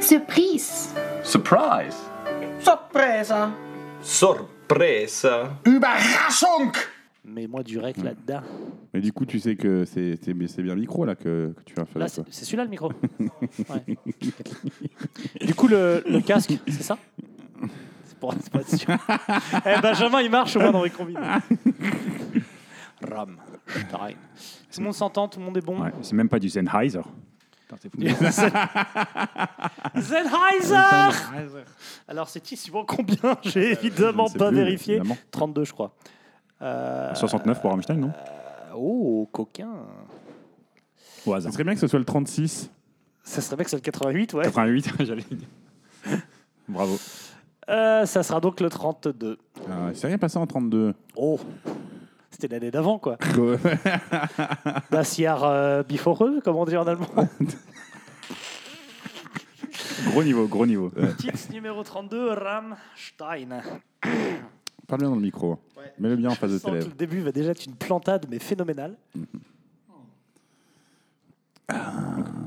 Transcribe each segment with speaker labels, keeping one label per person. Speaker 1: Surprise.
Speaker 2: Surprise.
Speaker 3: Surprise.
Speaker 4: Surprise.
Speaker 3: Überraschung.
Speaker 5: Mais moi, du rec là-dedans.
Speaker 6: Hmm. Mais du coup, tu sais que c'est c'est bien c'est bien le micro là que, que tu vas faire.
Speaker 5: Là, c'est c'est celui-là le micro. Ouais. Du coup, le, le casque, c'est ça C'est pour c'est pas être sûr. Eh, Benjamin, il marche au moins dans les combines. Ram, Stein. Tout le monde s'entend, tout le monde est bon.
Speaker 7: Ouais, c'est même pas du Sennheiser. Putain, c'est fou.
Speaker 5: Sennheiser Alors, c'est qui suivant combien J'ai évidemment
Speaker 6: Euh, je ne sais
Speaker 5: pas
Speaker 6: plus,
Speaker 5: vérifié.
Speaker 6: évidemment.
Speaker 5: 32, je crois. Euh,
Speaker 7: 69 pour Rammstein, non
Speaker 5: Oh, coquin.
Speaker 7: Au
Speaker 6: Ça
Speaker 7: hasard.
Speaker 6: serait bien que ce soit le 36.
Speaker 5: Ça serait bien que c'est le 88, ouais.
Speaker 7: 88, j'allais le dire. Bravo.
Speaker 5: Euh, ça sera donc le 32.
Speaker 7: Euh,
Speaker 6: Ah, il s'est rien passé en 32.
Speaker 5: Oh C'était l'année d'avant, quoi. Das Jahr euh, before, comme on dit en allemand.
Speaker 7: Gros niveau, gros niveau.
Speaker 5: Tips numéro 32, Rammstein.
Speaker 6: Parle bien dans le micro. Mets-le bien en face de
Speaker 5: Je
Speaker 6: tes
Speaker 5: sens que
Speaker 6: lèvres.
Speaker 5: le début va déjà être une plantade, mais phénoménale.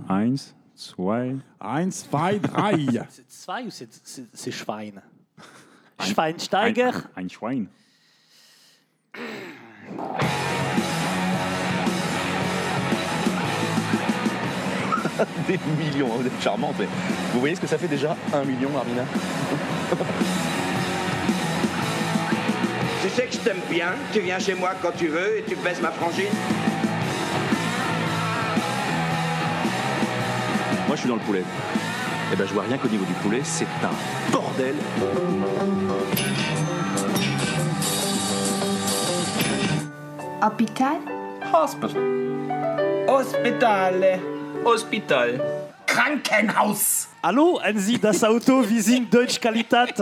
Speaker 7: Heinz, Zwei.
Speaker 6: 1, 2, 3.
Speaker 5: C'est Zwei ou c'est- c'est c'est Schwein Schweinsteiger
Speaker 7: Ein Schwein.
Speaker 4: Des millions, hein, vous êtes charmante, mais vous voyez ce que ça fait déjà Un million, Armina
Speaker 3: Tu sais que je t'aime bien, tu viens chez moi quand tu veux et tu baisses ma frangine.
Speaker 4: Moi, je suis dans le poulet. Eh ben, je vois rien qu'au niveau du poulet, c'est un bordel.
Speaker 1: Hôpital.
Speaker 2: Hospital.
Speaker 3: Hospitale.
Speaker 4: Hospital.
Speaker 3: Krankenhaus.
Speaker 5: Hallo, an Sie das Auto Vising Deutsch Qualität.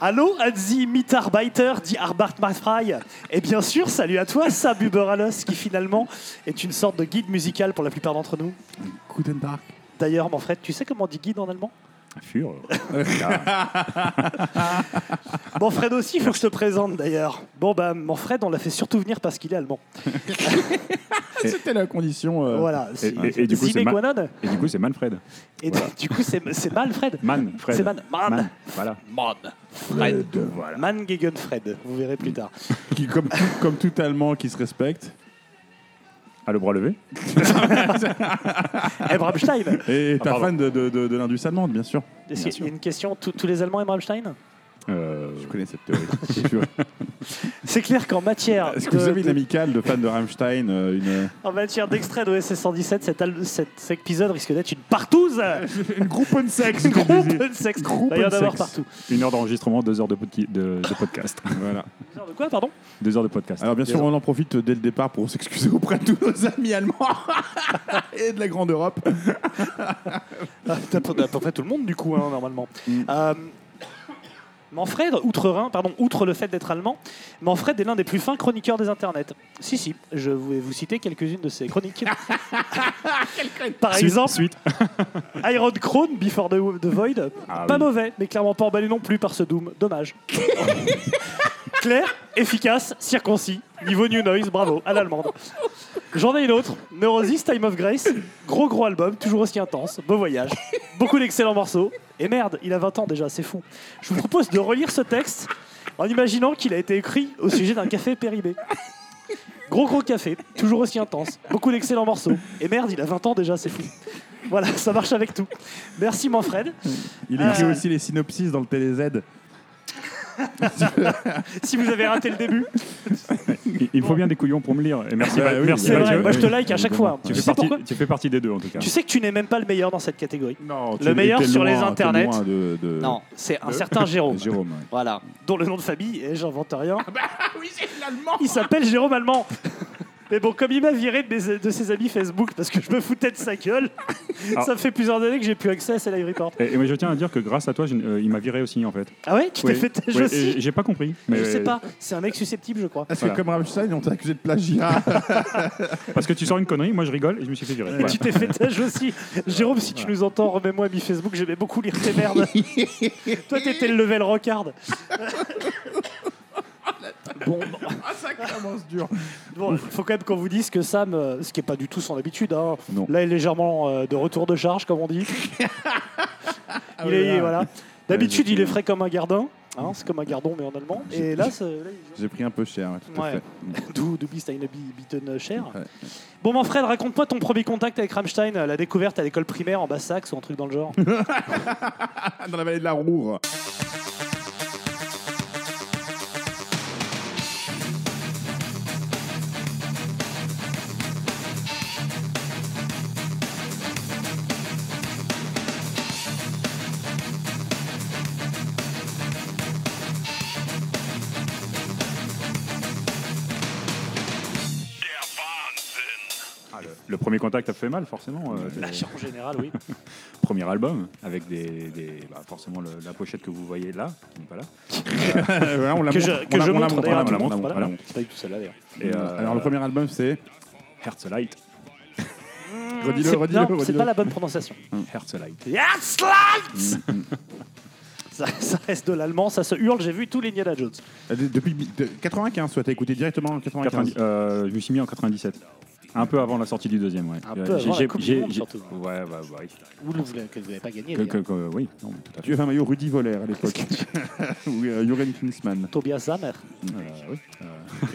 Speaker 5: Hallo, an Sie Mitarbeiter, die Arbeit macht frei. Et bien sûr, salut à toi, Sab Überalos, qui finalement est une sorte de guide musical pour la plupart d'entre nous.
Speaker 6: Guten Tag.
Speaker 5: D'ailleurs, Manfred, tu sais comment on dit guide en allemand
Speaker 7: Fur.
Speaker 5: Manfred aussi, il faut que je te présente d'ailleurs. Bon, bah, Manfred, on l'a fait surtout venir parce qu'il est allemand.
Speaker 6: C'était la condition. euh,
Speaker 5: Voilà. c'est-
Speaker 7: et- et du coup,
Speaker 5: sine
Speaker 7: c'est ma-
Speaker 5: qua non.
Speaker 7: Et du coup, c'est Manfred.
Speaker 5: Et du coup, c'est c'est Manfred.
Speaker 7: Man, Fred.
Speaker 5: C'est Man. Man.
Speaker 7: Man, Voilà.
Speaker 5: Fred. Man Gegenfred, vous verrez plus tard.
Speaker 6: Qui, comme, tout- comme tout Allemand qui se respecte.
Speaker 7: À le bras levé.
Speaker 5: Et Rammstein
Speaker 6: Et
Speaker 7: Ah,
Speaker 6: t'as
Speaker 7: pardon.
Speaker 6: fan de, de, de, de l'industrie allemande, bien sûr.
Speaker 5: Est-ce qu'il y a une question Tous tous les Allemands aiment Rammstein
Speaker 7: Euh,
Speaker 6: Je connais cette théorie. C'est sûr.
Speaker 5: C'est clair qu'en matière
Speaker 6: Est-ce que
Speaker 7: Euh,
Speaker 6: vous
Speaker 5: de-
Speaker 6: avez une
Speaker 5: de-
Speaker 6: amicale de fans de Rammstein euh, une,
Speaker 5: en matière d'extrait de SS 117, cet, al- cet- cet épisode risque d'être une partouze
Speaker 6: Groupe de sexe
Speaker 5: Une groupe de sexe
Speaker 6: Groupe
Speaker 5: Il va y en
Speaker 6: de
Speaker 5: avoir
Speaker 6: sexe.
Speaker 5: partout.
Speaker 7: une heure d'enregistrement, deux heures de, podki- de- de podcast.
Speaker 6: Voilà.
Speaker 5: Genre De quoi, pardon
Speaker 7: deux heures de podcast.
Speaker 6: Alors bien sûr, on en profite dès le départ pour s'excuser auprès de tous nos amis allemands et de la grande Europe.
Speaker 5: Ah, T'as t'as à peu près tout le monde, du coup, hein, normalement.
Speaker 7: Mm.
Speaker 5: Euh, Manfred, outre-Rhin, pardon, outre le fait d'être allemand, Manfred est l'un des plus fins chroniqueurs des internets. Si, si, je vais vous citer quelques-unes de ses chroniques. Par
Speaker 7: Suite,
Speaker 5: exemple,
Speaker 7: suite.
Speaker 5: Iron Crone, Before the, the Void,
Speaker 7: Ah
Speaker 5: pas
Speaker 7: oui.
Speaker 5: mauvais, mais clairement pas emballé non plus par ce Doom. Dommage. Clair, efficace, circoncis. Niveau New Noise, bravo, à l'allemande. J'en ai une autre. Neurosis, Time of Grace. Gros gros album, toujours aussi intense. Beau voyage. Beaucoup d'excellents morceaux. Et merde, il a 20 ans déjà, c'est fou. Je vous propose de relire ce texte en imaginant qu'il a été écrit au sujet d'un café périmé. Gros gros café, toujours aussi intense. Beaucoup d'excellents morceaux. Et merde, il a 20 ans déjà, c'est fou. Voilà, ça marche avec tout. Merci Manfred.
Speaker 6: Il écrit
Speaker 5: Euh.
Speaker 6: aussi les synopsis dans le TéléZ.
Speaker 5: Si vous avez raté le début,
Speaker 7: Il, il me faut bien des couillons pour me lire. Et merci,
Speaker 6: Bah
Speaker 7: Ma-
Speaker 6: oui,
Speaker 7: merci
Speaker 5: c'est
Speaker 6: bah,
Speaker 7: Mathieu.
Speaker 5: vrai.
Speaker 6: oui,
Speaker 5: Moi, je te
Speaker 6: oui,
Speaker 5: like à chaque
Speaker 6: évidemment.
Speaker 5: fois.
Speaker 7: Tu,
Speaker 5: Tu
Speaker 7: fais
Speaker 5: sais
Speaker 7: partie,
Speaker 5: pourquoi
Speaker 7: tu fais partie des deux en tout cas.
Speaker 5: Tu sais que tu n'es même pas le meilleur dans cette catégorie.
Speaker 6: Non,
Speaker 5: Le meilleur sur les internets.
Speaker 6: internets. de, de-
Speaker 5: Non, c'est un certain Jérôme.
Speaker 6: Jérôme. ouais.
Speaker 5: Voilà. Dont le nom de famille, et j'invente rien.
Speaker 7: Ah bah,
Speaker 5: oui, c'est l'allemand Il s'appelle Jérôme Allemand Mais bon, comme il m'a viré de, mes- de ses amis Facebook parce que je me foutais de sa gueule,
Speaker 7: Ah.
Speaker 5: ça fait plusieurs années que j'ai plus accès à ses live reports.
Speaker 7: Et, et moi, je tiens à dire que grâce à toi, je n- euh, il m'a viré aussi en fait.
Speaker 5: Ah ouais Tu
Speaker 7: Oui,
Speaker 5: t'es fait ta
Speaker 7: oui,
Speaker 5: aussi
Speaker 7: et J'ai pas compris. Mais
Speaker 5: Je sais pas, c'est un mec susceptible, je crois.
Speaker 6: Parce
Speaker 7: Voilà.
Speaker 6: que comme Rammstein, on t'a accusé de plagiat.
Speaker 7: Parce que tu sors une connerie, moi je rigole et je me suis fait virer.
Speaker 5: Et
Speaker 7: Voilà.
Speaker 5: Euh, tu t'es fait tâche aussi. Jérôme, si tu nous entends, remets-moi à mi-Facebook, j'aimais beaucoup lire tes merdes. Toi, t'étais le level rockard. bon,
Speaker 6: ah, ça commence dur.
Speaker 5: bon, faut quand même qu'on vous dise que Sam, euh, ce qui est pas du tout son habitude, hein,
Speaker 6: Non.
Speaker 5: là est légèrement euh, de retour de charge, comme on dit.
Speaker 6: Ah
Speaker 5: il
Speaker 6: oui,
Speaker 5: est,
Speaker 6: là,
Speaker 5: voilà. D'habitude, il est frais comme un gardin. Hein, c'est comme un gardon, mais en allemand. Et là, c'est- là, il-
Speaker 6: J'ai pris un peu cher, ouais, tout à
Speaker 5: Ouais.
Speaker 6: fait. Mm.
Speaker 5: d'où du Beast eine Bi- Beaten Cher.
Speaker 6: Ouais.
Speaker 5: Bon, mon Fred, raconte-moi ton premier contact avec Rammstein, euh, la découverte à l'école primaire en Basse-Saxe ou un truc dans le genre.
Speaker 6: Ah, Dans la vallée de la Roure.
Speaker 7: Ah, Le premier contact a fait mal, forcément. euh,
Speaker 5: Là,
Speaker 7: le
Speaker 5: en général, oui.
Speaker 7: premier album, avec des, des- bah, forcément le- la pochette que vous voyez là, qui n'est pas là.
Speaker 6: Euh, on la
Speaker 5: Que je,
Speaker 6: montre,
Speaker 5: que
Speaker 6: on la-
Speaker 5: je
Speaker 6: on la
Speaker 5: montre,
Speaker 6: montre,
Speaker 5: d'ailleurs,
Speaker 6: on
Speaker 5: tu
Speaker 6: la
Speaker 5: le
Speaker 6: montre,
Speaker 5: montres,
Speaker 6: on la
Speaker 5: voilà.
Speaker 6: montre.
Speaker 5: C'est pas du tout celle-là, d'ailleurs.
Speaker 7: Et, euh,
Speaker 6: Mm. Alors, le premier album, c'est.
Speaker 7: Herzlite.
Speaker 6: Redis-le,
Speaker 5: Mm. C'est-
Speaker 6: redis-le,
Speaker 5: non, c'est
Speaker 6: redis-le.
Speaker 5: pas la bonne prononciation.
Speaker 7: Herzlite.
Speaker 5: Yes, ça, ça reste de l'allemand, ça se hurle. J'ai vu tous les Indiana Jones.
Speaker 6: Euh, de- Depuis de- 95, soit t'as écouté directement en 95.
Speaker 7: 90, euh, je me suis mis en 97. Un peu avant la sortie du deuxième, ouais.
Speaker 5: Un
Speaker 7: Euh,
Speaker 5: peu avant
Speaker 7: j'ai-
Speaker 5: la
Speaker 7: j'ai-
Speaker 5: Coupe du
Speaker 7: j'ai-
Speaker 5: Monde,
Speaker 7: j'ai-
Speaker 5: surtout.
Speaker 7: Ouais, bah, bah, oui.
Speaker 5: Vous ne voulez que vous n'avez pas gagné.
Speaker 7: Que-
Speaker 5: les gars.
Speaker 7: que- que- oui, non, mais tout à fait.
Speaker 6: Tu avais un maillot Rudy Voller à l'époque. Ou euh, Jürgen Klinsmann.
Speaker 5: Tobias
Speaker 7: Euh,
Speaker 5: Sammer.
Speaker 7: oui. Euh,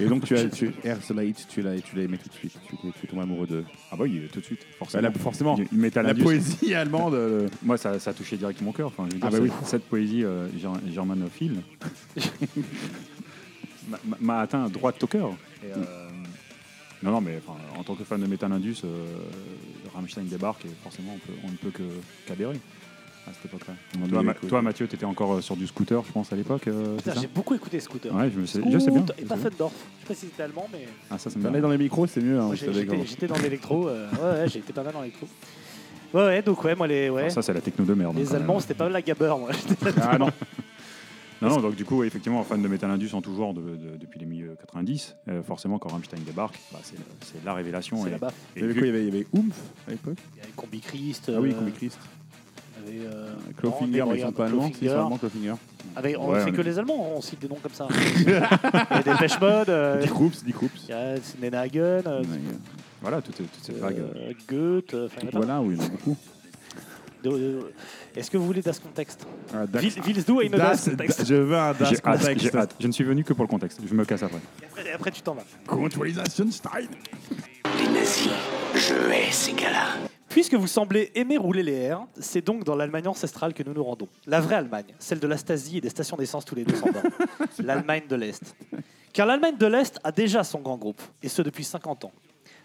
Speaker 6: Et donc, tu as tu, Herzlite, tu l'as tu l'as aimé tout de suite. Tu, tu tombes amoureux de.
Speaker 7: ah bah oui, tout de suite,
Speaker 6: Bah,
Speaker 7: forcément.
Speaker 6: là, forcément. Bah,
Speaker 7: Il- il met à
Speaker 6: La
Speaker 7: l'indus.
Speaker 6: poésie allemande. euh,
Speaker 7: Moi, ça, ça a touché direct mon cœur. Enfin, je veux dire,
Speaker 6: Ah bah
Speaker 7: cette-
Speaker 6: oui.
Speaker 7: Cette poésie euh, ger- germanophile m'a- m'a- m'a atteint droit au cœur. Et, euh, non, non, mais enfin, en tant que fan de Metal Indus, euh, Rammstein débarque et forcément, on, peut- on ne peut que- qu'adhérer à cette époque-là.
Speaker 6: On
Speaker 7: Toi,
Speaker 6: est-
Speaker 7: Ma- toi, Mathieu, tu étais encore euh, sur du scooter, je pense, à l'époque. euh, c'est
Speaker 5: Putain, j'ai
Speaker 7: ça
Speaker 5: beaucoup écouté Scooter.
Speaker 7: Ouais, je, me sais,
Speaker 5: Scoot
Speaker 7: je sais bien.
Speaker 5: Et
Speaker 7: je
Speaker 5: pas
Speaker 7: sais bien.
Speaker 5: Thundorf. Je sais pas si c'était allemand, mais
Speaker 7: Ah, ça, ça me
Speaker 6: T'en
Speaker 7: parle.
Speaker 6: es dans les micros, c'est mieux. hein,
Speaker 5: moi,
Speaker 6: vous
Speaker 5: j'ai-
Speaker 6: savez,
Speaker 5: j'étais
Speaker 6: quand-
Speaker 5: j'étais dans l'électro. euh, ouais, ouais, j'étais pas mal dans l'électro. Ouais, ouais, donc ouais, moi, les, ouais,
Speaker 7: Enfin, Ah, Ça, c'est la techno de merde.
Speaker 5: les
Speaker 7: quand même.
Speaker 5: Allemands, c'était pas mal la gabeur, moi.
Speaker 7: Ah non. Non, non, donc du coup, ouais, effectivement, fan de Metal Indus en tout genre de- de- depuis les milieux 90, euh, forcément, quand Rammstein débarque, bah, c'est le- c'est la révélation.
Speaker 5: C'est
Speaker 7: et-
Speaker 5: là-bas.
Speaker 7: et
Speaker 6: Il y avait
Speaker 7: vu-
Speaker 6: quoi Il y avait- il y avait Oomph à l'époque
Speaker 5: Il y avait Combi Christ.
Speaker 6: Ah oui,
Speaker 5: euh,
Speaker 6: Combi Christ.
Speaker 5: il y avait, euh,
Speaker 6: Clawfinger,
Speaker 5: non,
Speaker 6: mais ils sont
Speaker 5: regarde,
Speaker 6: pas allemands, si, ils sont
Speaker 5: Clawfinger.
Speaker 6: allemands, Clawfinger.
Speaker 5: Avec, on
Speaker 7: Ouais,
Speaker 5: fait
Speaker 7: mais-
Speaker 5: que les Allemands, hein, on cite des noms comme ça. Il y a des Pêche Mode, euh,
Speaker 6: Die Krups, Die Krups.
Speaker 5: il y a Snenagen, euh,
Speaker 7: Voilà, toute, toute cette vague. euh,
Speaker 5: euh, Goethe. euh, enfin, il y en a
Speaker 6: Voilà, oui, il y en a beaucoup.
Speaker 5: pas- de- de- Est-ce que vous voulez Das Context
Speaker 6: Ah, Dax-
Speaker 5: Vil- Vilsdu et une Das
Speaker 6: Das-
Speaker 5: Context.
Speaker 6: Da- je veux un
Speaker 7: J'ai
Speaker 6: Das
Speaker 7: hâte, j'ai
Speaker 6: Context.
Speaker 7: hâte. Je ne suis venu que pour le contexte. Je me casse après.
Speaker 5: Et après, et après, tu t'en vas.
Speaker 6: Contrôlisation style.
Speaker 1: Les nazis, je hais ces gars-là.
Speaker 5: Puisque vous semblez aimer rouler les airs, c'est donc dans l'Allemagne ancestrale que nous nous rendons. La vraie Allemagne, celle de la Stasi et des stations d'essence tous les deux sans bornes. L'Allemagne de l'Est. Car l'Allemagne de l'Est a déjà son grand groupe, et ce depuis 50 ans.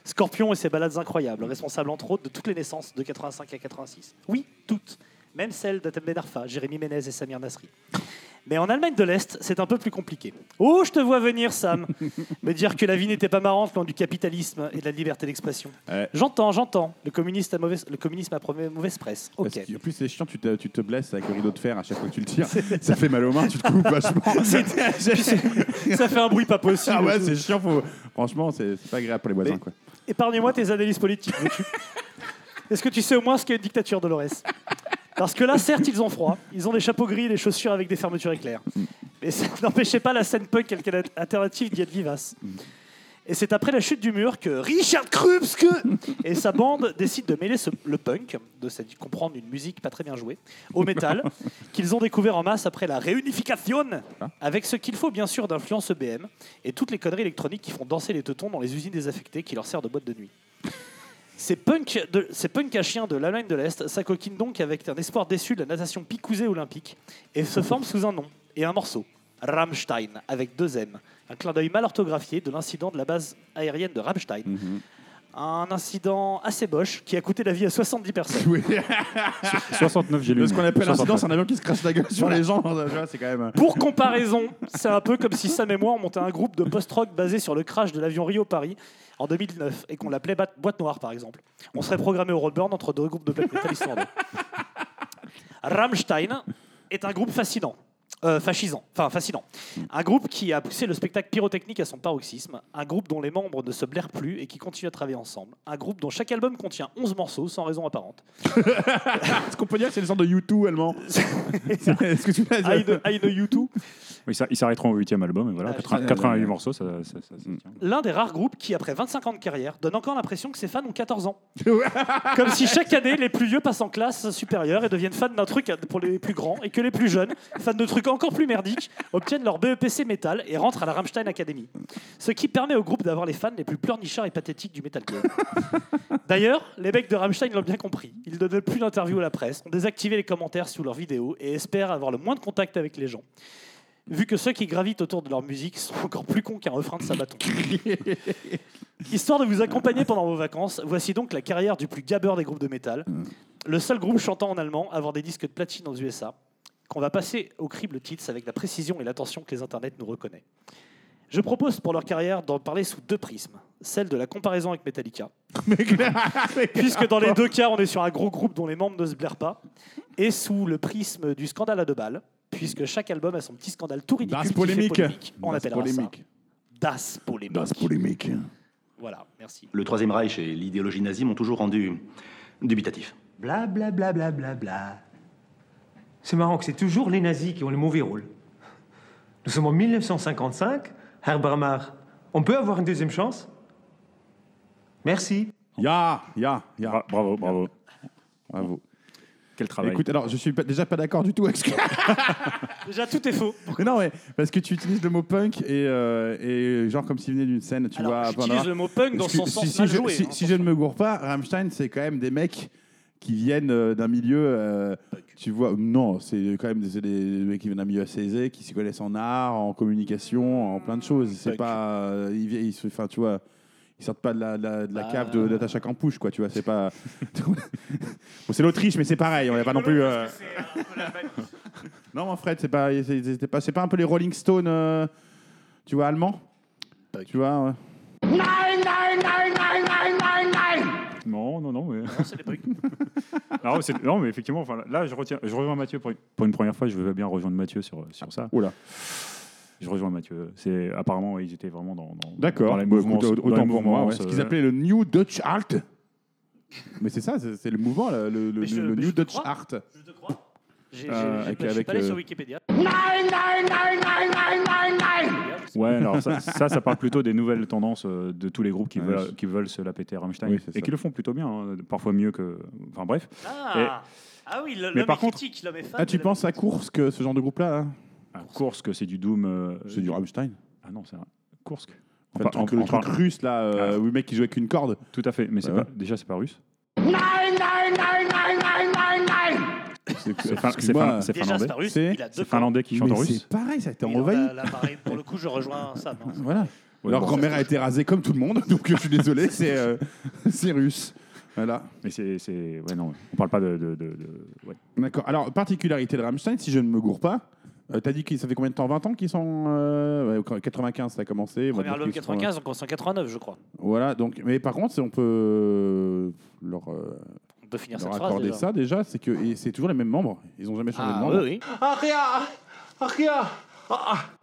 Speaker 5: Scorpion et ses balades incroyables, responsable entre autres de toutes les naissances de 85 à 86. Oui, toutes. Même celles d'Atem Ben Arfa, Jérémy Ménez et Samir Nasri. Mais en Allemagne de l'Est, c'est un peu plus compliqué. Oh, je te vois venir, Sam Me dire que la vie n'était pas marrante loin du capitalisme et de la liberté d'expression.
Speaker 6: Ouais.
Speaker 5: J'entends, j'entends. Le, communiste a mauvaise- le communisme a promis mauvaise presse. Ok.
Speaker 6: Parce que- En plus, c'est chiant, tu te, tu te blesses avec le rideau de fer à chaque fois que tu le tires. ça fait mal aux mains, tu te coupes vachement.
Speaker 5: Ça fait un bruit pas possible.
Speaker 6: ah ouais, c'est chiant. Faut... Franchement, c'est c'est pas agréable pour les voisins.
Speaker 5: Mais-
Speaker 6: Quoi.
Speaker 5: Épargnez-moi tes analyses politiques. Boutu. Est-ce que tu sais au moins ce qu'est une dictature, Dolores Parce que là, certes, ils ont froid, ils ont des chapeaux gris et des chaussures avec des fermetures éclair. Mais ça n'empêchait pas la scène punk altern- alternative d'y être vivace. Et c'est après la chute du mur que Richard Krupske et sa bande décident de mêler ce- le punk, de cette- comprendre une musique pas très bien jouée, au métal, qu'ils ont découvert en masse après la réunification, avec ce qu'il faut bien sûr d'influence EBM, et toutes les conneries électroniques qui font danser les teutons dans les usines désaffectées qui leur servent de boîte de nuit. Ces punks, de, ces punks à chiens de l'Allemagne de l'Est s'acoquinent donc avec un espoir déçu de la natation picousée olympique et se forment sous un nom et un morceau, Rammstein, avec deux M. Un clin d'œil mal orthographié de l'incident de la base aérienne de Rammstein. Un incident assez boche qui a coûté la vie à 70 personnes.
Speaker 6: Oui.
Speaker 7: 69, j'ai lu.
Speaker 6: Le- ce qu'on appelle un
Speaker 7: 69.
Speaker 6: incident, c'est un avion qui se crache la gueule sur les gens. Tu vois, C'est quand même. euh,
Speaker 5: Pour comparaison, c'est un peu comme si Sam et moi on montait un groupe de post-rock basé sur le crash de l'avion Rio-Paris en 2009 et qu'on l'appelait Bat- Boîte Noire par exemple. On serait programmé au Roadburn entre deux groupes de black metal islandais. Rammstein est un groupe fascinant. euh, fascisant, enfin fascinant. Un groupe qui a poussé le spectacle pyrotechnique à son paroxysme, un groupe dont les membres ne se blairent plus et qui continue à travailler ensemble, un groupe dont chaque album contient 11 morceaux sans raison apparente.
Speaker 6: Est-ce qu'on peut dire que c'est le centre de U2 allemand Est-ce que tu l'as dit hein.
Speaker 5: I know, I know you too.
Speaker 7: Mais ça- ils s'arrêteront au huitième album, et voilà,
Speaker 5: Ah,
Speaker 7: 80
Speaker 6: génial.
Speaker 7: 88 morceaux, ça, ça- ça- ça
Speaker 6: Mm.
Speaker 7: tient.
Speaker 5: L'un des rares groupes qui, après 25 ans de carrière, donne encore l'impression que ses fans ont 14 ans. Comme si chaque année, les plus vieux passent en classe supérieure et deviennent fans d'un truc pour les plus grands et que les plus jeunes, fans de trucs encore plus merdiques, obtiennent leur BEPC métal et rentrent à la Rammstein Academy. Ce qui permet au groupe d'avoir les fans les plus pleurnichards et pathétiques du metalcore. D'ailleurs, les mecs de Rammstein l'ont bien compris. Ils ne donnent plus d'interview à la presse, ont désactivé les commentaires sous leurs vidéos et espèrent avoir le moins de contact avec les gens. Vu que ceux qui gravitent autour de leur musique sont encore plus cons qu'un refrain de sabaton. Histoire de vous accompagner pendant vos vacances, voici donc la carrière du plus gabeur des groupes de métal,
Speaker 6: Mm.
Speaker 5: le seul groupe chantant en allemand à avoir des disques de platine aux USA, qu'on va passer au crible titres avec la précision et l'attention que les internets nous reconnaissent. Je propose pour leur carrière d'en parler sous deux prismes. Celle de la comparaison avec Metallica, puisque dans les deux cas, on est sur un gros groupe dont les membres ne se blairent pas, et sous le prisme du scandale à deux balles, puisque chaque album a son petit scandale tout ridicule.
Speaker 6: Das
Speaker 5: qui fait
Speaker 6: polémique.
Speaker 5: On
Speaker 6: Das
Speaker 5: appellera
Speaker 6: polémique.
Speaker 5: ça Das polémique.
Speaker 6: Das polémique.
Speaker 5: Voilà, merci.
Speaker 8: Le Troisième Reich et l'idéologie nazie m'ont toujours rendu dubitatif.
Speaker 9: Bla bla bla bla bla bla. C'est marrant que c'est toujours les nazis qui ont les mauvais rôles. Nous sommes en 1955, Herr Bramar. On peut avoir une deuxième chance Merci.
Speaker 6: Ya, ya, ya.
Speaker 7: Bra- Bravo, bravo.
Speaker 6: Bravo.
Speaker 7: Quel travail.
Speaker 6: Écoute, alors je suis pas- déjà pas d'accord du tout avec ce que.
Speaker 5: Déjà, tout est faux.
Speaker 6: Mais non, ouais, parce que tu utilises le mot punk et, euh, et genre comme s'il venait d'une scène, tu
Speaker 5: Alors,
Speaker 6: vois.
Speaker 5: j'utilise
Speaker 6: voilà.
Speaker 5: le mot punk dans
Speaker 6: Parce que
Speaker 5: son sens
Speaker 6: si, si
Speaker 5: mal
Speaker 6: je,
Speaker 5: joué.
Speaker 6: si-
Speaker 5: hein,
Speaker 6: si je ne me gourre pas, Rammstein, c'est quand même des mecs qui viennent euh, d'un milieu. euh, tu vois, non, c'est quand même des, c'est des mecs qui viennent d'un milieu assez aisé, qui s'y connaissent en art, en communication, en plein de choses. C'est
Speaker 5: Punk.
Speaker 6: pas. euh, ils, vi- ils se- enfin, tu vois. Ils sortent pas de la, de la- de la
Speaker 5: Bah,
Speaker 6: cave de- d'Attacha Campouche, quoi, tu vois, c'est pas... bon, c'est l'Autriche, mais c'est pareil, on n'a pas non plus... euh, Non, mon Fred, c'est pas, c'est- c'était pas, c'est pas un peu les Rolling Stones, euh, tu vois, allemands Tu vois ouais.
Speaker 7: Non, non, non. Mais...
Speaker 5: c'est des punks.
Speaker 7: Alors, c'est- non, mais effectivement, enfin, là, je, retiens, je rejoins Mathieu pour une, pour une première fois. Je veux bien rejoindre Mathieu sur, sur ça.
Speaker 6: Oula.
Speaker 7: Je rejoins Mathieu. C'est apparemment, ouais, ils étaient vraiment dans, dans,
Speaker 6: D'accord.
Speaker 7: dans les
Speaker 6: Bon,
Speaker 7: mouvements.
Speaker 6: écoute,
Speaker 7: dans
Speaker 6: autant
Speaker 7: les
Speaker 6: pour moi.
Speaker 7: mouvements,
Speaker 6: ouais. Ce qu'ils
Speaker 7: euh,
Speaker 6: appelaient le New Dutch Art. Mais c'est ça, c'est c'est le mouvement, là, le, le-
Speaker 5: Mais je-
Speaker 6: le
Speaker 5: mais je
Speaker 6: New
Speaker 5: te
Speaker 6: Dutch
Speaker 5: crois.
Speaker 6: Art.
Speaker 5: Je te crois. J'ai- j'ai-
Speaker 6: Euh,
Speaker 5: j'ai
Speaker 6: avec-
Speaker 5: pas- Je suis
Speaker 6: avec
Speaker 5: pas allé
Speaker 6: le-
Speaker 5: sur Wikipédia.
Speaker 7: Ouais, alors ça, ça, ça parle plutôt des nouvelles tendances euh, de tous les groupes qui,
Speaker 6: Ouais, je-
Speaker 7: veulent, qui veulent se la péter à Rammstein
Speaker 6: Ah Oui, c'est
Speaker 7: et
Speaker 6: ça.
Speaker 7: qui le font plutôt bien, hein, parfois mieux que. Enfin bref.
Speaker 5: Ah, ah oui,
Speaker 7: Mais
Speaker 5: le- l'homme
Speaker 7: par
Speaker 5: est
Speaker 7: contre-
Speaker 5: critique, l'homme est fan.
Speaker 6: Ah, tu
Speaker 5: de la-
Speaker 6: penses à Kursk, ce genre de groupe-là hein
Speaker 7: À Kursk, c'est du Doom. euh,
Speaker 6: C'est du Rammstein.
Speaker 7: Ah non, c'est un Kursk.
Speaker 6: Enfin,
Speaker 7: On
Speaker 6: le
Speaker 7: par-
Speaker 6: truc,
Speaker 7: on-
Speaker 6: le
Speaker 7: on
Speaker 6: truc
Speaker 7: parle-
Speaker 6: russe, là, euh,
Speaker 7: Ah.
Speaker 6: où le mec qui joue avec une corde.
Speaker 7: Tout à fait, mais c'est
Speaker 6: Ouais.
Speaker 7: pas, déjà, c'est pas russe.
Speaker 6: C'est
Speaker 7: C'est fin- c'est
Speaker 6: excuse-moi,
Speaker 7: fin- c'est
Speaker 5: Déjà,
Speaker 7: finlandais.
Speaker 5: c'est un russe,
Speaker 6: C'est-
Speaker 5: il a deux
Speaker 7: C'est finlandais qui chante en
Speaker 6: Mais c'est
Speaker 7: russe.
Speaker 6: pareil, ça a été
Speaker 5: Mais non,
Speaker 6: envahi.
Speaker 5: là- là, pareil, pour le coup, je rejoins Sam. hein.
Speaker 6: Voilà.
Speaker 7: Ouais,
Speaker 6: Leur
Speaker 7: bon,
Speaker 6: grand-mère a été rasée comme tout le monde, donc je suis désolé, c'est euh, c'est russe. Voilà.
Speaker 7: Mais c'est. c'est- Ouais, non, on parle pas de. de, de- de- ouais.
Speaker 6: D'accord. Alors, particularité de Rammstein, si je ne me gourre pas, euh, t'as dit que ça fait combien de temps 20 ans qu'ils sont. euh, ouais, 95, ça a commencé. on va
Speaker 5: Premier
Speaker 6: dire
Speaker 5: album
Speaker 6: qu'ils sont- euh,
Speaker 5: 95, donc en 89, je crois.
Speaker 6: Voilà, donc, mais par contre, si on peut euh, leur, euh,
Speaker 5: On peut finir
Speaker 6: leur
Speaker 5: Ah, cette phrase.
Speaker 6: accorder
Speaker 5: déjà.
Speaker 6: ça déjà, c'est que et c'est toujours les mêmes membres. Ils n'ont jamais changé de
Speaker 5: Ah,
Speaker 6: membre.
Speaker 5: oui, oui.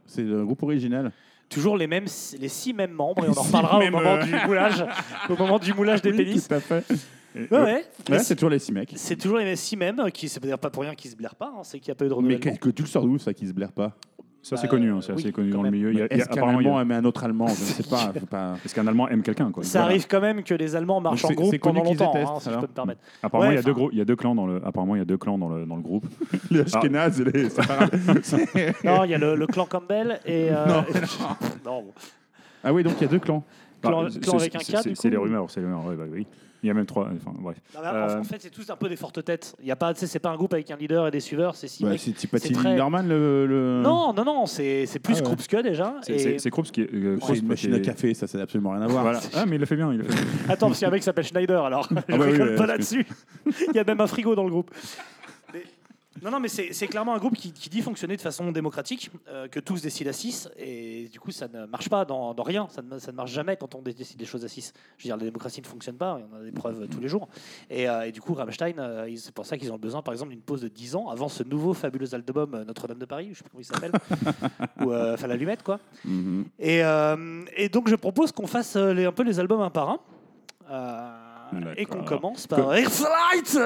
Speaker 6: C'est le groupe original.
Speaker 5: Toujours les, mêmes, les six mêmes membres, et on en reparlera au,
Speaker 6: mêmes,
Speaker 5: moment
Speaker 6: euh,
Speaker 5: du moulage, au moment du moulage des pénis.
Speaker 6: tout à fait.
Speaker 5: Ouais, ouais.
Speaker 6: Ouais, c'est toujours les six mecs.
Speaker 5: C'est toujours les six mêmes, euh, qui, c'est d'ailleurs pas pour rien qu'ils se blairent pas, hein, c'est qu'il n'y a pas eu de
Speaker 6: Mais
Speaker 5: renouvellement.
Speaker 6: que, que tu le sors d'où ça qui se blaire pas
Speaker 7: Ça, c'est
Speaker 5: Bah,
Speaker 7: connu, hein, c'est
Speaker 5: oui,
Speaker 7: assez connu
Speaker 5: quand
Speaker 7: dans le
Speaker 5: même.
Speaker 7: milieu. Il y a- il y a-
Speaker 6: Est-ce qu'un
Speaker 7: apparemment, il y a-
Speaker 6: Allemand aime un autre Allemand Je ne sais pas. faut pas...
Speaker 7: Est-ce qu'un Allemand aime quelqu'un quoi
Speaker 5: Ça
Speaker 7: Voilà.
Speaker 5: arrive quand même que les Allemands marchent
Speaker 6: Donc
Speaker 5: en
Speaker 6: c'est- c'est
Speaker 5: groupe
Speaker 6: connu
Speaker 5: pendant
Speaker 6: qu'ils
Speaker 5: longtemps,
Speaker 6: détestent,
Speaker 5: hein, si je
Speaker 6: alors.
Speaker 5: peux me permettre.
Speaker 7: Apparemment,
Speaker 5: Ouais,
Speaker 7: il y a deux
Speaker 5: enfin.
Speaker 7: gros- il y a deux clans dans le. Apparemment, il y a deux clans dans le dans le groupe.
Speaker 6: Les Ashkénazes et les Séparatistes.
Speaker 5: Non, il y a le, le clan Campbell et. euh,
Speaker 6: Non,
Speaker 5: non, bon.
Speaker 6: Ah oui, donc il y a deux clans.
Speaker 5: Clan-
Speaker 7: Bah, c'est-
Speaker 5: clan avec
Speaker 7: c'est-
Speaker 5: un
Speaker 7: c'est-
Speaker 5: K,
Speaker 7: c'est-
Speaker 5: du
Speaker 7: C'est
Speaker 5: coup
Speaker 7: les rumeurs, c'est les rumeurs. ouais, bah oui. Il y a même trois. Enfin, bref.
Speaker 5: Non, mais en-
Speaker 7: Euh,
Speaker 5: En fait, c'est tous un peu des fortes têtes. Il y a pas, tu sais, c'est pas un groupe avec un leader et des suiveurs, c'est six
Speaker 6: Bah,
Speaker 5: mecs.
Speaker 6: c'est Tipati
Speaker 5: c'est très-
Speaker 6: Linderman le. le-
Speaker 5: Non, non, non, c'est c'est plus
Speaker 6: Ah ouais.
Speaker 5: Krups que déjà.
Speaker 7: C'est-
Speaker 5: Et...
Speaker 7: C'est c'est Krups qui est. euh,
Speaker 6: C'est
Speaker 7: Krups
Speaker 6: une machine à
Speaker 7: qui est-
Speaker 6: café, ça, ça n'a absolument rien à voir.
Speaker 7: Voilà. Ah, mais il le fait bien. Il le fait bien.
Speaker 5: Attends, parce qu'il y a un mec qui s'appelle Schneider, alors je
Speaker 6: bah oui,
Speaker 5: rigole
Speaker 6: oui,
Speaker 5: pas
Speaker 6: parce
Speaker 5: là-dessus. Il y a même un frigo dans le groupe. Mais- Non, non, mais c'est c'est clairement un groupe qui, qui dit fonctionner de façon démocratique, euh, que tous décident à 6, et du coup, ça ne marche pas dans, dans rien, ça ne, ça ne marche jamais quand on décide des choses à 6. Je veux dire, la démocratie ne fonctionne pas, on en a des preuves euh, tous les jours. Et, euh, et du coup, Rammstein, euh, ils- c'est pour ça qu'ils ont besoin, par exemple, d'une pause de 10 ans avant ce nouveau fabuleux album euh, Notre-Dame de Paris, je sais plus comment il s'appelle, ou euh, Enfin l'allumette, quoi.
Speaker 6: Mhm.
Speaker 5: Et, euh, et donc, je propose qu'on fasse euh, les- un peu les albums un par un. Euh, et qu'on commence par Earthlight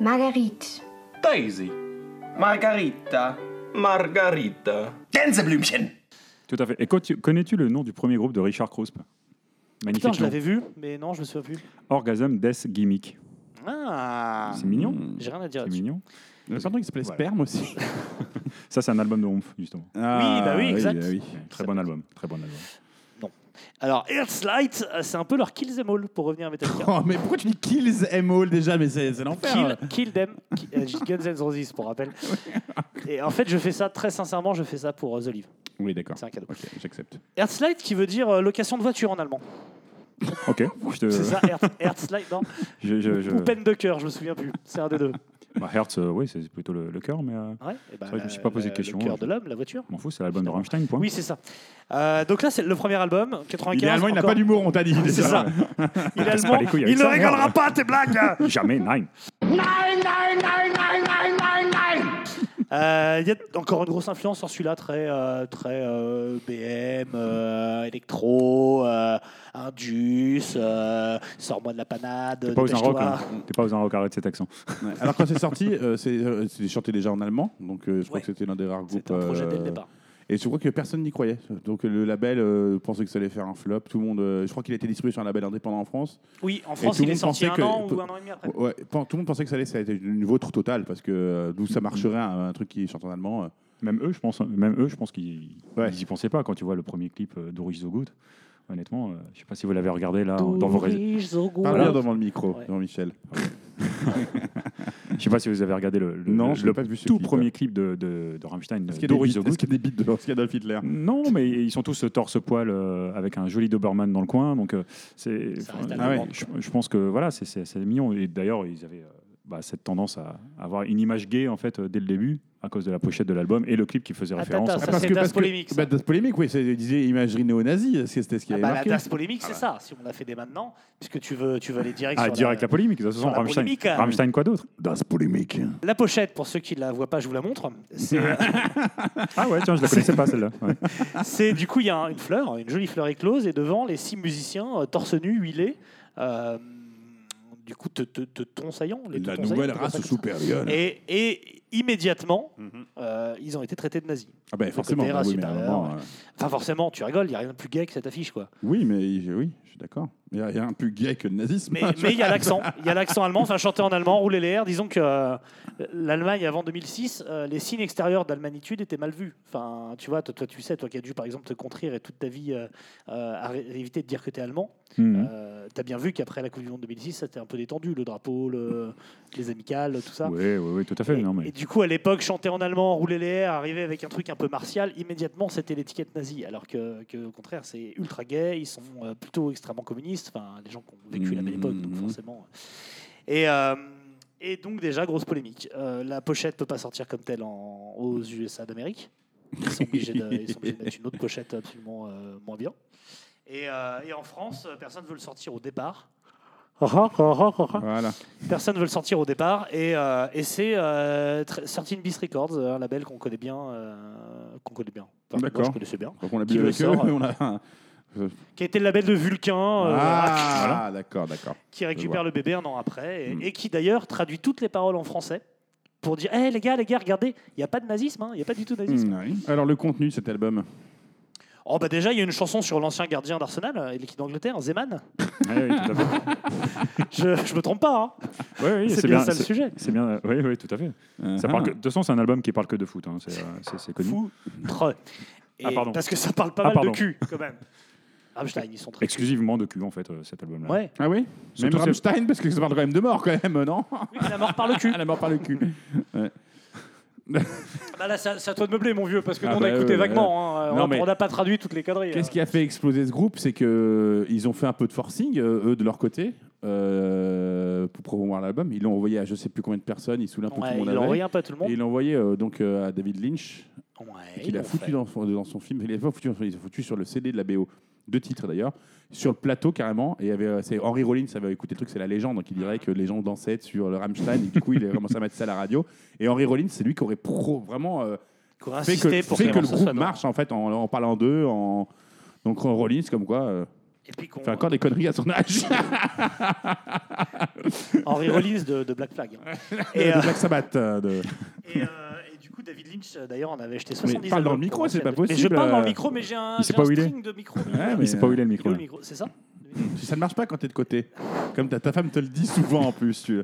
Speaker 10: Marguerite,
Speaker 1: Daisy. Margarita.
Speaker 10: Margarita.
Speaker 1: Gänseblümchen
Speaker 7: Tout à fait. Et connais-tu- connais-tu le nom du premier groupe de Richard Kruspe Magnifique.
Speaker 5: Putain, je
Speaker 7: nom.
Speaker 5: l'avais vu, mais non, je me souviens plus.
Speaker 7: Orgasm Death Gimmick.
Speaker 5: Ah
Speaker 7: C'est mignon.
Speaker 5: J'ai rien à dire
Speaker 7: C'est
Speaker 5: là-dessus.
Speaker 7: mignon.
Speaker 6: Il y a plein de trucs qui s'appelait
Speaker 7: Voilà.
Speaker 6: Sperme aussi.
Speaker 7: Ça, c'est un album de Rumpf, justement.
Speaker 6: Ah,
Speaker 5: bah oui, exact.
Speaker 6: oui.
Speaker 7: Très bon album. Très bon album.
Speaker 5: Alors, Earthlight, euh, c'est un peu leur Kill Them All, pour revenir à Metallica.
Speaker 6: Oh, mais pourquoi tu dis Kills M All déjà Mais c'est c'est l'enfer.
Speaker 5: Kill, kill them, Ki- euh, Guns N' Roses pour rappel. Et en fait, je fais ça très sincèrement, je fais ça pour euh, The Live.
Speaker 6: Oui, d'accord.
Speaker 5: C'est un cadeau.
Speaker 6: Ok, j'accepte.
Speaker 5: Earthlight qui veut dire euh, location de voiture en allemand.
Speaker 7: Euh. Ok. Je te-
Speaker 5: C'est ça, Herz- Herzlight, non
Speaker 7: je- je- je-
Speaker 5: Ou peine de cœur, je me souviens plus. C'est un des deux.
Speaker 7: Bah, Hertz, euh, oui, c'est plutôt le, le cœur, mais euh,
Speaker 5: Ouais, et ben,
Speaker 7: vrai que je me suis
Speaker 5: la-
Speaker 7: pas posé de
Speaker 5: la-
Speaker 7: question,
Speaker 5: Le cœur
Speaker 7: hein.
Speaker 5: de l'homme, la voiture.
Speaker 7: je m'en fous, c'est l'album de Rammstein, point.
Speaker 5: Oui, c'est ça. Euh, donc là, c'est le premier album, 95.
Speaker 6: Idéalement, il n'a
Speaker 5: encore-
Speaker 6: pas d'humour, on t'a dit.
Speaker 5: C'est ça. Il est
Speaker 7: Casse
Speaker 5: allemand.
Speaker 7: pas les couilles avec
Speaker 5: Il ne
Speaker 7: ça,
Speaker 5: rigolera
Speaker 7: merde.
Speaker 5: pas à tes blagues.
Speaker 7: Jamais, nine.
Speaker 5: Euh, Il y a encore une grosse influence sur celui-là, très, euh, très euh, BM, euh, électro, euh, Indus, euh, sors-moi de la panade.
Speaker 7: T'es pas aux un rock,
Speaker 5: Euh, dépêche-toi.
Speaker 7: hein. T'es pas aux un rock, arrête cet accent.
Speaker 6: Ouais. Alors quand c'est sorti, euh, c'est euh, c'était chanté déjà en allemand, donc euh, je crois
Speaker 5: Ouais.
Speaker 6: que c'était l'un des rares groupes.
Speaker 5: C'était un projet dès le
Speaker 6: euh,
Speaker 5: départ.
Speaker 6: Et je crois que personne n'y croyait. Donc le label euh, pensait que ça allait faire un flop. Tout le monde, euh, je crois qu'il a été distribué sur un label indépendant en France.
Speaker 5: Oui, en
Speaker 6: Et
Speaker 5: France,
Speaker 6: tout
Speaker 5: il
Speaker 6: le
Speaker 5: est
Speaker 6: monde
Speaker 5: sorti un
Speaker 6: pensait que-
Speaker 5: an ou un an et demi après.
Speaker 6: Ouais, pan- tout le monde pensait que ça allait, ça a été une vautre totale parce que euh, d'où ça marcherait un, un truc qui chante en allemand. euh.
Speaker 7: Même eux, je pense, même eux, je pense qu'ils
Speaker 6: Ouais.
Speaker 7: ils y pensaient pas quand tu vois le premier clip euh, d'Oris The Good. Honnêtement, euh, je sais pas si vous l'avez regardé là dans vos réseaux.
Speaker 6: Parle bien devant le micro,
Speaker 5: Ouais.
Speaker 6: Jean-Michel.
Speaker 7: Je sais pas si vous avez regardé le, le-
Speaker 6: Non, je l'ai
Speaker 7: le
Speaker 6: pas vu ce
Speaker 7: tout
Speaker 6: clip.
Speaker 7: premier clip de, de, de Rammstein,
Speaker 6: Est-ce qu'il y a des
Speaker 7: d'Oris
Speaker 6: beats-
Speaker 7: The
Speaker 6: est-ce
Speaker 7: Good.
Speaker 6: qu'il y a des beats de- est-ce qu'il y a Adolf
Speaker 5: Ah,
Speaker 6: Hitler
Speaker 7: Non, mais ils sont tous euh, torse-poil euh, avec un joli Doberman dans le coin. Donc, euh, c'est.
Speaker 5: Ça
Speaker 7: enfin,
Speaker 5: reste
Speaker 7: euh,
Speaker 5: allemand,
Speaker 6: ouais.
Speaker 5: quoi.
Speaker 7: je, je pense que voilà, c'est- c'est c'est mignon. Et d'ailleurs, ils avaient euh, bah, cette tendance à avoir une image gay en fait euh, dès le début à cause de la pochette de l'album et le clip qui faisait
Speaker 5: Ah,
Speaker 7: référence.
Speaker 5: tata,
Speaker 7: à
Speaker 5: ça,
Speaker 7: ça.
Speaker 5: c'est Das Polémique, ça.
Speaker 6: Bah, das polémique, oui. c'est- Il disait imagerie néo-nazie, c'est- c'était ce qui
Speaker 5: Ah
Speaker 6: avait
Speaker 5: bah, la
Speaker 6: marqué.
Speaker 5: DAS polémique, c'est ça. Si on l'a fait dès maintenant, puisque tu veux, tu veux aller direct
Speaker 7: Ah,
Speaker 5: sur
Speaker 7: direct la,
Speaker 5: la,
Speaker 7: polémique. De toute façon,
Speaker 5: sur la
Speaker 7: Rammstein,
Speaker 5: polémique, hein.
Speaker 7: Rammstein, quoi d'autre
Speaker 1: Das polémique.
Speaker 5: la pochette. Pour ceux qui la voient pas, je vous la montre. C'est,
Speaker 7: Ah ouais, tiens, je la connaissais pas celle-là. Ouais.
Speaker 5: c'est du coup il y a un- une fleur, une jolie fleur éclose, et devant les six musiciens euh, torse nu huilés. euh, du coup, te, te, te tonsaillant, les
Speaker 6: La
Speaker 5: tonsaillants,
Speaker 6: nouvelle
Speaker 5: t'appelles
Speaker 6: race Mhm.
Speaker 5: ça comme ça.
Speaker 6: supérieure.
Speaker 5: Et, et immédiatement, euh, ils ont été traités de nazis.
Speaker 6: Ah bah, forcément.
Speaker 5: côté
Speaker 6: bah
Speaker 5: race
Speaker 6: oui, mais à un
Speaker 5: supérieure,
Speaker 6: moment, euh,
Speaker 5: Enfin, forcément, tu rigoles, il n'y a rien de plus gay que cette affiche, quoi.
Speaker 6: Oui, mais il- oui, je suis d'accord. Il y a il y a un plus gay que le nazisme.
Speaker 5: Mais mais il y a l'accent, il y a l'accent allemand, enfin chanter en allemand, rouler les airs. Disons que euh, l'Allemagne avant 2006, euh, les signes extérieurs d'almanitude étaient mal vus. Enfin, tu vois, toi, toi, tu sais, toi qui as dû par exemple te contrire et toute ta vie euh, euh, arrê- éviter de dire que t'es allemand,
Speaker 7: Mhm.
Speaker 5: euh, t'as bien vu qu'après la Coupe du Monde 2006, ça t'est un peu détendu, le drapeau, le- les amicales, tout ça.
Speaker 7: Oui, oui, oui, tout à fait.
Speaker 5: Et,
Speaker 7: non, mais...
Speaker 5: et du coup, à l'époque, chanter en allemand, rouler les airs, arriver avec un truc un peu martial, immédiatement, c'était l'étiquette nazie. Alors que, que, au contraire, c'est ultra gay, ils sont euh, plutôt extrêmement communistes, enfin, les gens qui ont vécu la belle époque, donc
Speaker 6: Mhm.
Speaker 7: Mmh.
Speaker 5: forcément. Et, euh, et donc, déjà, grosse polémique. Euh, la pochette peut pas sortir comme telle en- aux USA d'Amérique. Ils sont obligés de, ils sont obligés de mettre une autre pochette absolument euh, moins bien. Et, euh, et en France, euh, personne veut le sortir au départ.
Speaker 7: Ah
Speaker 6: Voilà.
Speaker 5: Personne veut le sortir au départ et, euh, et c'est euh, tr- 13 Bis Records, un label qu'on connaît bien, euh, qu'on connaît bien. Enfin, que
Speaker 6: D'accord.
Speaker 5: moi, je connaissais bien.
Speaker 6: Donc on a
Speaker 5: Qui
Speaker 6: bu
Speaker 5: le
Speaker 6: avec eux.
Speaker 5: sort, euh,
Speaker 6: On a... Ah,
Speaker 5: Qui a été le label de Vulcain, euh,
Speaker 7: Ah.
Speaker 6: d'accord, d'accord.
Speaker 5: qui récupère
Speaker 6: vois.
Speaker 5: le bébé un an après et,
Speaker 6: Hmm.
Speaker 5: et qui d'ailleurs traduit toutes les paroles en français pour dire Hé les gars, les gars, regardez, il n'y a pas de nazisme, hein, il n'y a pas du tout de nazisme.
Speaker 7: Hmm.
Speaker 6: Mm, oui. Alors le contenu de cet album.
Speaker 5: Oh bah déjà, il y a une chanson sur l'ancien gardien d'Arsenal euh, et l'équipe d'Angleterre, Zeman.
Speaker 7: Ouais, ouais, tout à fait.
Speaker 5: Je, je me trompe pas, hein.
Speaker 7: Ouais, ouais,
Speaker 5: c'est bien, ça le
Speaker 7: c'est-
Speaker 5: sujet. Ah
Speaker 7: C'est bien, euh, oui, oui, tout à fait. Ça
Speaker 6: Ah.
Speaker 7: parle que- de toute façon, c'est un album qui parle que de foot. hein, C'est euh, c'est- c'est connu.
Speaker 5: Foutre. Et
Speaker 7: Ah, pardon.
Speaker 5: Parce que ça parle pas
Speaker 7: Ah,
Speaker 5: mal
Speaker 7: pardon.
Speaker 5: de cul quand même. Rammstein, ils sont très.
Speaker 7: Exclusivement de cul, en fait, euh, cet album-là.
Speaker 5: Ouais.
Speaker 6: Ah oui Même
Speaker 7: Surtout c'est-
Speaker 6: Rammstein, parce que ça parle quand même de mort, quand même, non
Speaker 5: Oui, mais la mort par le cul.
Speaker 6: Ah, la mort par le cul.
Speaker 5: Bah là, c'est à- c'est à toi de meubler, mon vieux, parce que
Speaker 6: Ah
Speaker 5: nous, on
Speaker 6: bah
Speaker 5: a écouté
Speaker 6: ouais, ouais,
Speaker 5: vaguement. hein.
Speaker 6: Non,
Speaker 5: On a-
Speaker 6: mais-
Speaker 5: on n'a pas traduit toutes les conneries.
Speaker 6: Qu'est-ce
Speaker 5: hein.
Speaker 6: qui a fait exploser ce groupe C'est qu'ils ont fait un peu de forcing, euh, eux, de leur côté, euh, pour promouvoir l'album. Ils l'ont envoyé à je sais plus combien de personnes, ils saoulaient un peu
Speaker 5: Ouais,
Speaker 6: tout le monde
Speaker 5: il
Speaker 6: avec.
Speaker 5: envoyait un peu à tout le monde.
Speaker 6: Et ils l'ont envoyé euh, donc euh, à David Lynch,
Speaker 5: Ouais,
Speaker 6: qu'il a
Speaker 5: ils l'ont
Speaker 6: foutu
Speaker 5: fait.
Speaker 6: dans son, dans son film. Il a pas foutu, dans son film, ils ont foutu sur le CD de la BO. Deux titres d'ailleurs, sur le plateau carrément. Et il y avait, euh, c'est Henry Rollins avait écouté le truc, c'est la légende. Donc il dirait
Speaker 5: Ah.
Speaker 6: que les gens dansaient sur le Rammstein. Et du coup, il a commencé à mettre ça à la radio. Et Henry Rollins, c'est lui qui aurait pro, vraiment euh,
Speaker 5: Qu'on a
Speaker 6: fait que,
Speaker 5: insisté pour
Speaker 6: fait que le
Speaker 5: ce
Speaker 6: groupe
Speaker 5: soit dans-
Speaker 6: marche en fait en, en parlant d'eux. En... Donc en Rollins, comme quoi, euh,
Speaker 5: Et puis qu'on-
Speaker 6: fait encore des conneries à son âge.
Speaker 5: Henry Rollins de, de Black Flag. hein. Et, euh,
Speaker 6: de Black Sabbath. euh, de-
Speaker 5: et, euh, et du coup, David Lynch, euh, d'ailleurs, en avait acheté
Speaker 6: Mais
Speaker 5: 70.
Speaker 6: parle dans le
Speaker 5: albums
Speaker 6: micro,
Speaker 5: pour
Speaker 6: c'est pas
Speaker 5: Marcel Duchamp.
Speaker 6: possible,
Speaker 5: Mais je parle dans le
Speaker 6: euh,
Speaker 5: micro, mais j'ai un,
Speaker 7: il sait
Speaker 5: j'ai
Speaker 7: pas
Speaker 5: un
Speaker 7: où il est.
Speaker 5: string de micro.
Speaker 6: Ouais,
Speaker 7: Mais c'est pas où il est le micro.
Speaker 5: Il est où,
Speaker 7: là.
Speaker 5: le micro C'est ça
Speaker 6: Ça ne marche pas quand t'es de côté. Comme ta, ta femme te le dit souvent en plus.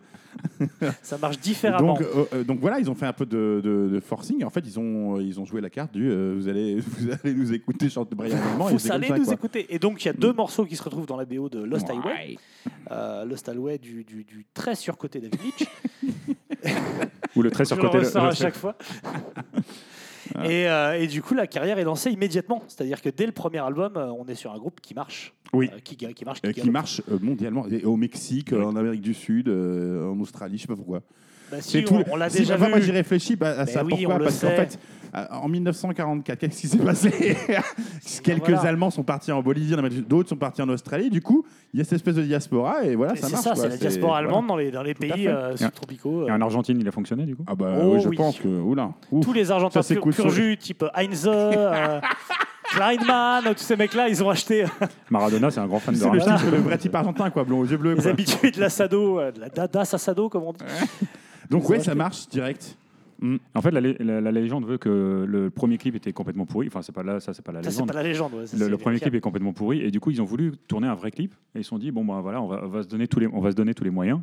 Speaker 6: Tu...
Speaker 5: Ça marche différemment.
Speaker 6: Donc, euh, euh, donc voilà, ils ont fait un peu de, de- de forcing. En fait, ils ont, euh, ils ont joué la carte du euh, vous, allez, vous allez nous écouter chanter brillamment.
Speaker 5: Faut aller nous écouter. Et donc, il y a deux morceaux qui se retrouvent dans la BO de Lost Highway. Euh, Lost Highway du, du, du très surcoté David Lynch.
Speaker 7: Ou le trait
Speaker 5: Je
Speaker 7: sur
Speaker 5: le
Speaker 7: côté.
Speaker 5: ressors à chaque fois. et, euh, et du coup, la carrière est lancée immédiatement. C'est-à-dire que dès le premier album, euh, on est sur un groupe qui marche.
Speaker 6: Oui.
Speaker 5: Euh, qui, ga- qui marche, qui,
Speaker 6: Euh, qui
Speaker 5: galope.
Speaker 6: marche euh, mondialement, Et au Mexique, euh, en Amérique du Sud, euh, en Australie, je sais pas pourquoi.
Speaker 5: Bah, si,
Speaker 6: C'est
Speaker 5: on,
Speaker 6: tout.
Speaker 5: on l'a
Speaker 6: Si,
Speaker 5: déjà
Speaker 6: enfin, Moi,
Speaker 5: vu.
Speaker 6: j'y réfléchis bah, à ça.
Speaker 5: oui, on
Speaker 6: pourquoi
Speaker 5: le
Speaker 6: Parce qu'en
Speaker 5: sait.
Speaker 6: fait, euh, en 1944, qu'est-ce qui s'est passé Quelques
Speaker 5: voilà.
Speaker 6: Allemands sont partis en Bolivie, en Amérique du Sud, d'autres sont partis en Australie. Du coup, il y a cette espèce de diaspora et voilà,
Speaker 5: Et
Speaker 6: ça
Speaker 5: c'est
Speaker 6: marche.
Speaker 5: ça,
Speaker 6: quoi.
Speaker 5: c'est la diaspora
Speaker 6: voilà.
Speaker 5: allemande dans les, dans les
Speaker 6: à
Speaker 5: pays
Speaker 6: fait.
Speaker 5: euh, subtropicaux. euh.
Speaker 7: Et en Argentine, il a fonctionné du coup.
Speaker 6: Ah bah
Speaker 5: Oh
Speaker 6: oui, je
Speaker 5: oui.
Speaker 6: pense que. Oula. Ouf.
Speaker 5: Tous les Argentins
Speaker 6: Ça, c'est
Speaker 5: pur,
Speaker 6: coup de
Speaker 5: pur
Speaker 6: foudre.
Speaker 5: jus, type Heinze, euh, Kleinman, tous ces mecs-là, ils ont acheté euh,
Speaker 7: Maradona, c'est un grand fan de
Speaker 6: C'est le,
Speaker 7: Rammstein.
Speaker 6: type, le vrai type argentin, quoi, blond aux yeux bleus.
Speaker 5: les
Speaker 6: quoi.
Speaker 5: habitués de la Sado, euh, de la Dada Sassado, comme on
Speaker 6: Ah,
Speaker 5: dit.
Speaker 6: Donc, ouais, ça marche direct.
Speaker 7: En fait, la, lé- la- la légende veut que le premier clip était complètement pourri. Enfin, c'est pas là, ça, c'est pas la
Speaker 5: Ça, c'est
Speaker 7: légende.
Speaker 5: pas la légende. ouais, ça,
Speaker 7: le,
Speaker 5: c'est
Speaker 7: le premier
Speaker 5: vérifiable.
Speaker 7: clip est complètement pourri et du coup ils ont voulu tourner un vrai clip et ils se sont dit bon bah voilà on va, on va se donner tous les on va se donner tous les moyens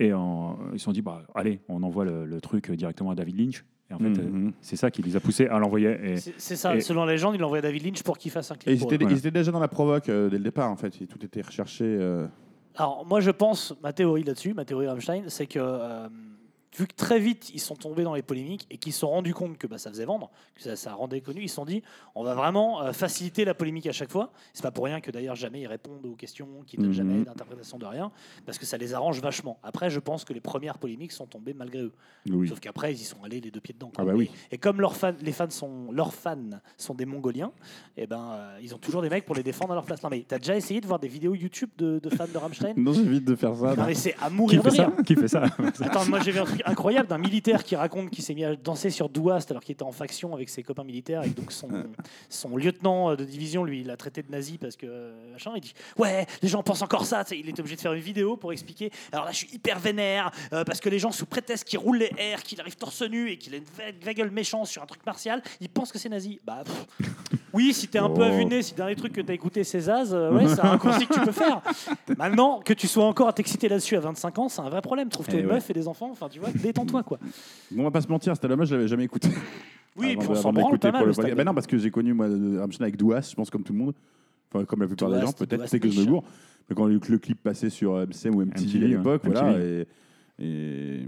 Speaker 7: et en- ils se sont dit bah allez on envoie le, le truc directement à David Lynch et en fait
Speaker 6: Mhm.
Speaker 7: euh, c'est ça qui les a poussés à l'envoyer et
Speaker 5: Mm-hmm. C'est- C'est ça,
Speaker 7: Et-
Speaker 5: selon la légende, il envoie David Lynch pour qu'il fasse un
Speaker 6: Et
Speaker 5: clip.
Speaker 6: ils
Speaker 5: pour
Speaker 6: étaient,
Speaker 5: eux.
Speaker 7: voilà.
Speaker 6: ils étaient déjà dans la provoque euh, dès le départ, en fait. Tout était recherché. euh.
Speaker 5: Alors, moi, je pense, ma théorie là-dessus, ma théorie Rammstein, c'est que. euh, Vu que très vite ils sont tombés dans les polémiques et qu'ils se sont rendus compte que bah, ça faisait vendre, que ça, ça rendait connu, ils se sont dit on va vraiment euh, faciliter la polémique à chaque fois. C'est pas pour rien que d'ailleurs jamais ils répondent aux questions, qu'ils donnent
Speaker 6: Mhm.
Speaker 5: jamais d'interprétation de rien, parce que ça les arrange vachement. Après, je pense que les premières polémiques sont tombées malgré eux.
Speaker 6: Oui.
Speaker 5: Sauf qu'après, ils y sont allés les deux pieds dedans. quoi.
Speaker 6: Ah bah oui.
Speaker 5: Et, et comme leurs fans, les fans sont, leurs fans sont des Mongoliens, et ben, euh, ils ont toujours des mecs pour les défendre à leur place. Non, mais t'as déjà essayé de voir des vidéos YouTube de, de fans de Rammstein
Speaker 6: Non, j'évite de faire ça.
Speaker 5: Non, mais c'est
Speaker 7: Ah
Speaker 5: à
Speaker 7: bah. qui
Speaker 5: mourir de
Speaker 7: fait ça
Speaker 5: rire.
Speaker 7: qui fait ça
Speaker 5: Attends, moi j'ai vu un truc incroyable d'un militaire qui raconte qu'il s'est mis à danser sur Douast alors qu'il était en faction avec ses copains militaires et que donc son, son lieutenant euh, de division lui il a traité de nazi parce que euh, machin il dit ouais les gens pensent encore ça Tu sais, il est obligé de faire une vidéo pour expliquer alors là je suis hyper vénère euh, parce que les gens sous prétexte qu'il roule les airs qu'il arrive torse nu et qu'il a une vague- vague gueule méchante sur un truc martial ils pensent que c'est nazi bah pff, oui si t'es un peu
Speaker 6: Oh.
Speaker 5: avuné si le dernier truc que t'as écouté c'est Zaz euh, ouais c'est un raccourci que tu peux faire Maintenant que tu sois encore à t'exciter là-dessus à 25 ans, c'est un vrai problème. Trouve-toi
Speaker 6: Eh
Speaker 5: une
Speaker 6: ouais.
Speaker 5: meuf et des enfants, enfin tu vois, détends-toi quoi.
Speaker 6: Bon, on va pas se mentir, c'était dommage, je l'avais jamais écouté.
Speaker 5: Oui, et
Speaker 6: Avant
Speaker 5: puis
Speaker 6: de-
Speaker 5: on
Speaker 6: avant
Speaker 5: s'en
Speaker 6: de
Speaker 5: branle
Speaker 6: l'écouter
Speaker 5: pas
Speaker 6: bah, pour
Speaker 5: mal.
Speaker 6: le
Speaker 5: au stade.
Speaker 6: podcast. Ben non, parce que j'ai connu moi de- Rammstein avec Douas, je pense comme tout le monde, enfin comme la plupart des
Speaker 5: Douas,
Speaker 6: gens peut-être,
Speaker 5: Douas,
Speaker 6: c'est que je me
Speaker 5: Michel.
Speaker 6: gourre. Mais quand le, le clip passait sur euh, MCM ou MTV, à
Speaker 7: MTV,
Speaker 6: l'époque,
Speaker 7: ouais,
Speaker 6: voilà, et, et, et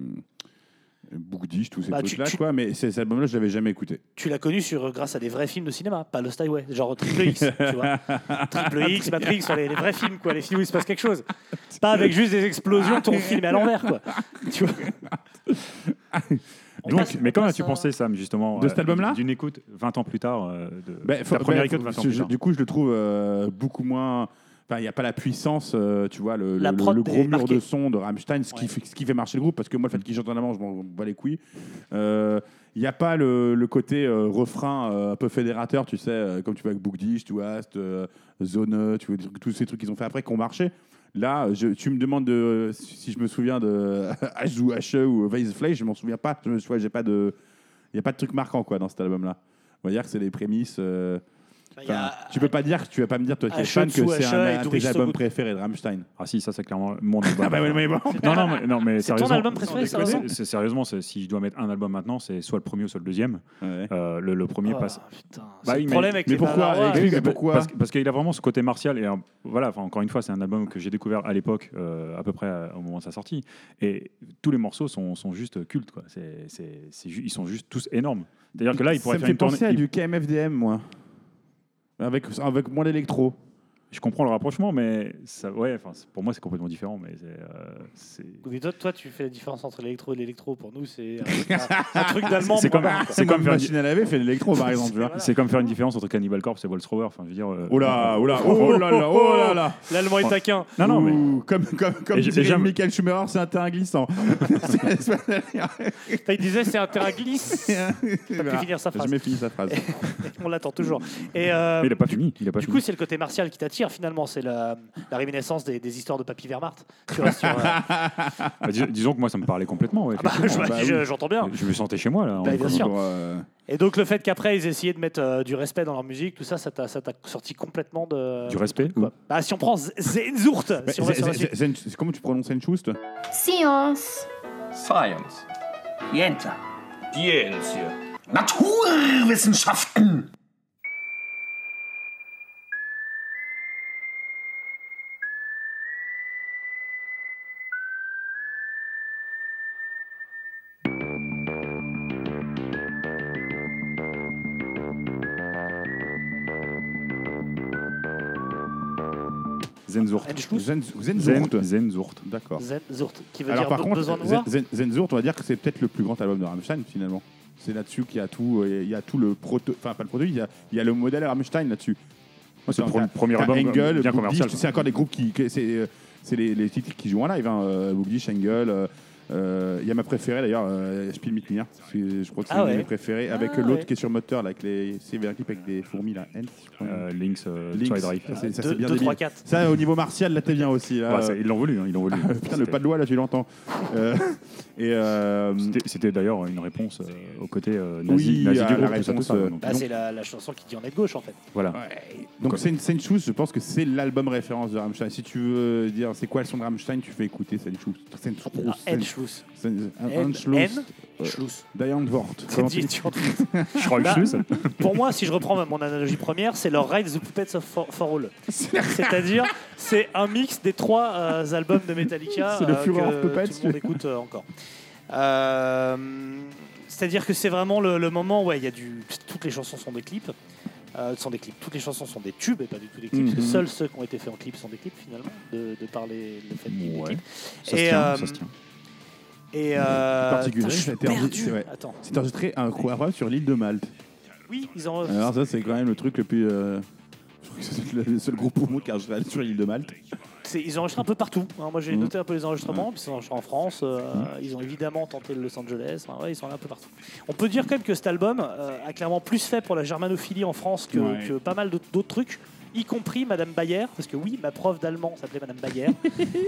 Speaker 6: Bookdish, tous ces
Speaker 5: Bah, tu-
Speaker 6: trucs-là,
Speaker 5: tu-
Speaker 6: quoi. Mais cet album-là, je l'avais jamais écouté.
Speaker 5: Tu l'as connu sur, euh, grâce à des vrais films de cinéma, pas Lost Highway, genre Triple X, tu vois. Triple X, Matrix, sur les, les vrais films quoi, les films où il se passe quelque chose. Pas avec juste des explosions, ton film est à l'envers quoi. Tu vois. On
Speaker 7: Donc,
Speaker 5: passe-
Speaker 7: mais
Speaker 5: on
Speaker 7: quand
Speaker 5: passe
Speaker 7: as-tu
Speaker 5: à-
Speaker 7: pensé Sam justement euh,
Speaker 6: De cet album-là
Speaker 7: d'une écoute 20 ans plus tard euh, de
Speaker 6: Ben, faut-
Speaker 7: ta première
Speaker 6: ben,
Speaker 7: écoute
Speaker 6: faut-
Speaker 7: 20 ans
Speaker 6: je-
Speaker 7: plus tard
Speaker 6: du coup, je le trouve euh, beaucoup moins. Enfin, il n'y a pas la puissance, euh, tu vois, le,
Speaker 5: La
Speaker 6: le-
Speaker 5: prod
Speaker 6: le
Speaker 5: est
Speaker 6: gros mur
Speaker 5: marquée.
Speaker 6: de son de Rammstein, ce, qui
Speaker 5: Ouais. Mm.
Speaker 6: fait, ce qui fait marcher le groupe, parce que moi, le fait qu'il chante en allemand, je m'en bats les couilles. Euh, Il n'y a pas le, le côté euh, refrain euh, un peu fédérateur, tu sais, euh, comme tu vois avec Bookdish, tu vois, cette, euh, Zone, tu vois, des trucs- tous ces trucs qu'ils ont fait après qui ont marché. Là, je- tu me demandes de, si je me souviens de H ou H E ou Weissflay, je m'en souviens pas. Je me souviens, j'ai pas de, il y a pas de truc marquant quoi dans cet album-là. On va dire que c'est les prémices. euh,
Speaker 5: Bah, il y a-
Speaker 6: Enfin, tu peux pas dire, tu vas pas me dire toi qui es
Speaker 5: H
Speaker 6: fan que
Speaker 5: dessous,
Speaker 6: c'est
Speaker 5: H et
Speaker 6: un de
Speaker 5: Doris
Speaker 6: tes albums
Speaker 5: Sogood.
Speaker 6: préférés de Rammstein.
Speaker 7: ah si ça c'est clairement mon album
Speaker 6: Ah, bah bon.
Speaker 7: non non mais, non, mais
Speaker 5: C'est ton
Speaker 7: sérieusement-
Speaker 5: album préféré,
Speaker 7: Non,
Speaker 5: ça,
Speaker 7: mais c'est-
Speaker 5: Vincent
Speaker 7: c'est- sérieusement c'est- si je dois mettre un album maintenant c'est soit le premier ou soit le deuxième
Speaker 6: Ouais.
Speaker 7: Euh, le, le premier
Speaker 5: Ah,
Speaker 7: passe
Speaker 5: putain,
Speaker 7: Bah
Speaker 5: c'est
Speaker 7: oui,
Speaker 5: le
Speaker 7: mais-
Speaker 5: problème avec
Speaker 6: mais
Speaker 5: les
Speaker 6: pourquoi
Speaker 5: Bavarois.
Speaker 6: Eric,
Speaker 7: Oui,
Speaker 6: mais
Speaker 7: bah,
Speaker 6: pourquoi
Speaker 7: parce, que- parce qu'il a vraiment ce côté martial. Et euh, voilà, enfin, encore une fois, c'est un album que j'ai découvert à l'époque, euh, à peu près euh, au moment de sa sortie. Et tous les morceaux sont, sont juste cultes. Quoi. C'est- c'est- c'est ju- ils sont juste tous énormes. C'est-à-dire que là, il pourrait faire
Speaker 6: ça me fait
Speaker 7: une tournée.
Speaker 6: penser à
Speaker 7: il-
Speaker 6: du KMFDM, moi. Avec, avec moins d'électro.
Speaker 7: Je comprends le rapprochement, mais ça, ouais, enfin, c'est- pour moi, c'est complètement différent. Mais c'est, euh, c'est-
Speaker 5: Mais toi, toi, tu fais la différence entre l'électro et l'électro. Pour nous, c'est un truc- un, un truc d'allemand.
Speaker 6: Ah
Speaker 7: C'est comme-
Speaker 5: barbare, quoi.
Speaker 7: C'est comme faire
Speaker 6: bah, machine à laver fait de l'électro, par exemple. tu vois.
Speaker 7: c'est comme faire une différence entre Cannibal Corpse et Wolfstrower. Enfin, je veux dire. euh,
Speaker 6: Oh là, oh là, oh là là, oh là là.
Speaker 5: L'allemand est taquin.
Speaker 7: Non, non, mais.
Speaker 6: Ouh, Comme, comme, comme
Speaker 7: Et j'ai-
Speaker 6: dirait
Speaker 7: j'ai jamais-
Speaker 6: Michael Schumacher, c'est un terrain glissant. C'est-
Speaker 5: Putain, Il disait c'est un terrain glisse.
Speaker 6: J'ai
Speaker 5: pu finir sa phrase.
Speaker 6: jamais fini sa phrase.
Speaker 5: On l'attend toujours. Et euh,
Speaker 7: mais il n'a pas fini. Il a pas
Speaker 5: du
Speaker 7: fini.
Speaker 5: coup, c'est le côté martial qui t'attire. pire finalement, c'est la, la réminiscence des, des histoires de Papy Wehrmacht. Tu vois, sur, euh,
Speaker 7: Bah, dis- disons que moi, ça me parlait complètement. ouais,
Speaker 5: bah, je-
Speaker 7: effectivement. Bah
Speaker 5: je-
Speaker 7: oui.
Speaker 5: J'entends bien.
Speaker 7: Je me sentais chez moi, là. en-
Speaker 5: Bah, bien sûr.
Speaker 6: Pour, euh,
Speaker 5: Et donc le fait qu'après ils essayaient de mettre euh, du respect dans leur musique, tout ça, ça t'a ça t'a sorti complètement de.
Speaker 7: Du respect
Speaker 5: quoi. Bah, si on prend Z- Zenzurt, si on va
Speaker 6: c'est-
Speaker 5: sur la
Speaker 6: c'est-
Speaker 5: suite.
Speaker 6: c'est- c'est- Comment tu prononces Enchust
Speaker 10: Science.
Speaker 2: Science.
Speaker 1: Jenta. Naturwissenschaften.
Speaker 7: Zenzurt.
Speaker 5: Enschluss.
Speaker 6: Zenzurt.
Speaker 7: Zen- Zenzurt.
Speaker 6: D'accord.
Speaker 5: Zenzurt, qui veut
Speaker 6: Alors
Speaker 5: dire
Speaker 6: par
Speaker 5: be-
Speaker 6: contre,
Speaker 5: besoin de voir.
Speaker 6: Zen- Zen- Zenzurt, on va dire que c'est peut-être le plus grand album de Rammstein finalement. C'est là-dessus qu'il y a tout, euh, il y a tout le proto, enfin pas le proto, il y a, il y a le modèle Rammstein là-dessus.
Speaker 7: C'est le
Speaker 6: T'as-
Speaker 7: pro-
Speaker 6: t'as-
Speaker 7: premier
Speaker 6: t'as
Speaker 7: album
Speaker 6: Engel,
Speaker 7: bien
Speaker 6: Book
Speaker 7: commercial.
Speaker 6: Dish,
Speaker 7: quoi.
Speaker 6: C'est encore des groupes qui, que- c'est, euh, c'est les, les titres qui jouent en live. Hein, euh, Book Dish, Engel. euh, euh, Il y a ma préférée d'ailleurs, euh, Spiel mit mir. C'est- Je crois que c'est
Speaker 5: Ah
Speaker 6: une de
Speaker 5: ouais.
Speaker 6: mes préférées avec
Speaker 5: Ah
Speaker 6: l'autre
Speaker 5: ouais.
Speaker 6: qui est sur moteur là, avec les, c'est un clip avec des fourmis là. Ents, je crois.
Speaker 7: Euh, Lynx, euh,
Speaker 6: Lynx.
Speaker 7: Try Drive.
Speaker 6: Ça, c'est- ça, c'est bien
Speaker 5: 2,
Speaker 6: débile.
Speaker 5: 3, 4.
Speaker 6: Ça, au niveau martial, là, t'es bien aussi. Là.
Speaker 7: Ouais, ça, ils l'ont voulu, hein, ils l'ont voulu.
Speaker 6: Putain,
Speaker 7: C'était-
Speaker 6: le pas de loi, là, tu l'entends. Euh, et euh,
Speaker 7: c'était- C'était d'ailleurs une réponse euh, au côté euh, nazi,
Speaker 6: Oui,
Speaker 7: nazi
Speaker 6: à
Speaker 7: du
Speaker 6: la
Speaker 7: groupe, tout ça, tout
Speaker 6: réponse,
Speaker 7: ça.
Speaker 6: euh,
Speaker 7: donc,
Speaker 5: Bah, c'est la, la chanson qui dit on est de gauche en fait.
Speaker 7: voilà.
Speaker 6: donc, Sen- Senchus, je pense que c'est l'album référence de Rammstein. Si tu veux dire c'est quoi le son de Rammstein, tu fais écouter Senchus. Senchus.
Speaker 5: Alors, Endschluss.
Speaker 6: Sen-
Speaker 5: Ah, N-
Speaker 6: Anschluss.
Speaker 7: Euh,
Speaker 5: N- Schluss.
Speaker 6: Diane Vort.
Speaker 5: C'est
Speaker 6: Comment
Speaker 5: dit,
Speaker 6: tu-
Speaker 5: tu vois.
Speaker 7: Je crois que
Speaker 5: Bah,
Speaker 7: je suis, ça.
Speaker 5: Pour moi, si je reprends mon analogie première, c'est leur Ride the Puppets of for, for All. C'est-à-dire, c'est un mix des trois euh, albums de Metallica
Speaker 6: C'est le
Speaker 5: euh,
Speaker 6: Führer
Speaker 5: que
Speaker 6: of Puppets,
Speaker 5: tout le monde
Speaker 6: tu-
Speaker 5: écoute euh, encore. Euh, c'est-à-dire que c'est vraiment le, le moment où il y a du. Toutes les chansons sont des clips. Euh, sont des clips. Toutes les chansons sont des tubes et pas du tout des clips. parce que
Speaker 6: Mhm.
Speaker 5: seuls ceux qui ont été faits en clip sont des clips finalement, de, de par les, le fait qu'il y ait des
Speaker 7: Ouais.
Speaker 5: clips.
Speaker 7: Ça se
Speaker 5: Et,
Speaker 7: tient,
Speaker 5: euh,
Speaker 7: ça se tient.
Speaker 5: Et euh,
Speaker 6: particulier,
Speaker 5: putain, je
Speaker 6: ça a
Speaker 5: suis
Speaker 6: été enregistré,
Speaker 5: perdu.
Speaker 6: ouais.
Speaker 5: Attends.
Speaker 6: C'est enregistré un croix sur l'île de Malte.
Speaker 5: Oui, ils ont.
Speaker 7: Ah,
Speaker 6: Alors, ça, c'est quand même le truc le plus. euh, Je crois que c'est le le seul groupe au monde qui a enregistré sur l'île de Malte.
Speaker 5: C'est- Ils ont enregistré un peu partout. hein. Moi, j'ai
Speaker 6: Mhm.
Speaker 5: noté un peu les enregistrements. Puis ils ont enregistré en France. euh,
Speaker 6: Mmh.
Speaker 5: Ils ont évidemment tenté le Los Angeles. Enfin, ouais, ils sont là un peu partout. On peut dire quand même que cet album euh, a clairement plus fait pour la germanophilie en France que,
Speaker 6: Ouais.
Speaker 5: que pas mal d'autres d'autres trucs, y compris Madame Bayer. Parce que oui, ma prof d'allemand s'appelait Madame Bayer.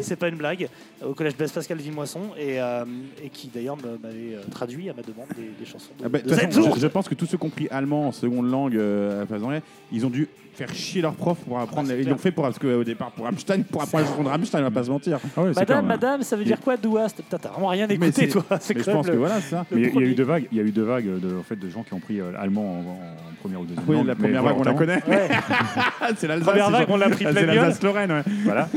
Speaker 5: C'est pas une blague. Au collège Blaise Pascal Villemoisson. Et, euh, et qui d'ailleurs me- m'avait euh, traduit à ma demande des, des chansons. De,
Speaker 6: Ah bah, de
Speaker 5: de
Speaker 6: toute façon,
Speaker 5: Zenzur.
Speaker 6: je, je pense que tous ceux qui ont pris allemand en seconde langue euh, à la place d'anglais, ils ont dû faire chier leurs profs pour apprendre.
Speaker 5: Ah, c'est
Speaker 6: ils l'ont fait pour, parce qu'au départ, pour Rammstein, pour apprendre la chanson de Rammstein, on va pas se mentir.
Speaker 7: Ah ouais, c'est clair,
Speaker 5: Madame,
Speaker 7: ouais.
Speaker 5: madame, ça veut dire quoi, Douast Putain, t'as vraiment rien écouté,
Speaker 6: c'est-
Speaker 5: toi. C'est
Speaker 6: Mais je
Speaker 5: quand même
Speaker 6: pense que
Speaker 5: le-
Speaker 6: voilà, c'est ça.
Speaker 5: le
Speaker 7: Mais il y a
Speaker 5: premier.
Speaker 7: eu deux vagues. Il y a eu deux vagues de, en fait, de gens qui ont pris euh, allemand en, en première ou deuxième.
Speaker 6: Oui,
Speaker 7: langue,
Speaker 6: la
Speaker 7: mais
Speaker 6: première vague, on la
Speaker 7: volontairement.
Speaker 6: connaît. Ah,
Speaker 5: Ouais.
Speaker 6: c'est l'Alsace.
Speaker 5: Première
Speaker 6: c'est
Speaker 5: vague,
Speaker 6: genre-
Speaker 5: on l'a pris
Speaker 6: Ah,
Speaker 5: plein
Speaker 6: C'est
Speaker 5: de gueule.
Speaker 6: l'Alsace-Lorraine, ouais.
Speaker 7: Voilà.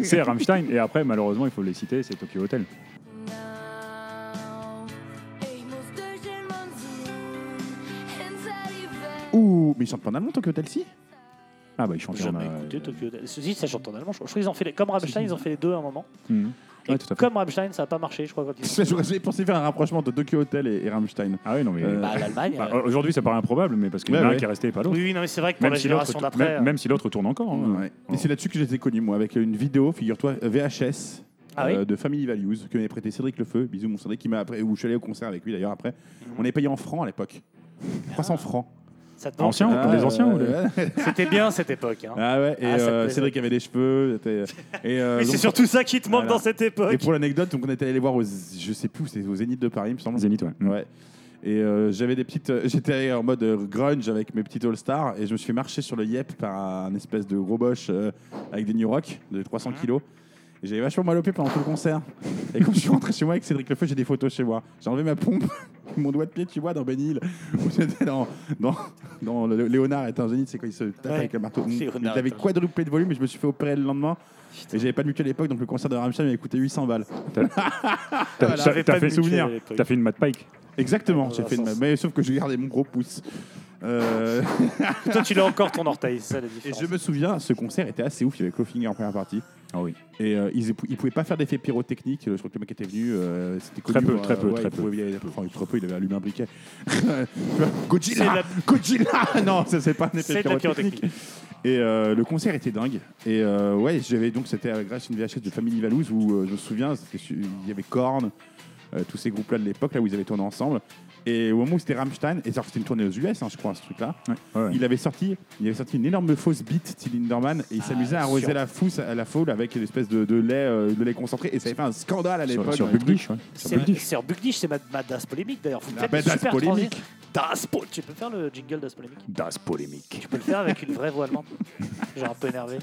Speaker 7: c'est Rammstein. Et après, malheureusement, il faut les citer, c'est Tokyo Hotel.
Speaker 6: Ouh, mais ils chantent pas en allemand, Tokyo Hotel, si
Speaker 7: Ah bah, ils chantaient en
Speaker 5: Jamais
Speaker 7: euh,
Speaker 5: écouté Tokyo Hotel. Si, ça chante en allemand. Je crois Je crois qu'ils ont fait les... comme Rammstein, ils ont fait les deux à un moment.
Speaker 7: Mhm.
Speaker 5: Et
Speaker 7: Ouais, tout à fait.
Speaker 5: comme Rammstein, ça n'a pas marché, je crois. quand ils ont-
Speaker 6: J'ai pensé faire un rapprochement de Tokyo Hotel et, et Rammstein.
Speaker 7: Ah oui, non, mais.
Speaker 6: Euh,
Speaker 5: Bah, l'Allemagne.
Speaker 7: bah,
Speaker 5: euh,
Speaker 7: Aujourd'hui, ça paraît improbable, mais parce qu'il y en a
Speaker 6: Ouais,
Speaker 7: un
Speaker 6: ouais.
Speaker 7: qui est resté et pas l'autre.
Speaker 5: Oui, oui, non, mais c'est vrai que pour
Speaker 7: Même
Speaker 5: la
Speaker 7: si l'autre
Speaker 5: génération
Speaker 7: tourne-
Speaker 5: d'après.
Speaker 7: même- même si l'autre tourne encore. hein.
Speaker 6: Ouais. Et c'est là-dessus que j'étais connu, moi, avec une vidéo, figure-toi, VHS.
Speaker 5: Ah oui
Speaker 6: euh, de Family Values que m'avait prêté Cédric Lefeu, bisous mon Cédric, qui m'a après où je suis allé au concert avec lui d'ailleurs après.
Speaker 5: Mm.
Speaker 6: On est payé en francs à l'époque, 300 francs.
Speaker 5: euh, ça te
Speaker 7: Ancien,
Speaker 5: manque.
Speaker 7: comme les anciens ou les-
Speaker 6: euh,
Speaker 5: C'était bien cette époque. hein.
Speaker 6: Ah ouais, et
Speaker 5: Ah, ça te
Speaker 6: euh,
Speaker 5: plaisait.
Speaker 6: Cédric avait des cheveux. c'était- Et, euh,
Speaker 5: Mais
Speaker 6: donc-
Speaker 5: c'est surtout ça qui te manque
Speaker 6: voilà.
Speaker 5: dans cette
Speaker 6: et
Speaker 5: époque.
Speaker 6: pour l'anecdote, donc on était allé les voir, aux, je sais plus, où c'était au Zénith de Paris, il me semble.
Speaker 7: Zénith, ouais.
Speaker 6: Ouais. Et euh, j'avais des petites. J'étais en mode euh, grunge avec mes petites All-Stars et je me suis fait marcher sur le yep par un espèce de gros boche euh, avec des New Rock de 300
Speaker 5: Ah.
Speaker 6: kilos. Et j'avais vachement mal au pied pendant tout le concert. Et quand je suis rentré chez moi avec Cédric Lefeu, j'ai des photos chez moi. J'ai enlevé ma pompe, mon doigt de pied, tu vois, dans Benil. Où j'étais dans, dans, dans le- le- Léonard est un génie, c'est quand il se tape
Speaker 5: Ouais.
Speaker 6: avec le marteau.
Speaker 5: Léonard
Speaker 6: Il avait
Speaker 5: est un-
Speaker 6: quadruplé de volume et je me suis fait opérer le lendemain.
Speaker 5: Putain.
Speaker 6: Et j'avais pas de mutuelle à l'époque, donc le concert de Rammstein m'avait coûté 800 balles. Ah,
Speaker 7: T'as
Speaker 5: Voilà,
Speaker 7: t'as-
Speaker 5: j'avais
Speaker 7: t'as
Speaker 5: pas
Speaker 7: fait
Speaker 5: de mutuelle à
Speaker 7: souvenir.
Speaker 5: l'époque.
Speaker 7: T'as fait une Mad Pike.
Speaker 6: Exactement,
Speaker 5: Dans
Speaker 6: j'ai
Speaker 5: un
Speaker 6: fait une
Speaker 5: sens.
Speaker 6: mais sauf que j'ai gardé mon gros pouce. Euh,
Speaker 5: Toi, tu l'as encore ton orteil, c'est ça la
Speaker 6: et
Speaker 5: différence.
Speaker 6: je me souviens, ce concert était assez ouf, il y avait Clawfinger en première partie.
Speaker 7: Ah oui.
Speaker 6: Et euh, ils, ils pouvaient pas faire d'effets pyrotechniques, je crois que le mec était venu, euh, c'était
Speaker 7: Très
Speaker 6: connu,
Speaker 7: peu, très peu,
Speaker 6: ouais,
Speaker 7: très
Speaker 6: il
Speaker 7: peu.
Speaker 6: pouvait- il avait- enfin, très peu, il avait allumé un briquet.
Speaker 5: C'est
Speaker 6: Godzilla
Speaker 5: de la-
Speaker 6: Godzilla Non, ça c'est pas un
Speaker 5: C'est
Speaker 6: effet
Speaker 5: de la
Speaker 6: pyrotechnique.
Speaker 5: pyrotechnique.
Speaker 6: Et euh, le concert était dingue. Et euh, ouais, j'avais donc c'était grâce à une VHS de Family Values où euh, je me souviens, c'était su- il y avait Korn, euh, tous ces groupes-là de l'époque, là où ils avaient tourné ensemble. Et au moment où c'était Rammstein, et alors c'était une tournée aux US, hein, je crois, ce truc-là,
Speaker 7: Ouais, ouais, ouais.
Speaker 6: il, avait sorti, il avait sorti une énorme fausse bite, Till Linderman, et il
Speaker 5: Ah,
Speaker 6: s'amusait à arroser la, fousse, à la foule avec une espèce de, de lait, euh, de lait concentré, et ça avait fait un scandale à
Speaker 7: Sur,
Speaker 6: l'époque.
Speaker 7: sur
Speaker 6: Ouais.
Speaker 7: Bugdish, ouais. Sur
Speaker 5: C'est
Speaker 7: Bugdish.
Speaker 5: sur Bugdish, c'est ma, ma das polémique d'ailleurs. Vous me
Speaker 6: La
Speaker 5: faites
Speaker 6: ma
Speaker 5: une
Speaker 6: das
Speaker 5: super
Speaker 6: polémique.
Speaker 5: transi- Das po- Tu peux faire le jingle das polémique
Speaker 7: Das polémique.
Speaker 5: Tu peux le faire avec une vraie voix allemande. Genre un peu énervé.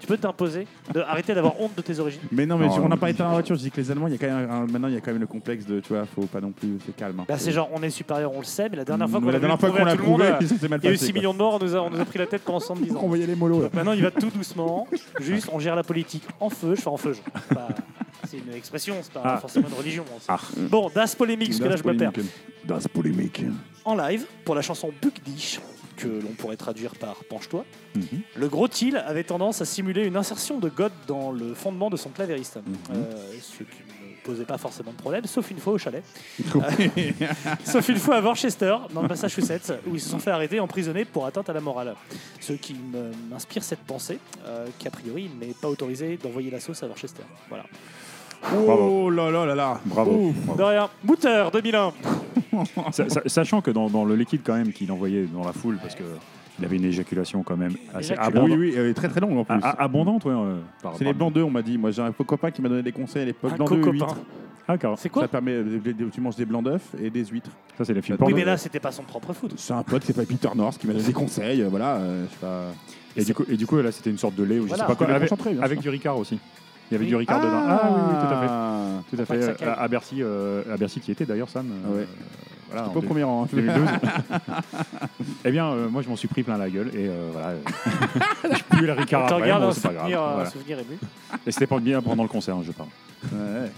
Speaker 5: Tu peux t'imposer de arrêter d'avoir honte de tes origines.
Speaker 6: Mais non, mais
Speaker 7: Non,
Speaker 6: tu- on
Speaker 7: non,
Speaker 6: n'a pas été dans la voiture, je dis que les Allemands, il y a quand même, un- maintenant, il y a quand même le complexe de, tu vois, faut pas non plus, c'est calme. hein.
Speaker 5: Bah, c'est genre on est supérieur, on le sait, mais la dernière fois
Speaker 6: Nous, Mmh,
Speaker 5: qu'on
Speaker 6: la
Speaker 5: l'a
Speaker 6: dernière fois qu'on l'a prouvé, puis ça s'est mal
Speaker 5: il y a eu
Speaker 6: passé,
Speaker 5: 6
Speaker 6: quoi.
Speaker 5: millions de morts, on nous a, on nous a pris la tête pendant 70 ans.
Speaker 6: Envoyez les mollos, là.
Speaker 5: Donc maintenant il va tout doucement, juste on gère la politique en feu, je fais en feu. je- pas- C'est une expression, c'est pas
Speaker 7: Ah.
Speaker 5: forcément une religion. hein, c'est-
Speaker 7: Ah.
Speaker 5: Bon, das polémique, parce que là je me perds.
Speaker 6: Polémique.
Speaker 1: Das polémique.
Speaker 5: en live pour la chanson Bugdish, que l'on pourrait traduire par Penche-toi,
Speaker 6: Mhm.
Speaker 5: le gros Till avait tendance à simuler une insertion de God dans le fondement de son clavériste,
Speaker 6: Mhm.
Speaker 5: Euh, ce qui ne posait pas forcément de problème, sauf une fois au chalet. sauf une fois à Worcester, dans le Massachusetts, où ils se sont fait arrêter et emprisonner pour atteinte à la morale. Ce qui me- m'inspire cette pensée, euh, qu'a priori, il n'est pas autorisé d'envoyer la sauce à Worcester. Voilà.
Speaker 6: Oh là là là là
Speaker 7: Bravo.
Speaker 6: Ah
Speaker 7: bravo.
Speaker 5: Derrière, Mouter 2001
Speaker 7: Sa- sa- Sachant que dans, dans le liquide quand même qu'il envoyait dans la foule, parce que il avait une éjaculation quand même assez
Speaker 5: Éjaculation. Ah,
Speaker 7: abondante.
Speaker 6: Oui, oui, euh, très très longue en plus.
Speaker 7: A- a- abondante, ouais. euh, par-
Speaker 6: C'est
Speaker 7: par-
Speaker 6: les blancs d'œufs, on m'a dit. Moi, j'ai un copain qui m'a donné des conseils à l'époque.
Speaker 5: Un
Speaker 6: Blancs d'œufs,
Speaker 5: cocopain.
Speaker 6: huîtres.
Speaker 7: Ah, car-
Speaker 5: C'est quoi
Speaker 6: Ça permet, euh, de- de- tu manges des blancs d'œufs et des huîtres.
Speaker 7: Ça, c'est les films
Speaker 6: Oui,
Speaker 5: Oui,
Speaker 7: porno.
Speaker 5: mais là, c'était pas son propre foot.
Speaker 6: C'est un pote qui s'appelle Peter North qui m'a donné des conseils. euh, voilà, euh, je sais pas.
Speaker 7: Et du, coup, et du coup, là, c'était une sorte de lait ou je
Speaker 5: Voilà.
Speaker 7: sais pas quoi.
Speaker 6: C'était
Speaker 7: Avec,
Speaker 6: concentré, bien
Speaker 7: avec
Speaker 6: sûr.
Speaker 7: du Ricard aussi. Il y avait
Speaker 5: Oui.
Speaker 7: du Ricard dedans. Ah oui, oui, tout à fait.
Speaker 6: fait.
Speaker 7: Tout à
Speaker 5: Faut pas que ça
Speaker 7: fait.
Speaker 5: cale.
Speaker 7: À, à Bercy, euh, à Bercy qui était d'ailleurs Sam. euh,
Speaker 6: Ah ouais.
Speaker 7: voilà,
Speaker 6: Pas
Speaker 7: en
Speaker 6: au
Speaker 7: deux-
Speaker 6: premier rang. hein.
Speaker 7: 2012. eh bien, euh, moi, je m'en suis pris plein la gueule et euh, voilà. euh, je pue la
Speaker 6: Ah,
Speaker 7: Ricard
Speaker 6: bah
Speaker 5: T'en
Speaker 7: après,
Speaker 5: regardes
Speaker 7: bon,
Speaker 5: un,
Speaker 7: c'est pas grave.
Speaker 5: souvenir, euh, un
Speaker 7: voilà.
Speaker 5: souvenir ému.
Speaker 7: Et c'était pas bien pendant le concert, hein, je parle.
Speaker 6: Ouais.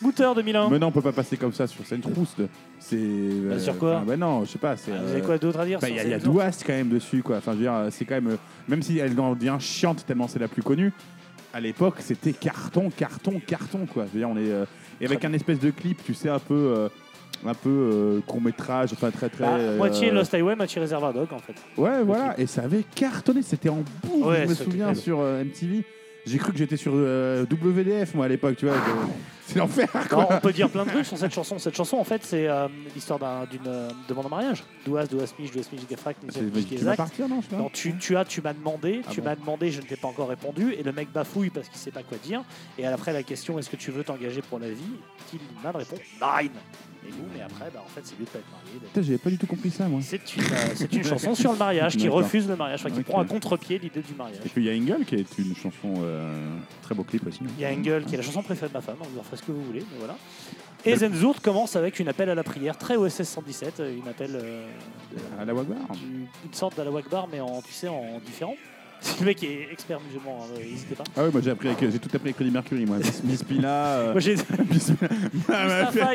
Speaker 5: Mouteur 2001.
Speaker 6: Mais non, on peut pas passer comme ça sur scène trousse. de- C'est. euh,
Speaker 5: Bah, sur quoi
Speaker 6: enfin, Bah non, je sais pas. c'est,
Speaker 5: Ah, Vous
Speaker 6: euh,
Speaker 5: avez quoi d'autre à dire
Speaker 6: bah,
Speaker 5: sur
Speaker 6: Il y a,
Speaker 5: ces
Speaker 6: il y a
Speaker 5: deux ans
Speaker 6: Douast quand même dessus, quoi. Enfin, je veux dire, euh, c'est quand même. euh, Même si elle en devient chiante tellement c'est la plus connue, à l'époque, c'était carton, carton, carton, quoi. Je veux dire, on est. euh, et avec un espèce de clip, tu sais, un peu. euh, un peu euh, court-métrage, enfin très très.
Speaker 5: Bah,
Speaker 6: euh,
Speaker 5: Moitié Lost Highway, moitié Reservoir Dog en fait.
Speaker 6: Ouais, voilà. Et ça avait cartonné. C'était en bourre,
Speaker 5: Ouais,
Speaker 6: je me
Speaker 5: ce
Speaker 6: souviens,
Speaker 5: clip-là.
Speaker 6: sur euh, MTV. J'ai cru que j'étais sur euh, WDF, moi, à l'époque, tu vois. que- C'est l'enfer, quoi.
Speaker 5: Alors, Bah, on peut dire plein de trucs sur cette chanson. Cette chanson en fait c'est euh, l'histoire d'un- d'une euh, demande en mariage. Douas, Douas Mich, Douas Mich, Gefragt, Mich,
Speaker 6: C'est
Speaker 5: Mich,
Speaker 6: qui va
Speaker 5: Gesagt.
Speaker 6: partir, non, je sais pas.
Speaker 5: Non, tu, tu as, tu m'as demandé,
Speaker 6: Ah
Speaker 5: tu
Speaker 6: bon
Speaker 5: m'as demandé, je ne t'ai pas encore répondu, et le mec bafouille parce qu'il sait pas quoi dire. Et après la question, est-ce que tu veux t'engager pour la vie Tilman répond, nein. Et vous, mais après, bah, en fait, c'est lui de pas être marié, d'être
Speaker 6: Putain, j'avais pas du tout compris ça, moi.
Speaker 5: C'est une, euh, c'est une chanson sur le mariage qui
Speaker 6: D'accord.
Speaker 5: refuse le mariage, enfin, qui
Speaker 6: Ok.
Speaker 5: prend à contre-pied l'idée du mariage.
Speaker 6: Et puis il y a Engel qui est une chanson euh,
Speaker 7: Très beau clip aussi.
Speaker 5: Il y a Engel qui est la chanson préférée de ma femme, vous en faites ce que vous voulez, mais voilà. Et Zenzourt commence avec une appel à la prière très OSS 117, euh, une appel, euh,
Speaker 6: à la Wagbar.
Speaker 5: du- une sorte d'Alawak Bar, mais en, tu sais, en différent. Le mec est expert musulman, hein, euh, n'hésitez pas.
Speaker 6: Ah oui, moi j'ai appris avec, j'ai tout appris avec Freddie Mercury, moi. Miss- Miss Pila, euh,
Speaker 5: Moi j'ai
Speaker 6: Miss Pila,
Speaker 5: Mustafa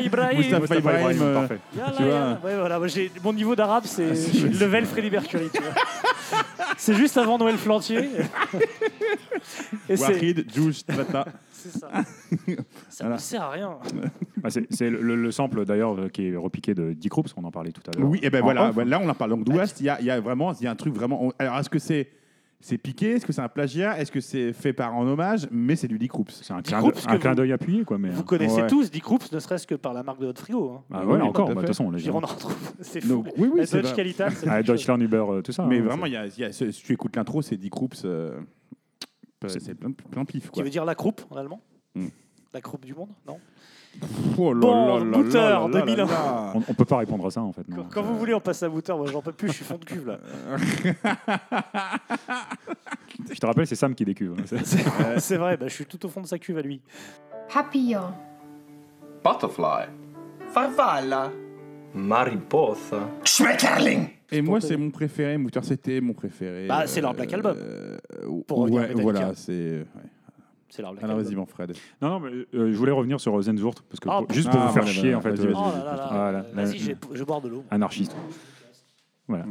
Speaker 6: Mustafa
Speaker 5: Ibrahim. Mustafa-
Speaker 7: Mustafa
Speaker 6: Ibrahim,
Speaker 7: Ibrahim,
Speaker 6: euh,
Speaker 7: parfait.
Speaker 5: Yalla,
Speaker 6: tu vois.
Speaker 5: yalla. Ouais, voilà, moi, j'ai- mon niveau d'arabe, c'est
Speaker 6: Ah,
Speaker 5: je
Speaker 6: c'est-
Speaker 5: suis le level Freddy Mercury. tu vois. c'est juste avant Noël Flantier. Et c'est
Speaker 6: Wahid, Juj, Tata.
Speaker 5: c'est ça. Ça
Speaker 6: Voilà.
Speaker 5: ne sert à rien.
Speaker 7: Ah, c'est c'est le, le- le sample d'ailleurs euh, qui est repiqué de Dick Groups, on en parlait tout à l'heure.
Speaker 6: Oui, et ben
Speaker 7: En
Speaker 6: voilà,
Speaker 7: off.
Speaker 6: là on en parle. Donc d'Ouest, il y a, il y a vraiment, il y a un truc vraiment. on- Alors est-ce que c'est c'est piqué Est-ce que c'est un plagiat Est-ce que c'est fait par en hommage Mais c'est du Lee Kroops.
Speaker 7: C'est un
Speaker 5: Dick
Speaker 7: clin
Speaker 5: Groups
Speaker 7: d'œil-
Speaker 5: que
Speaker 7: un
Speaker 5: vous-
Speaker 7: clin d'œil appuyé, quoi. Mais,
Speaker 5: Vous connaissez
Speaker 6: Ouais.
Speaker 5: tous Dick Groups, ne serait-ce que par la marque de votre frigo. Hein.
Speaker 7: Ah
Speaker 6: Oui,
Speaker 7: ouais,
Speaker 6: tout
Speaker 7: encore, bah,
Speaker 6: à
Speaker 7: de
Speaker 6: fait.
Speaker 7: toute façon, les
Speaker 5: Puis
Speaker 7: gens.
Speaker 5: on en retrouve, c'est fou.
Speaker 6: Donc, oui, oui,
Speaker 5: la
Speaker 6: c'est
Speaker 5: Dodge
Speaker 6: vrai.
Speaker 5: Calitan, c'est
Speaker 7: Ah,
Speaker 5: quelque chose.
Speaker 7: Deutschland Uber, euh, tout ça.
Speaker 6: Mais
Speaker 7: hein,
Speaker 6: vraiment, il y a, il y a- si tu écoutes l'intro, c'est Lee Kroops. euh,
Speaker 7: C'est-
Speaker 6: c'est plein, plein pif
Speaker 5: qui
Speaker 6: quoi.
Speaker 5: veut dire la croupe en allemand.
Speaker 6: Hmm.
Speaker 5: La croupe du monde, non
Speaker 6: Oh là
Speaker 5: Bon,
Speaker 6: là là là
Speaker 5: Booter,
Speaker 6: là là
Speaker 5: 2001.
Speaker 6: là.
Speaker 7: c'est- On, on peut pas répondre à ça, en fait. non.
Speaker 5: Quand, quand
Speaker 6: euh,
Speaker 5: vous voulez, on passe à Wouter. Moi, j'en peux plus, je suis fond de cuve là.
Speaker 7: Je te rappelle, c'est Sam qui décuve. hein. C'est-
Speaker 5: C'est vrai, bah, je suis tout au fond de sa cuve à lui.
Speaker 10: Papillon.
Speaker 2: Butterfly.
Speaker 11: Farfalla. Mariposa.
Speaker 1: Schmetterling
Speaker 6: Et moi, c'est mon préféré. Mouter, c'était mon préféré.
Speaker 5: Bah, c'est leur Black Album.
Speaker 6: euh,
Speaker 5: Pour revenir à
Speaker 6: ouais,
Speaker 5: Metallica.
Speaker 6: voilà, c'est. ouais.
Speaker 5: C'est leur Black
Speaker 6: Alors
Speaker 5: Album.
Speaker 6: vas-y, mon Fred.
Speaker 7: Non, non, mais euh, je voulais revenir sur Zenzurt, parce que
Speaker 5: Ah,
Speaker 7: pour- juste
Speaker 6: bon.
Speaker 7: pour
Speaker 6: Ah,
Speaker 7: vous faire
Speaker 6: voilà,
Speaker 7: chier,
Speaker 6: voilà,
Speaker 7: en fait,
Speaker 6: vas-y,
Speaker 7: euh,
Speaker 5: Oh là là là,
Speaker 7: Voilà,
Speaker 5: euh, vas-y, je vais- je vais boire de l'eau.
Speaker 7: anarchiste. Voilà.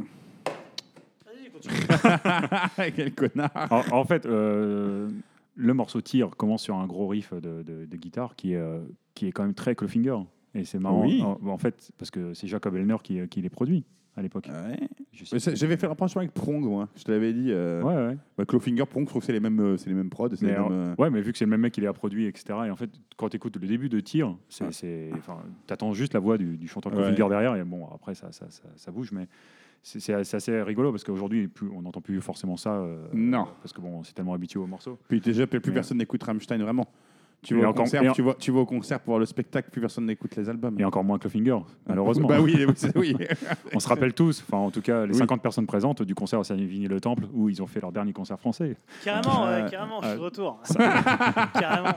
Speaker 7: Ah,
Speaker 6: Quel connard
Speaker 7: en, en fait, euh, le morceau Tire commence sur un gros riff de, de- de guitare qui est, euh, qui est quand même très Clawfinger. Et c'est marrant.
Speaker 6: Oui.
Speaker 7: En, en fait, parce que c'est Jacob Elner qui, qui les produit à l'époque.
Speaker 6: Ouais.
Speaker 7: Je sais
Speaker 6: Ah. Mais c'est- J'avais fait la pension avec Prong, moi. Je te l'avais dit. Euh,
Speaker 7: plus. Ouais, ouais.
Speaker 6: bah, Clawfinger, Prong, je trouve que c'est les mêmes, euh, c'est les mêmes prods. c'est
Speaker 7: Mais,
Speaker 6: les mêmes, euh,
Speaker 7: euh, ouais, mais vu que c'est le même mec qui les a produits, etc. Et en fait, quand tu écoutes le début de tir, c'est, c'est- enfin, t'attends juste la voix du, du chanteur
Speaker 6: Ah. Ouais.
Speaker 7: Goldfinger derrière. Et bon, après, ça, ça, ça, ça bouge, mais c'est, c'est- c'est assez rigolo parce qu'aujourd'hui, plus- on n'entend plus forcément ça. euh,
Speaker 6: Non.
Speaker 7: Parce que bon, on s'est tellement habitué aux morceaux.
Speaker 6: Puis déjà, plus
Speaker 7: Mais-
Speaker 6: personne n'écoute Rammstein vraiment.
Speaker 7: Et
Speaker 6: Tu vas, au
Speaker 7: encore-
Speaker 6: concert,
Speaker 7: et en-
Speaker 6: tu, vas, tu vas au concert pour voir le spectacle, plus personne n'écoute les albums.
Speaker 7: Et encore moins Clawfinger, malheureusement.
Speaker 6: Bah oui, c'est- oui.
Speaker 7: On se rappelle tous, enfin en tout cas les
Speaker 6: Oui.
Speaker 7: 50 personnes présentes du concert au Savigny-le-Temple où ils ont fait leur dernier concert français.
Speaker 5: Ah, Carrément, ouais,
Speaker 6: Euh,
Speaker 5: carrément, je suis de retour. carrément.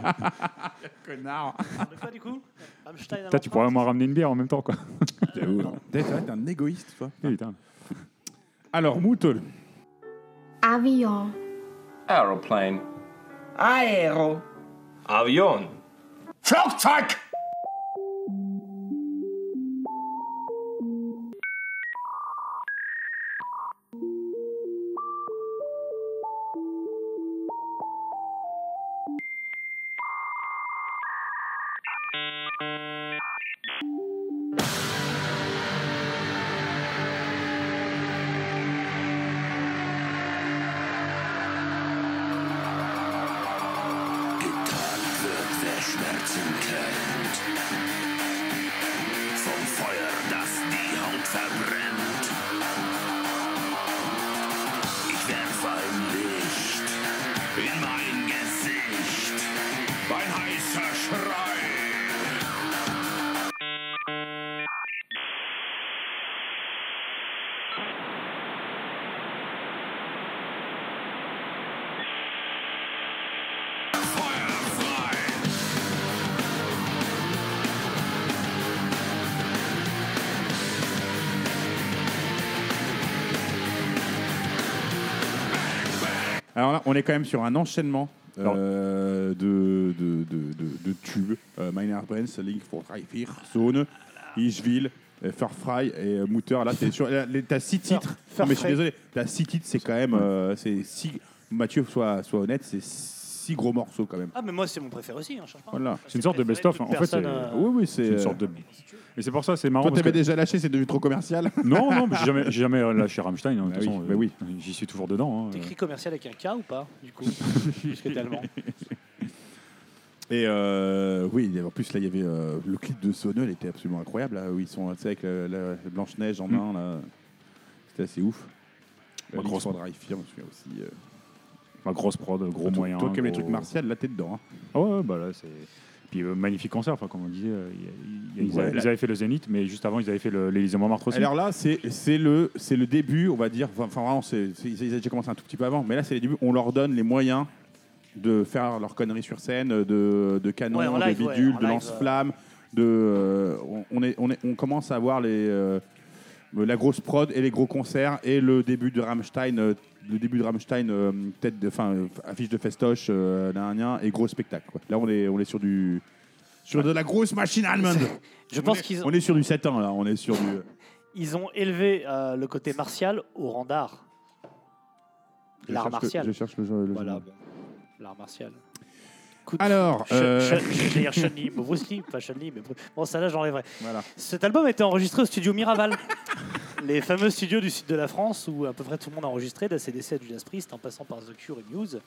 Speaker 6: Connard.
Speaker 5: De quoi, du coup Rammstein à
Speaker 7: Putain, tu pourrais
Speaker 5: l'empreinte.
Speaker 7: m'en ramener une bière en même temps quoi.
Speaker 5: Ah.
Speaker 6: T'es t'es un égoïste, toi.
Speaker 7: Putain.
Speaker 6: Alors, Moutoul.
Speaker 10: Avion.
Speaker 2: Aeroplane.
Speaker 11: Aéro. Avion.
Speaker 1: Flugzeug! Getan wird, wer Schmerzen kennt. Vom Feuer, das die Haut verbrennt. Ich werf ein Licht in mein Gesicht. Ein heißer Schrei.
Speaker 6: Alors là, on est quand même sur un enchaînement euh, de, de, de, de- de tubes. Euh, Meiner Brens, Link for Dreifir, Zone, Ischville, euh, Furfry et euh, Mutter. Là, t'es sur- là, les- t'as six titres. Non, mais je suis
Speaker 5: Furfry.
Speaker 6: désolé. T'as six titres, c'est quand même. euh, c'est six, Mathieu, sois, sois honnête, c'est six gros morceaux quand même.
Speaker 5: Ah, mais moi, c'est mon préféré aussi, hein, je change pas.
Speaker 6: Voilà.
Speaker 7: C'est une sorte de
Speaker 5: préféré
Speaker 7: best-of,
Speaker 5: toute
Speaker 7: hein. En fait,
Speaker 5: personne,
Speaker 7: c'est-
Speaker 5: euh,
Speaker 6: Oui, oui, c'est.
Speaker 7: C'est une
Speaker 6: euh,
Speaker 7: sorte de. Et c'est pour ça c'est marrant.
Speaker 6: Toi,
Speaker 7: parce
Speaker 6: t'avais
Speaker 7: que-
Speaker 6: déjà lâché, c'est devenu trop commercial.
Speaker 7: Non, non, mais j'ai jamais, j'ai jamais lâché Rammstein. hein, de
Speaker 6: Bah
Speaker 7: toute
Speaker 6: oui,
Speaker 7: façon,
Speaker 6: bah oui.
Speaker 7: J'y suis toujours dedans. hein.
Speaker 5: T'écris commercial avec un K ou pas, du coup Parce que t'es allemand.
Speaker 6: Et euh, oui, en plus là, il y avait euh, le clip de Sonneux, il était absolument incroyable. Là, où ils sont tu sais, avec la, la- la blanche neige
Speaker 7: Mm.
Speaker 6: en main, là, c'était assez ouf. Euh,
Speaker 7: Bah,
Speaker 6: La
Speaker 7: grosse-
Speaker 6: grosse Drive Fear, je me souviens aussi. euh.
Speaker 7: Ma grosse prod, gros
Speaker 6: Toi-
Speaker 7: moyen.
Speaker 6: Toi qui aimes les
Speaker 7: gros-
Speaker 6: trucs martiaux, là, t'es dedans. hein.
Speaker 7: Ah ouais, ouais, bah là, c'est. Puis euh, magnifique concert, enfin, comme on disait, euh, il y a- il y a- ils,
Speaker 6: Ouais.
Speaker 7: avaient, ils avaient fait le Zénith, mais juste avant ils avaient fait le- l'Élysée Montmartre aussi.
Speaker 6: Alors là, c'est c'est le c'est le début, on va dire. Enfin, enfin, vraiment, c'est c'est- ils avaient déjà commencé un tout petit peu avant, mais là, c'est les débuts. On leur donne les moyens de faire leurs conneries sur scène, de, de canon,
Speaker 5: Ouais, en
Speaker 6: de
Speaker 5: live, ouais,
Speaker 6: bidule,
Speaker 5: en
Speaker 6: de
Speaker 5: live,
Speaker 6: lance-flamme, de euh, on- on, est, on, est, on commence à voir les euh, la grosse prod et les gros concerts et le début de Rammstein, euh, le début de Rammstein euh, tête de enfin euh, affiche de festoche euh, nan, nan, nan, et gros spectacle. quoi. Là, on est on est sur du sur de la grosse machine allemande.
Speaker 5: Je
Speaker 6: On
Speaker 5: pense
Speaker 6: est-
Speaker 5: qu'ils
Speaker 6: on est sur du 7 ans là, on est sur du euh,
Speaker 5: ils ont élevé euh, le côté martial au rang d'art. L'art martial.
Speaker 6: cherche le jeu. Le
Speaker 5: Voilà, bon. L'art martial. Écoute,
Speaker 6: Alors,
Speaker 5: Sh-
Speaker 6: euh,
Speaker 5: Sh- je veux dire Chun Li, bon, Bruce Lee, pas Chun Li, mais Bru- bon, ça là j'enlèverai.
Speaker 6: Voilà.
Speaker 5: Cet album a été enregistré au studio Miraval, les fameux studios du sud de la France où à peu près tout le monde a enregistré, d'ACDC à Judas Priest en passant par The Cure et Muse.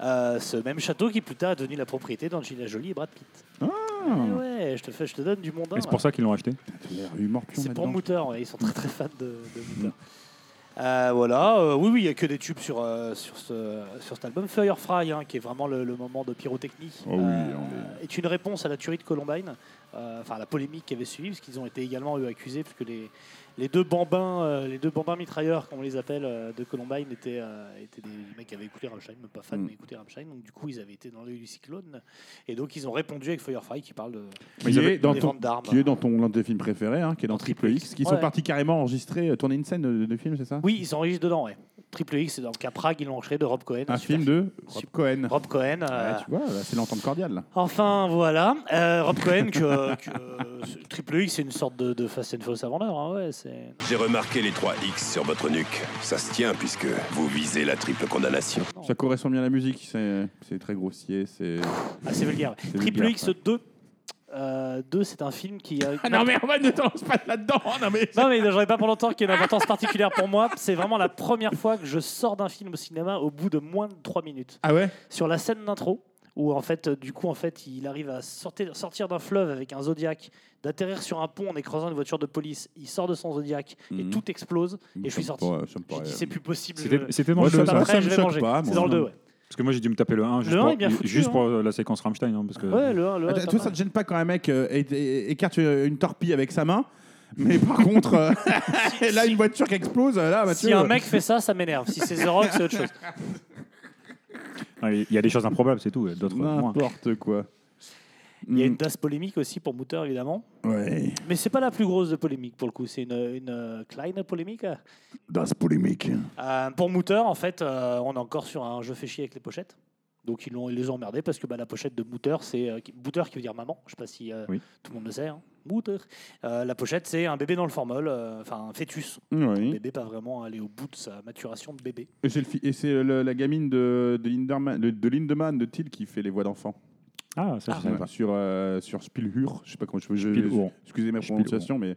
Speaker 5: Euh, ce même château qui plus tard est devenu la propriété d'Angela Jolie et Brad Pitt.
Speaker 6: Ah.
Speaker 5: Eh ouais, je te, fais, je te donne du monde.
Speaker 7: Et c'est pour ça qu'ils l'ont acheté.
Speaker 5: C'est pour Mouteur, ouais, ils sont très très fans de, de
Speaker 6: Mm.
Speaker 5: Mouteur. Euh, voilà, euh, oui, oui, il n'y a que des tubes sur, euh, sur, ce, sur cet album. Firefly, hein, qui est vraiment le, le moment de pyrotechnie,
Speaker 6: Oh oui,
Speaker 5: euh,
Speaker 6: on
Speaker 5: est une réponse à la tuerie de Columbine, euh, enfin à la polémique qui avait suivi, parce qu'ils ont été également eux, accusés, puisque les, les deux bambins, euh, les deux bambins mitrailleurs, comme on les appelle, euh, de Columbine, étaient, euh, étaient des mecs qui avaient écouté Rammstein, même pas fans,
Speaker 6: Mm.
Speaker 5: mais écouté Rammstein. Donc du coup, ils avaient été dans l'œil du cyclone, et donc ils ont répondu avec Firefly, qui parle de
Speaker 6: Qui, est dans
Speaker 5: des
Speaker 6: ton,
Speaker 5: ventes d'armes.
Speaker 6: qui est dans ton l'un de tes films préférés, hein, qui est dans Triple X, qui
Speaker 5: Ouais,
Speaker 6: sont
Speaker 5: ouais.
Speaker 6: partis carrément enregistrer, euh, tourner une scène de, de film, c'est ça
Speaker 5: Oui, ils s'enregistrent dedans, ouais. Triple X, c'est donc à Prague, ils l'ont enregistré de Rob Cohen.
Speaker 6: Un
Speaker 5: super
Speaker 6: film de Rob
Speaker 5: Super.
Speaker 6: Cohen.
Speaker 5: Rob Cohen. euh,
Speaker 6: Ouais, tu vois, là, c'est l'entente cordiale. là.
Speaker 5: Enfin, voilà. Euh, Rob Cohen, que, que, euh, ce Triple X, c'est une sorte de, de Fast and Furious avant l'heure. hein, ouais, c'est...
Speaker 1: J'ai remarqué les trois X sur votre nuque. Ça se tient puisque vous visez la triple condamnation.
Speaker 5: non.
Speaker 6: Ça correspond bien à la musique, c'est c'est très grossier, c'est
Speaker 5: Ah, c'est vulgaire. ouais.
Speaker 6: C'est
Speaker 5: Triple
Speaker 6: vulgaire,
Speaker 5: X
Speaker 6: ouais.
Speaker 5: 2, euh, 2, c'est un film qui a.
Speaker 12: Ah non, mais Roman, ne te lance pas là-dedans. Non, mais...
Speaker 5: Ah Non, mais j'en ai pas pour longtemps qui a une importance particulière pour moi. C'est vraiment la première fois que je sors d'un film au cinéma au bout de moins de 3 minutes.
Speaker 12: Ah ouais
Speaker 5: Sur la scène d'intro, où en fait, euh, du coup, en fait, il arrive à sortir, sortir d'un fleuve avec un Zodiac, d'atterrir sur un pont en écrasant une voiture de police. Il sort de son Zodiac et
Speaker 6: Mhm.
Speaker 5: tout explose. Et
Speaker 6: Ça
Speaker 5: je suis
Speaker 6: me
Speaker 5: sorti.
Speaker 6: paraît- ça me
Speaker 5: J'ai
Speaker 6: paraît- euh,
Speaker 5: dit, c'est plus possible.
Speaker 7: C'était
Speaker 5: je-
Speaker 7: c'était dans le
Speaker 5: je
Speaker 7: 2,
Speaker 5: saute
Speaker 7: ça
Speaker 5: après, je vais manger. C'est dans le 2, ouais.
Speaker 7: Parce que moi, j'ai dû me taper le 1 juste,
Speaker 5: Le un
Speaker 7: pour,
Speaker 5: est bien foutu,
Speaker 7: juste
Speaker 5: hein.
Speaker 7: pour la séquence Rammstein. hein, parce que...
Speaker 5: Ouais, le 1, le 1.
Speaker 6: Attends, Toi, ça te gêne pas quand un mec euh, é- é- écarte une une torpille avec sa main, mais par contre, euh, là, une voiture qui explose, là, Mathieu.
Speaker 5: Si un mec fait ça, ça m'énerve. Si c'est The Rock, c'est autre chose.
Speaker 7: Ouais, Il y a des choses improbables, c'est tout. et D'autres, moins.
Speaker 6: N'importe quoi.
Speaker 5: Il
Speaker 6: Mm.
Speaker 5: y a une tasse polémique aussi pour Mouter, évidemment.
Speaker 6: Ouais.
Speaker 5: Mais c'est pas la plus grosse de polémique pour le coup, c'est une, une euh, kleine polémique.
Speaker 6: Das polémique.
Speaker 5: Euh, pour Mouter, en fait, euh, on est encore sur un je fais chier avec les pochettes. Donc ils, l'ont- ils les ont emmerdés parce que bah, la pochette de Mouter, c'est euh, qui- Mouter qui veut dire maman. Je sais pas si euh,
Speaker 7: Oui.
Speaker 5: tout le monde le sait. hein. Mouter. Euh, la pochette, c'est un bébé dans le formol, euh, enfin un fœtus.
Speaker 6: Oui.
Speaker 5: Un bébé pas vraiment allé au bout de sa maturation de bébé.
Speaker 6: Et c'est, le fi- et c'est euh, le- la gamine de, de, Linderman, de, de Lindemann, de Till, qui fait les voix d'enfants.
Speaker 7: Ah, ça, je savais pas.
Speaker 6: Sur, euh, sur Spielhur, je sais pas comment je, je,
Speaker 7: Spielhur.
Speaker 6: Excusez ma prononciation, mais.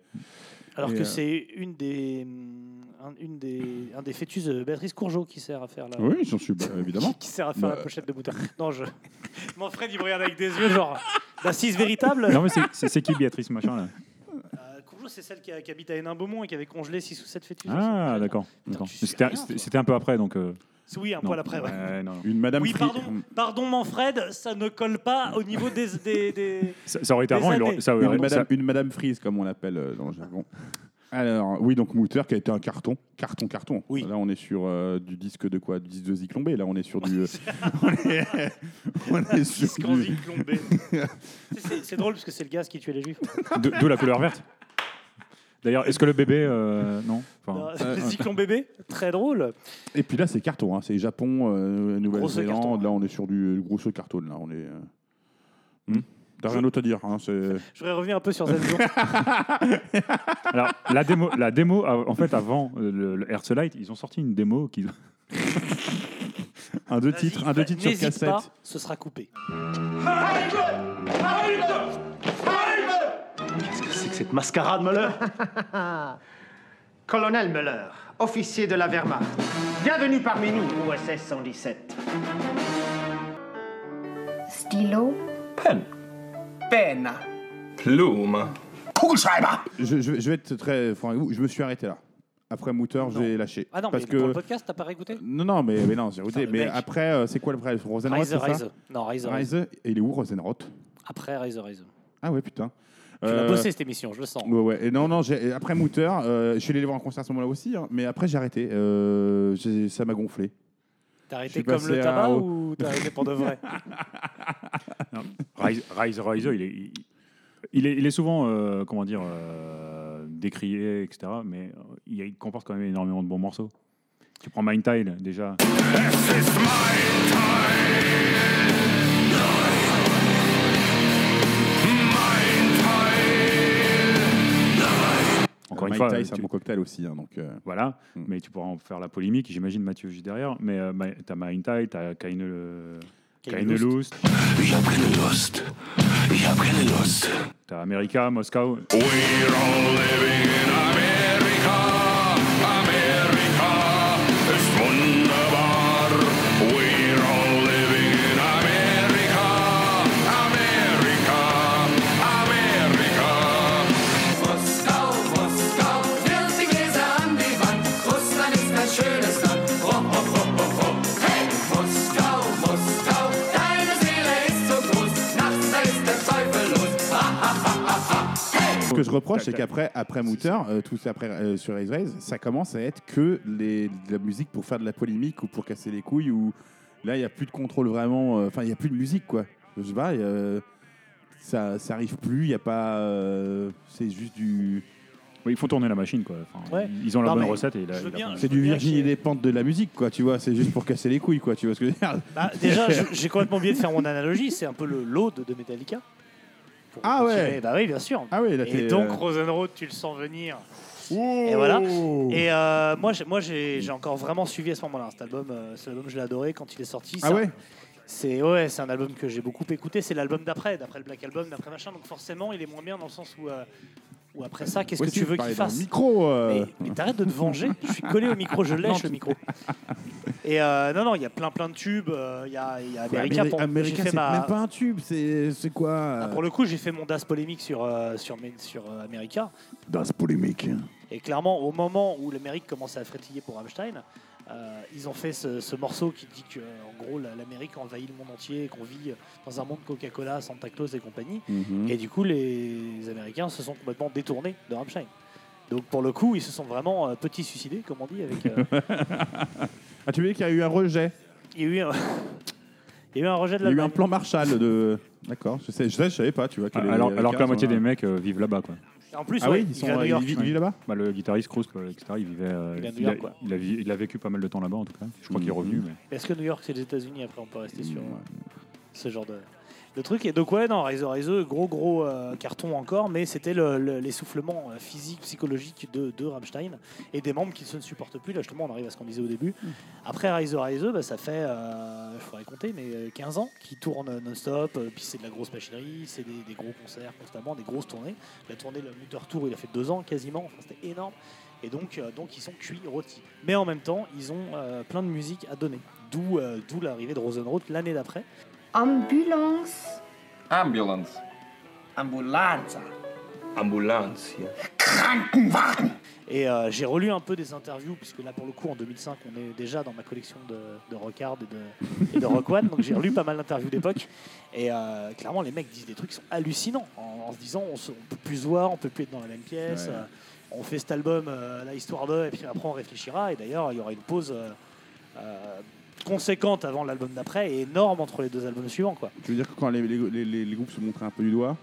Speaker 5: Alors
Speaker 6: Et,
Speaker 5: que
Speaker 6: euh,
Speaker 5: c'est une des, hum, un, une des, un des fœtus de Béatrice Courgeot qui sert à faire la.
Speaker 6: Oui, j'en suis bah,
Speaker 5: euh,
Speaker 6: évidemment.
Speaker 5: qui sert à faire
Speaker 6: Bah,
Speaker 5: la pochette de Mouter. Non, je. Manfred, il me regarde avec des yeux genre. bah, D'assise véritable
Speaker 7: Non, mais c'est- c'est c'est qui Béatrice Machin là
Speaker 5: Euh, Courgeot, c'est celle qui, a- qui habite à Hénin-Beaumont et qui avait congelé 6 ou 7 fœtus.
Speaker 7: Ah, d'accord. d'accord. C'était c'était- c'était un peu après, donc. euh,
Speaker 5: C'est Oui, un
Speaker 7: non.
Speaker 5: poil après. ouais.
Speaker 7: non, non.
Speaker 6: Une madame
Speaker 5: Oui,
Speaker 6: Fri- Hum.
Speaker 5: pardon, pardon, Manfred, ça ne colle pas au niveau des. des, des-
Speaker 7: Ça, ça aurait été
Speaker 5: des
Speaker 7: avant, il
Speaker 5: années.
Speaker 7: aurait- ça,
Speaker 6: une,
Speaker 7: aurait- Ah ça-
Speaker 6: madame, une madame frise, comme on l'appelle euh, dans le jargon. Alors, oui, donc Mouter qui a été un carton, carton, carton.
Speaker 5: Oui.
Speaker 6: Là, on est sur euh, du disque de quoi Du disque de Ziclombé. Là, on est sur du. euh, on est, on est sur
Speaker 5: Disque en
Speaker 6: du-
Speaker 5: zinc plombé. C'est- c'est- C'est drôle parce que c'est le gaz qui tuait les juifs.
Speaker 7: d'o- D'où la couleur verte. D'ailleurs, est-ce que le bébé. euh, non Enfin,
Speaker 5: Non, Le
Speaker 6: Euh,
Speaker 5: cyclone bébé, très drôle.
Speaker 6: Et puis là, c'est carton. hein. C'est Japon, euh,
Speaker 5: carton, hein.
Speaker 6: Nouvelle-Zélande. Là, on est sur du grosso carton. Là, on est. euh, hmm T'as rien d'autre à dire. hein, c'est-
Speaker 5: Je voudrais revenir un peu sur Zenzo.
Speaker 7: Alors, la démo, la démo, av- en fait, avant euh, le, le Earth Light, ils ont sorti une démo qui.
Speaker 6: un deux titres, un deux titres sur
Speaker 5: N'hésite
Speaker 6: cassette.
Speaker 5: pas, ce sera coupé.
Speaker 8: Qu'est-ce que c'est que cette mascarade, Muller
Speaker 9: Colonel Muller, officier de la Wehrmacht. Bienvenue parmi nous, OSS 117.
Speaker 10: Stylo,
Speaker 11: Pen.
Speaker 3: Peine.
Speaker 11: Plume.
Speaker 3: Kugelschreiber.
Speaker 6: Je, je- je vais être très franc avec vous. Je me suis arrêté là. Après Mouter, j'ai lâché.
Speaker 5: Ah non,
Speaker 6: parce
Speaker 5: mais
Speaker 6: que
Speaker 5: pour le podcast, t'as pas réécouté
Speaker 6: non, non, mais, mais non, j'ai
Speaker 5: Putain,
Speaker 6: écouté.
Speaker 5: le
Speaker 6: Mais
Speaker 5: mec.
Speaker 6: après, euh, c'est quoi le prêt Rosenroth,
Speaker 5: Rise,
Speaker 6: c'est
Speaker 5: Rise.
Speaker 6: ça
Speaker 5: Non, Rise, Rise.
Speaker 6: Rise. Et il est où Rosenroth
Speaker 5: Après Rise, Rise.
Speaker 6: Ah ouais, putain.
Speaker 5: Tu l'as
Speaker 6: Euh,
Speaker 5: bossé cette émission, je le sens.
Speaker 6: Ouais, ouais. Et non, non, j'ai- et après Mouter, euh, je suis allé les voir en concert à ce moment-là aussi, hein, mais après j'ai arrêté. Euh, j'ai- ça m'a gonflé.
Speaker 5: T'as
Speaker 6: je suis
Speaker 5: arrêté comme
Speaker 6: passé
Speaker 5: le
Speaker 6: à-
Speaker 5: tabac ou t'as arrêté pour de vrai
Speaker 7: Rise, Rise, Rise, il est, il- il est, il est souvent, euh, comment dire, euh, décrié, etc. Mais euh, il, y a- il comporte quand même énormément de bons morceaux. Tu prends Mind Tile, déjà. Encore une
Speaker 6: Mike
Speaker 7: fois,
Speaker 6: Tyson, c'est
Speaker 7: tu-
Speaker 6: un bon cocktail aussi. hein, donc, euh,
Speaker 7: Voilà, mais tu pourras en faire la polémique, j'imagine, Mathieu, juste derrière. Mais euh, ma- t'as Mahintai, t'as Kaine, euh,
Speaker 5: Kaine
Speaker 7: Kaine
Speaker 5: Lust.
Speaker 7: Lust, t'as America, Moscow.
Speaker 6: Ce que je reproche, c'est qu'après après Mouter, euh, tout ça après euh, sur Rise Rise, ça commence à être que les- de la musique pour faire de la polémique ou pour casser les couilles. Ou là, il n'y a plus de contrôle vraiment. euh, Enfin, il n'y a plus de musique, quoi. Je sais pas. euh, ça, ça arrive plus. Il n'y a pas. euh, c'est juste du.
Speaker 7: Oui, ils font tourner la machine, quoi. Enfin,
Speaker 5: Ouais.
Speaker 7: Ils ont la
Speaker 5: Non,
Speaker 7: bonne
Speaker 5: mais
Speaker 7: recette et la-
Speaker 5: je veux
Speaker 7: la
Speaker 5: bien-
Speaker 7: bonne-
Speaker 6: C'est du Virginie Despentes de la musique, quoi. Tu vois, c'est juste pour casser les couilles, quoi. Tu vois ce que je veux dire
Speaker 5: Bah, déjà, je- j'ai complètement oublié de faire mon analogie. C'est un peu le load de Metallica. Pour
Speaker 6: Ah
Speaker 5: continuer.
Speaker 6: ouais.
Speaker 5: Bah oui, bien sûr.
Speaker 6: Ah oui, là,
Speaker 5: Et
Speaker 6: t'es,
Speaker 5: donc,
Speaker 6: euh,
Speaker 5: Rosenroth, tu le sens venir. Et voilà.
Speaker 6: Oh.
Speaker 5: Et euh, hein. moi, j'ai- moi, j'ai j'ai encore vraiment suivi à ce moment-là. Cet album, euh, cet album, je l'ai adoré quand il est sorti.
Speaker 6: Ah
Speaker 5: Ça-
Speaker 6: ouais
Speaker 5: C'est ouais, c'est un album que j'ai beaucoup écouté. C'est l'album d'après, d'après le Black Album, d'après machin. Donc forcément, il est moins bien dans le sens où, euh, où après ça, qu'est-ce que
Speaker 6: Aussi,
Speaker 5: tu veux
Speaker 6: parler
Speaker 5: qu'il
Speaker 6: dans le
Speaker 5: fasse
Speaker 6: micro, euh.
Speaker 5: Mais, mais t'arrêtes de te venger. Je suis collé au micro, je lèche
Speaker 6: Non,
Speaker 5: le micro. Et euh, non, non, il y a plein, plein de tubes. euh, Il y a, il y a
Speaker 6: Quoi,
Speaker 5: America.
Speaker 6: Améri-
Speaker 5: pour-
Speaker 6: America,
Speaker 5: j'ai fait
Speaker 6: c'est
Speaker 5: ma-
Speaker 6: même pas un tube, c'est c'est quoi euh,
Speaker 5: Ah, pour le coup, j'ai fait mon DAS polémique sur, euh, sur, mes- sur euh, America.
Speaker 6: Dans ce polémique.
Speaker 5: Et clairement, au moment où l'Amérique commençait à frétiller pour Rammstein, euh, ils ont fait ce, ce morceau qui dit que, euh, en gros, la- l'Amérique envahit le monde entier et qu'on vit dans un monde Coca-Cola, Santa Claus et compagnie.
Speaker 6: Mhm.
Speaker 5: Et du coup, les, Américains se sont complètement détournés de Rammstein. Donc, pour le coup, ils se sont vraiment euh, petits suicidés, comme on dit. Avec, euh,
Speaker 6: Ah, tu veux dire qu'il y a eu un rejet
Speaker 5: il, y a eu un, il y a eu un rejet de
Speaker 6: Il y a eu
Speaker 5: l'Allemagne.
Speaker 6: un plan Marshall de. D'accord, je sais, je, sais, je savais pas, tu vois. que les-
Speaker 7: alors,
Speaker 6: les
Speaker 7: alors que la
Speaker 6: Américains
Speaker 7: moitié
Speaker 6: sont là.
Speaker 7: des mecs euh, vivent là-bas. Quoi.
Speaker 5: En plus,
Speaker 6: Ah
Speaker 5: ouais,
Speaker 6: oui, ils
Speaker 5: il
Speaker 6: sont-
Speaker 5: vit à New
Speaker 6: ils
Speaker 5: York.
Speaker 6: vivent-
Speaker 7: Ouais.
Speaker 6: vivent là-bas
Speaker 7: bah, Le guitariste Cruz, quoi, etc., il vivait. euh,
Speaker 5: Il est à New
Speaker 7: a,
Speaker 5: York, quoi.
Speaker 7: il a vi- il a vécu pas mal de temps là-bas, en tout cas. Je crois
Speaker 6: Mm.
Speaker 7: qu'il est revenu. Mais...
Speaker 5: Est-ce que New York c'est les États-Unis Après, on peut rester sur euh, ce genre de, de truc. Et donc, ouais, non, Rise of Rise, gros, gros euh, carton encore, mais c'était le- le- l'essoufflement euh, physique, psychologique de, de Rammstein et des membres qui se ne supportent plus. Là, justement, on arrive à ce qu'on disait au début.
Speaker 6: Mm.
Speaker 5: Après Rise of Rise, bah, ça fait, euh, je faudrait compter, mais euh, 15 ans qui tournent non-stop. euh, Puis c'est de la grosse machinerie, c'est des, des gros concerts constamment, des grosses tournées. La tournée, le Mutter Tour, il a fait deux ans quasiment. Enfin, c'était énorme. Et donc, euh, donc ils sont cuits, rôtis. Mais en même temps, ils ont euh, plein de musique à donner. D'où euh, d'où l'arrivée de Rosenroth l'année d'après.
Speaker 10: Ambulance.
Speaker 11: Ambulance.
Speaker 3: Ambulanza.
Speaker 11: Ambulance.
Speaker 5: Et euh, j'ai relu un peu des interviews, puisque là, pour le coup, en 2005, on est déjà dans ma collection de, de Rockard et de, et de Rock One. Donc j'ai relu pas mal d'interviews d'époque. Et euh, clairement, les mecs disent des trucs qui sont hallucinants. En, en se disant, on, se- on peut plus se voir, on peut plus être dans la même pièce.
Speaker 6: Ouais.
Speaker 5: euh, on fait cet album, euh, la histoire de, et puis après, on réfléchira. Et d'ailleurs, il y aura une pause. euh, euh, conséquente avant l'album d'après et énorme entre les deux albums suivants quoi.
Speaker 6: Tu veux dire que quand les, les- les- les- les groupes se montraient un peu du doigt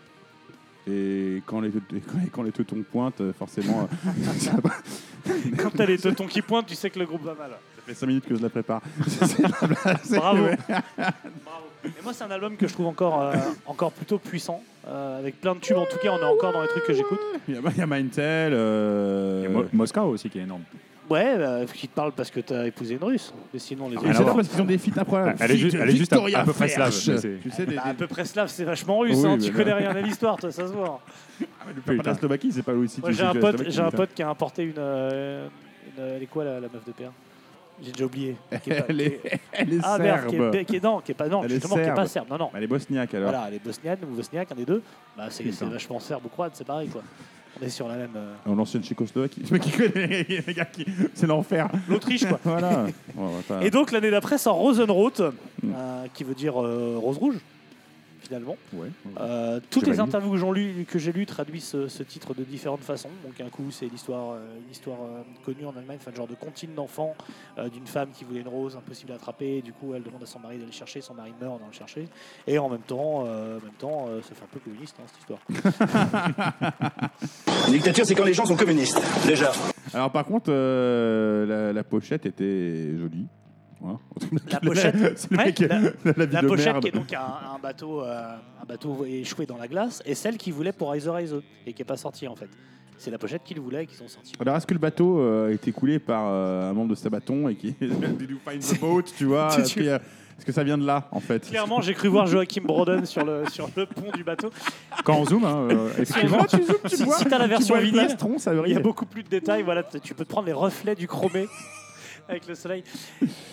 Speaker 6: et quand les, quand, quand les teutons pointent, euh, forcément, euh, ça va-
Speaker 5: Quand t'as les teutons qui pointent, tu sais que le groupe va mal.
Speaker 6: ça fait 5 minutes que je la prépare. C'est la blague, c'est-
Speaker 5: Bravo.
Speaker 6: ouais.
Speaker 5: Bravo. Et moi, c'est un album que je trouve encore, euh, encore plutôt puissant, euh, avec plein de tubes. En tout cas, on est encore dans les trucs que j'écoute.
Speaker 6: Il y a, il y a Mindtel. euh,
Speaker 7: Et Mo- Moscow aussi, qui est énorme.
Speaker 5: Ouais, euh, qui te parle parce que t'as épousé une russe. Mais sinon, les
Speaker 7: Ah,
Speaker 5: autres.
Speaker 6: Et
Speaker 7: rien à
Speaker 6: c'est là
Speaker 7: voir.
Speaker 6: parce qu'ils ont des feats improbables.
Speaker 7: Elle est
Speaker 6: Feat
Speaker 7: juste- elle est juste à-
Speaker 6: Victoria
Speaker 7: à peu près
Speaker 6: Ferch.
Speaker 7: slave, mais c'est-
Speaker 6: Tu sais, des,
Speaker 5: Bah, à
Speaker 6: des-
Speaker 5: peu près slave, c'est vachement russe.
Speaker 6: Oui,
Speaker 5: hein,
Speaker 6: mais
Speaker 5: tu
Speaker 6: là-
Speaker 5: connais rien à l'histoire, toi, ça se voit.
Speaker 6: pas de la Slovaquie, c'est pas aussi.
Speaker 5: Moi, j'ai un pote, j'ai un pote qui a importé une. euh, une- elle est quoi la, la meuf de père J'ai déjà oublié. Qui est pas-
Speaker 6: Elle est-
Speaker 5: qui est-
Speaker 6: elle est
Speaker 5: ah merde, qui est,
Speaker 6: serbe.
Speaker 5: qui est- non, qui est pas non,
Speaker 6: Elle est
Speaker 5: justement, qui est pas
Speaker 6: serbe.
Speaker 5: serbe. Non, non.
Speaker 6: Elle est bosniaque alors.
Speaker 5: Voilà, elle est bosnienne ou bosniaque, un des deux. Bah, c'est
Speaker 7: Putain.
Speaker 5: c'est vachement serbe ou croate, c'est pareil quoi. On est sur la même. euh,
Speaker 6: On l'ancienne Tchécoslovaquie. Le mec qui connaît, les gars qui- c'est l'enfer.
Speaker 5: L'Autriche quoi.
Speaker 6: Voilà. On va pas-
Speaker 5: Et donc l'année d'après sort Rosenroth, euh, qui veut dire euh, rose rouge, finalement.
Speaker 6: Ouais, ouais.
Speaker 5: Euh, toutes
Speaker 6: J'ai
Speaker 5: les
Speaker 6: pas lu.
Speaker 5: interviews que j'en lu- que j'ai lues traduisent ce, ce titre de différentes façons. Donc un coup c'est l'histoire euh, une histoire, euh, connue en Allemagne, enfin, genre de contine d'enfants, euh, d'une femme qui voulait une rose, impossible à attraper, et du coup elle demande à son mari d'aller le chercher, son mari meurt dans le chercher. Et en même temps, euh, en même temps euh, ça fait un peu communiste hein, cette histoire.
Speaker 8: Une dictature, c'est quand les gens sont communistes. Déjà.
Speaker 6: Alors par contre, euh, la, la pochette était jolie. Voilà.
Speaker 5: La pochette.
Speaker 6: c'est le
Speaker 5: Ouais,
Speaker 6: mec,
Speaker 5: la-
Speaker 6: la, la vie
Speaker 5: La
Speaker 6: de
Speaker 5: pochette
Speaker 6: merde.
Speaker 5: qui est donc un, un bateau, euh, un bateau échoué dans la glace et celle qu'il voulait pour Rise of Rise et qui n'est pas sortie en fait. C'est la pochette qu'il voulait et qu'ils ont sorti.
Speaker 6: Alors est-ce que le bateau euh, a été coulé par euh, un membre de Sabaton et qui Did you find the boat, tu vois
Speaker 5: Tu-
Speaker 6: Est-ce qu'il y a- est-ce que ça vient de là en fait
Speaker 5: Clairement, j'ai cru voir Joachim Broden sur le, sur le pont du bateau.
Speaker 7: Quand on zoome, hein, euh, effectivement.
Speaker 6: tu zoomes, tu
Speaker 5: si
Speaker 6: vois,
Speaker 5: si t'as la
Speaker 6: tu
Speaker 5: version
Speaker 6: vois le
Speaker 5: vinyle,
Speaker 6: plastron, ça veut
Speaker 5: il y a
Speaker 6: rien.
Speaker 5: beaucoup plus de détails. Voilà, t- tu peux te prendre les reflets du chromé avec le soleil.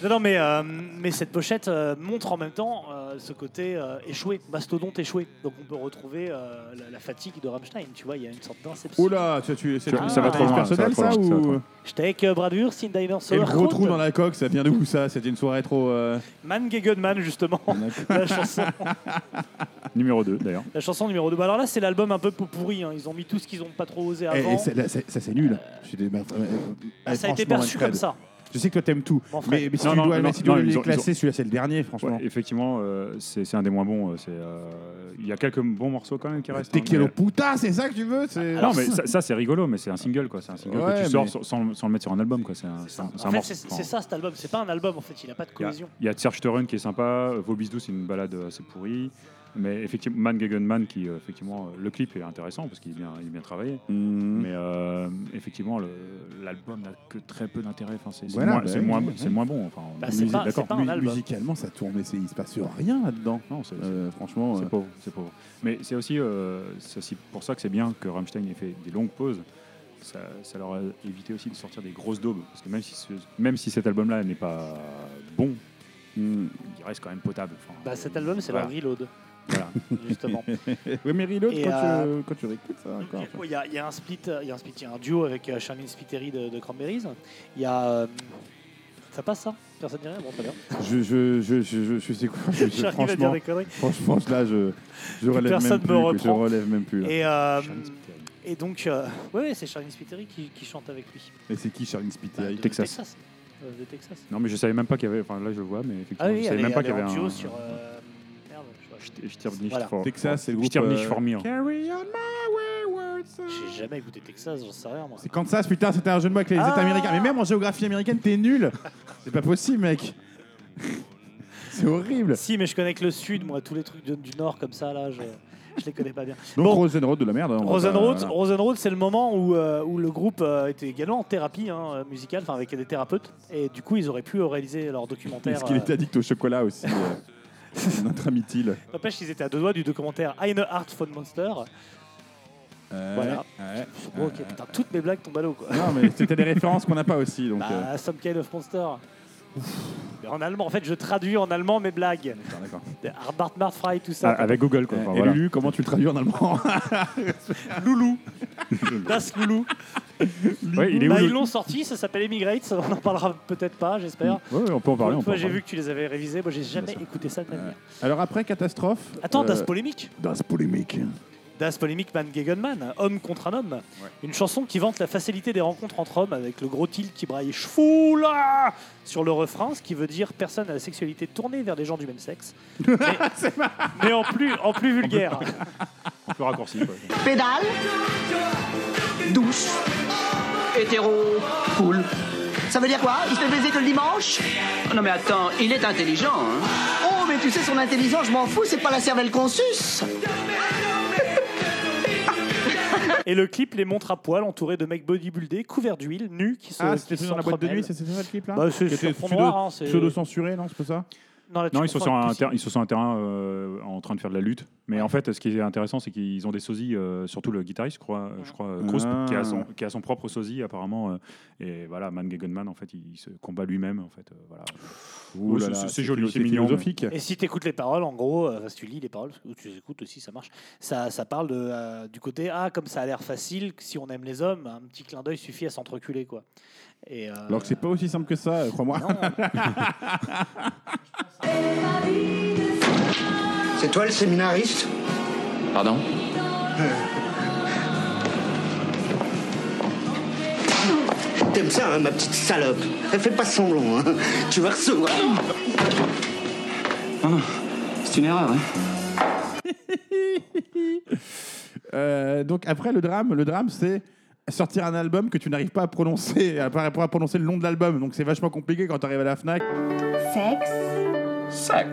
Speaker 5: Non, non, mais, euh, mais cette pochette euh, montre en même temps euh, ce côté euh, échoué, mastodonte échoué. Donc on peut retrouver euh, la, la fatigue de Rammstein. Tu vois, il y a une sorte d'inception.
Speaker 6: Oh là, tu, tu, c'est
Speaker 7: Tu-
Speaker 6: la-
Speaker 5: ça va
Speaker 6: c'est
Speaker 5: trop loin,
Speaker 6: personnel
Speaker 7: ça va
Speaker 6: ça,
Speaker 7: trop loin, ça va trop
Speaker 6: ou
Speaker 7: loin.
Speaker 5: J'étais avec euh, Bradure, Sin Diner
Speaker 6: Et le
Speaker 5: Sauer,
Speaker 6: gros trou
Speaker 5: Roth.
Speaker 6: dans la coque, ça vient d'où ça C'était une soirée trop. euh,
Speaker 5: Man Gegenman justement, la chanson,
Speaker 7: Numéro 2, d'ailleurs.
Speaker 5: la chanson numéro 2. Bah alors là, c'est l'album un peu pou- pourri. hein. Ils ont mis tout ce qu'ils n'ont pas trop osé
Speaker 6: Eh, Et,
Speaker 5: avant.
Speaker 6: et c'est- là, c'est- ça c'est nul. Je suis des- bah, euh,
Speaker 5: Ah, ça a
Speaker 6: franchement,
Speaker 5: été perçu
Speaker 6: Manfred,
Speaker 5: comme ça.
Speaker 6: Je sais que toi t'aimes tout,
Speaker 5: Bon, Fred.
Speaker 6: mais, mais si
Speaker 7: Non,
Speaker 6: tu
Speaker 7: non,
Speaker 6: dois,
Speaker 7: non,
Speaker 6: mais si tu
Speaker 7: non,
Speaker 6: dois
Speaker 7: ils
Speaker 6: les
Speaker 7: ont-
Speaker 6: classer, celui-là c'est le dernier,
Speaker 7: Ouais,
Speaker 6: franchement.
Speaker 7: effectivement, euh, c'est c'est un des moins bons. euh, c'est, euh, Il y a quelques bons morceaux quand même qui restent.
Speaker 6: T'es
Speaker 7: hein,
Speaker 6: quel
Speaker 7: mais-
Speaker 6: putain, c'est ça que tu veux c'est-
Speaker 7: non, mais ça, ça, c'est rigolo, mais c'est un single quoi. C'est un single
Speaker 6: Ouais,
Speaker 7: que tu sors
Speaker 6: mais-
Speaker 7: sans, sans- sans le mettre sur un album quoi. C'est un, c'est un- c'est un
Speaker 5: En fait,
Speaker 7: morceau.
Speaker 5: c'est c'est ça cet album. C'est pas un album en fait. Il n'a pas de
Speaker 7: Il y a-
Speaker 5: cohésion.
Speaker 7: Il y a Serge Torren qui est sympa, euh, Vobis Doux, c'est une balade assez pourrie. Mais effectivement, Man Gegen Man, qui euh, effectivement, euh, le clip est intéressant parce qu'il est bien, il est bien travaillé.
Speaker 5: hmm,
Speaker 6: Mm.
Speaker 7: Mais euh, effectivement, le- l'album n'a que très peu d'intérêt. Enfin, c'est c'est
Speaker 6: Voilà,
Speaker 7: moins,
Speaker 6: bah
Speaker 7: c'est
Speaker 6: oui,
Speaker 7: moins,
Speaker 6: oui,
Speaker 7: c'est
Speaker 6: oui.
Speaker 7: moins bon. Enfin,
Speaker 5: Bah, c'est
Speaker 7: musique,
Speaker 5: pas-
Speaker 7: d'accord.
Speaker 5: c'est pas un
Speaker 7: Mu-
Speaker 5: album.
Speaker 6: Musicalement, ça tourne, mais c'est- il se passe rien là-dedans.
Speaker 7: Non, c'est
Speaker 6: Euh, franchement.
Speaker 7: c'est
Speaker 6: euh,
Speaker 7: pauvre, c'est pauvre. Mais c'est aussi, euh, c'est aussi pour ça que c'est bien que Rammstein ait fait des longues pauses. Ça, ça leur a évité aussi de sortir des grosses daubes. Parce que même si, ce- même si cet album-là n'est pas bon,
Speaker 6: Mm.
Speaker 7: il reste quand même potable. Enfin, euh,
Speaker 5: Bah, cet album, c'est
Speaker 7: Voilà.
Speaker 5: leur reload,
Speaker 7: voilà.
Speaker 5: justement.
Speaker 6: oui, mais Reload,
Speaker 5: Et,
Speaker 6: quand,
Speaker 5: euh,
Speaker 6: tu, quand tu réécoutes ça, encore.
Speaker 5: Il y, a- il y a un split, euh, il y a un split, il y a un duo avec euh, Charmin Spiteri de, de Cranberries. Il y a. euh, ça passe ça Personne ne dit rien Bon, très bien.
Speaker 6: Je, je, je, je, je, je sais quoi. je- je-
Speaker 5: J'arrive à dire
Speaker 6: franchement,
Speaker 5: des conneries.
Speaker 6: franchement, là, je, je relève
Speaker 5: Personne
Speaker 6: même
Speaker 5: me
Speaker 6: plus. que je
Speaker 5: reprend.
Speaker 6: relève même plus. hein. là.
Speaker 5: Et, euh, et donc, euh, ouais, ouais, c'est Charmin Spiteri qui, qui chante avec lui. Bah,
Speaker 6: Mais c'est qui Charlie Spiteri
Speaker 5: De
Speaker 7: Texas.
Speaker 5: Euh, de Texas.
Speaker 7: Non, mais je savais même pas qu'il y avait. Enfin, là, je le vois, mais effectivement,
Speaker 5: Ah oui,
Speaker 7: je
Speaker 5: elle
Speaker 7: savais
Speaker 5: est-
Speaker 7: même pas
Speaker 5: elle
Speaker 7: qu'il y
Speaker 5: est
Speaker 7: avait
Speaker 5: en duo
Speaker 7: un.
Speaker 5: sur. euh, merde, je vois.
Speaker 7: Je tire
Speaker 5: Voilà.
Speaker 6: Texas, c'est le
Speaker 7: Je
Speaker 6: groupe.
Speaker 7: tire niche
Speaker 6: euh,
Speaker 7: for me. hein.
Speaker 6: Carry on my wayward son.
Speaker 5: J'ai jamais écouté Texas, j'en sais rien moi.
Speaker 6: C'est Kansas, putain, c'était un jeu de mots avec les États
Speaker 5: Ah.
Speaker 6: américains. Mais même en géographie américaine, t'es nul. C'est pas possible, mec. C'est horrible.
Speaker 5: Si, mais je connais que le sud, moi, tous les trucs de- du nord comme ça, là, je, je les connais pas bien.
Speaker 6: Donc,
Speaker 5: Bon.
Speaker 6: Rosenroth de la merde. hein, on va
Speaker 7: euh,
Speaker 5: Rosenroth,
Speaker 6: pas- voilà.
Speaker 5: Rosenroth, c'est le moment où, euh, où le groupe euh, était également en thérapie hein, euh, musicale, enfin avec des thérapeutes, et du coup ils auraient pu euh, réaliser leur documentaire.
Speaker 6: Parce qu'il
Speaker 5: euh,
Speaker 6: était addict au chocolat aussi. euh, Notre ami Thiel.
Speaker 5: N'empêche, ils étaient à deux doigts du documentaire Eine Art von Monster. Voilà.
Speaker 6: Euh, Ouais.
Speaker 5: Bon, ok, putain, toutes mes blagues tombent à l'eau quoi.
Speaker 6: Non, mais c'était des références qu'on n'a pas aussi. Donc, euh,
Speaker 5: Bah, Some Kind of Monster. Mais en allemand, en fait, je traduis en allemand mes blagues.
Speaker 6: putain, d'accord.
Speaker 5: Arbart Marfrey, tout
Speaker 7: Ah,
Speaker 5: ça.
Speaker 7: avec Google, quoi. Enfin,
Speaker 6: euh, Et
Speaker 7: voilà.
Speaker 6: Lulu, comment tu le traduis en allemand
Speaker 5: Loulou. Das Loulou.
Speaker 7: Ouais, il est où
Speaker 5: Bah,
Speaker 7: le-
Speaker 5: ils l'ont sorti, ça s'appelle Emigrate, on en parlera peut-être pas, j'espère.
Speaker 7: Ouais, ouais, on peut en parler.
Speaker 5: Une
Speaker 7: on peut
Speaker 5: fois,
Speaker 7: en
Speaker 5: j'ai
Speaker 7: parler.
Speaker 5: vu que tu les avais révisés, moi j'ai jamais écouté ça de ma vie.
Speaker 6: Alors après, catastrophe.
Speaker 5: Attends, Das
Speaker 6: euh,
Speaker 5: Polémique
Speaker 6: Das polémique.
Speaker 5: Das Polémique Man Gegen Man, homme contre un homme. Une chanson qui vante la facilité des rencontres entre hommes avec le gros tilt qui braille Schwula sur le refrain, ce qui veut dire personne à la sexualité tournée vers des gens du même sexe. Mais, mais en, plus, en plus vulgaire.
Speaker 7: Un peu raccourci, quoi.
Speaker 13: Pédale. Douce. Hétéro. Cool. Ça veut dire quoi Il se fait baiser que le dimanche
Speaker 14: Non mais attends, il est intelligent. Hein.
Speaker 13: Oh, mais tu sais, son intelligence, je m'en fous, c'est pas la cervelle qu'on suce.
Speaker 5: Et le clip les montre à poil entourés de mecs bodybuildés couverts d'huile, nus, qui se
Speaker 6: Ah, c'était
Speaker 5: qui
Speaker 6: celui dans la boîte de nuit,
Speaker 5: s'entremêlent.
Speaker 6: c'est c'est ça le clip là
Speaker 5: Bah, c'est
Speaker 6: Qui était
Speaker 5: sur fond noir, hein, c'est-
Speaker 6: Pseudo-censuré, non C'est pas ça
Speaker 5: Non, là, tu
Speaker 7: Non, ils sont,
Speaker 5: confonds
Speaker 7: sur
Speaker 5: avec
Speaker 7: un
Speaker 5: Pussy.
Speaker 7: terrain, ils sont sur un terrain euh, en train de faire de la lutte. Mais en fait, ce qui est intéressant, c'est qu'ils ont des sosies, euh, surtout le guitariste, je crois, euh, je crois euh, Krusp,
Speaker 6: Ah.
Speaker 7: qui, a son, qui a son propre sosie apparemment. euh, et voilà, Man Gegen Man, en fait, il, il se combat lui-même. En fait, euh, voilà.
Speaker 6: Ouh
Speaker 7: Ouais,
Speaker 6: là
Speaker 7: c'est-
Speaker 6: là,
Speaker 7: c'est-
Speaker 6: c'est
Speaker 7: c'est joli,
Speaker 6: philo-
Speaker 7: c'est
Speaker 6: c'est
Speaker 7: mignon.
Speaker 6: philosophique.
Speaker 5: Et si tu écoutes les paroles, en gros, euh, parce que tu lis les paroles, ou tu les écoutes aussi, ça marche. Ça, ça parle de, euh, du côté Ah, comme ça a l'air facile, que si on aime les hommes, un petit clin d'œil suffit à s'entreculer, quoi. Et, euh,
Speaker 6: Alors que c'est pas aussi simple que ça, euh, crois-moi.
Speaker 13: C'est toi le séminariste
Speaker 11: Pardon
Speaker 13: T'aimes ça, hein, ma petite salope Elle fait pas semblant, hein. Tu vas recevoir.
Speaker 11: C'est une erreur. Hein.
Speaker 6: Euh, donc après, le drame, le drame c'est sortir un album que tu n'arrives pas à prononcer, à pas- pas à prononcer le nom de l'album. Donc c'est vachement compliqué quand tu arrives à la Fnac.
Speaker 10: Sexe.
Speaker 11: Sex.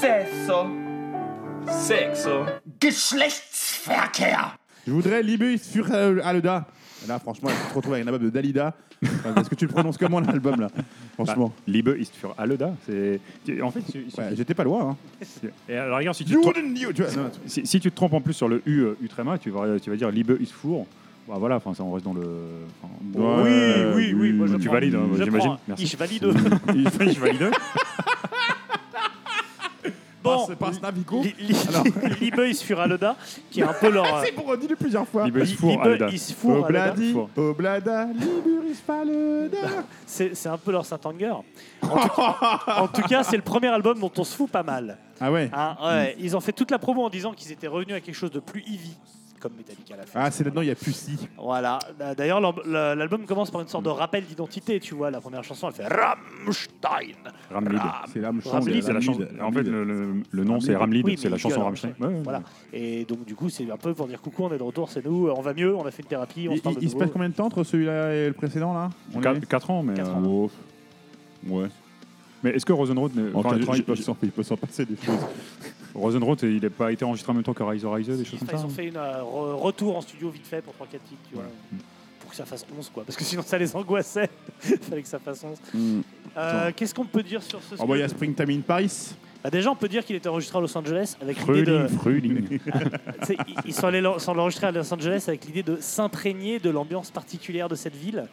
Speaker 11: Sesso. Sexo.
Speaker 13: Geschlechtsverkehr.
Speaker 6: Je voudrais Libus sur euh, Aleda. Là, franchement, tu te retrouves avec un album de Dalida. Enfin, Est-ce que tu le prononces comment l'album là Franchement.
Speaker 7: Bah, Liebe ist für Aleda. C'est en fait. il suffit-
Speaker 6: Ouais, J'étais pas loin. hein.
Speaker 7: Et alors, regarde, si tu,
Speaker 6: You
Speaker 7: te
Speaker 6: wouldn't you- tu vois, non,
Speaker 7: trompes- si, si tu te trompes en plus sur le U, euh, Utrema, tu vas, tu vas dire Liebe ist für. Bah voilà, enfin, ça, on reste dans le. enfin,
Speaker 6: Ouais,
Speaker 5: oui, oui, oui, moi je
Speaker 7: tu
Speaker 5: prends.
Speaker 7: valides, hein,
Speaker 5: Je
Speaker 7: j'imagine.
Speaker 5: prends.
Speaker 7: Merci.
Speaker 5: Ich valide.
Speaker 7: Je valide.
Speaker 5: bon,
Speaker 6: C'est pas Snavico
Speaker 5: Li- Li- Liebe sur Aloda, qui est un peu leur. euh,
Speaker 6: C'est pour redire plusieurs fois.
Speaker 7: Liebe ist
Speaker 5: Liebe
Speaker 7: für Aleda.
Speaker 5: ist für Aleda.
Speaker 6: Obladi,
Speaker 7: Pour-
Speaker 6: Oblada, Liburis Paleda.
Speaker 5: C'est c'est un peu leur Saint-Anger. En, tout cas- en tout cas, c'est le premier album dont on se fout pas mal.
Speaker 6: Ah ouais
Speaker 5: Hein, ouais, Ils ont fait toute la promo en disant qu'ils étaient revenus à quelque chose de plus heavy, comme Metallica l'a fait.
Speaker 6: Ah, c'est là-dedans, il y a Pussy.
Speaker 5: Voilà. D'ailleurs, l'al- l'album commence par une sorte de
Speaker 7: Mm.
Speaker 5: rappel d'identité, tu vois. La première chanson, elle fait Rammstein.
Speaker 7: Ramlid.
Speaker 6: C'est l'âme
Speaker 5: Ah, Ramlid,
Speaker 7: Ah, c'est la chanson. En fait, le, le- le nom, c'est Ramlid,
Speaker 5: Oui,
Speaker 7: c'est la
Speaker 5: mais
Speaker 7: chanson
Speaker 5: gueule,
Speaker 7: Rammstein. Ouais, ouais.
Speaker 5: Voilà. Et donc, du coup, c'est un peu pour dire coucou, on est de retour, c'est nous, on va mieux, on a fait une thérapie, on
Speaker 6: Il,
Speaker 5: se parle de
Speaker 6: il- il se
Speaker 5: nouveau.
Speaker 6: passe combien de temps entre celui-là et le précédent là On est-
Speaker 7: 4, ans, mais.
Speaker 5: Quatre
Speaker 7: euh,
Speaker 5: ans.
Speaker 7: oh,
Speaker 6: Ouais.
Speaker 7: Mais est-ce que Rosenroth. ne-
Speaker 6: En
Speaker 7: enfin,
Speaker 6: 4 ans,
Speaker 7: je-
Speaker 6: ils peuvent
Speaker 7: je-
Speaker 6: s'en- ils peuvent s'en passer des choses.
Speaker 7: Rosenroth, il n'a pas été enregistré en même temps que Rise of Rise, des choses comme
Speaker 5: Enfin,
Speaker 7: ça
Speaker 5: ils ont
Speaker 7: hein
Speaker 5: fait une euh, re- retour en studio vite fait pour 3-4 titres, tu vois.
Speaker 7: Mm.
Speaker 5: Pour que ça fasse 11, quoi. Parce que sinon, ça les angoissait. Il fallait que ça fasse 11.
Speaker 7: Mm.
Speaker 5: Euh, Qu'est-ce qu'on peut dire
Speaker 7: Ah,
Speaker 5: sur ce
Speaker 6: Oh, bah, il y a
Speaker 5: Scud
Speaker 6: Springtime in Paris.
Speaker 5: Bah, Déjà, on peut dire qu'il était enregistré à Los Angeles avec l'idée de.
Speaker 6: Fruling, Fruling.
Speaker 5: Tu sais, ils- Ils sont allés l'en- sont l'enregistrer à Los Angeles avec l'idée de s'imprégner de l'ambiance particulière de cette ville.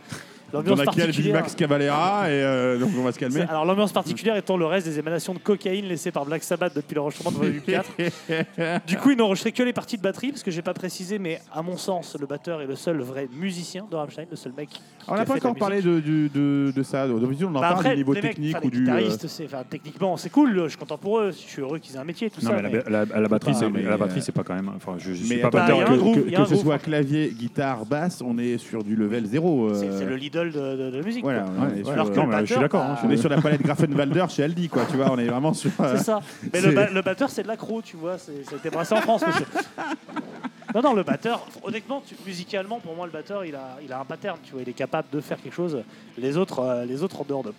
Speaker 6: Dans laquelle vit Max Cavalera, et euh, donc on va se calmer.
Speaker 5: C'est- Alors l'ambiance particulière étant le reste des émanations de cocaïne laissées par Black Sabbath depuis l'enregistrement de Volume 4. du coup, ils n'ont enregistré que les parties de batterie, parce que j'ai pas précisé, mais à mon sens, le batteur est le seul vrai musicien de Rammstein, le seul mec. qui-
Speaker 6: On
Speaker 5: qui
Speaker 6: n'a
Speaker 5: a
Speaker 6: pas
Speaker 5: fait de la
Speaker 6: encore parlé
Speaker 5: musique.
Speaker 6: de, du- de, de ça. D'habitude, on en
Speaker 5: Bah,
Speaker 6: parle
Speaker 5: après,
Speaker 6: du niveau
Speaker 5: les mecs,
Speaker 6: technique
Speaker 5: enfin,
Speaker 6: ou
Speaker 5: les
Speaker 6: du. euh,
Speaker 5: guitaristes, c'est- enfin, techniquement, c'est cool. Je suis content pour eux. Je suis heureux qu'ils aient un métier, tout
Speaker 7: Non,
Speaker 5: ça.
Speaker 7: mais,
Speaker 5: mais-
Speaker 7: la, la- à la batterie,
Speaker 6: Faut
Speaker 7: c'est
Speaker 6: pas, mais,
Speaker 7: à la batterie,
Speaker 6: euh,
Speaker 7: c'est pas quand même. Enfin, je, je suis
Speaker 6: Mais
Speaker 7: pas
Speaker 6: attends,
Speaker 7: batteur.
Speaker 5: il y a un
Speaker 7: que-
Speaker 5: groove,
Speaker 7: que-
Speaker 5: il y a
Speaker 7: que
Speaker 5: un
Speaker 7: ce
Speaker 6: Que ce
Speaker 5: groove.
Speaker 6: soit clavier, guitare, basse, on est sur du level zéro. euh,
Speaker 5: C'est c'est le Lidl de, de- de la musique.
Speaker 6: Voilà,
Speaker 5: quoi.
Speaker 6: on est sur-
Speaker 5: Alors que
Speaker 6: Non,
Speaker 5: le
Speaker 6: mais je
Speaker 5: batteur,
Speaker 6: suis d'accord, hein,
Speaker 5: bah,
Speaker 6: on est sur la palette Grafenwalder chez Aldi, quoi. Tu vois, on est vraiment sur. euh,
Speaker 5: C'est ça. Mais
Speaker 6: c'est-
Speaker 5: le, ba- le batteur, c'est de l'accro, tu vois. c'est- Ça a été brassé en France, monsieur. Non, non, le batteur, honnêtement, tu- musicalement, pour moi, le batteur, il a, il a un pattern, tu vois. Il est capable de faire quelque chose. Les autres, euh, les autres en dehors de.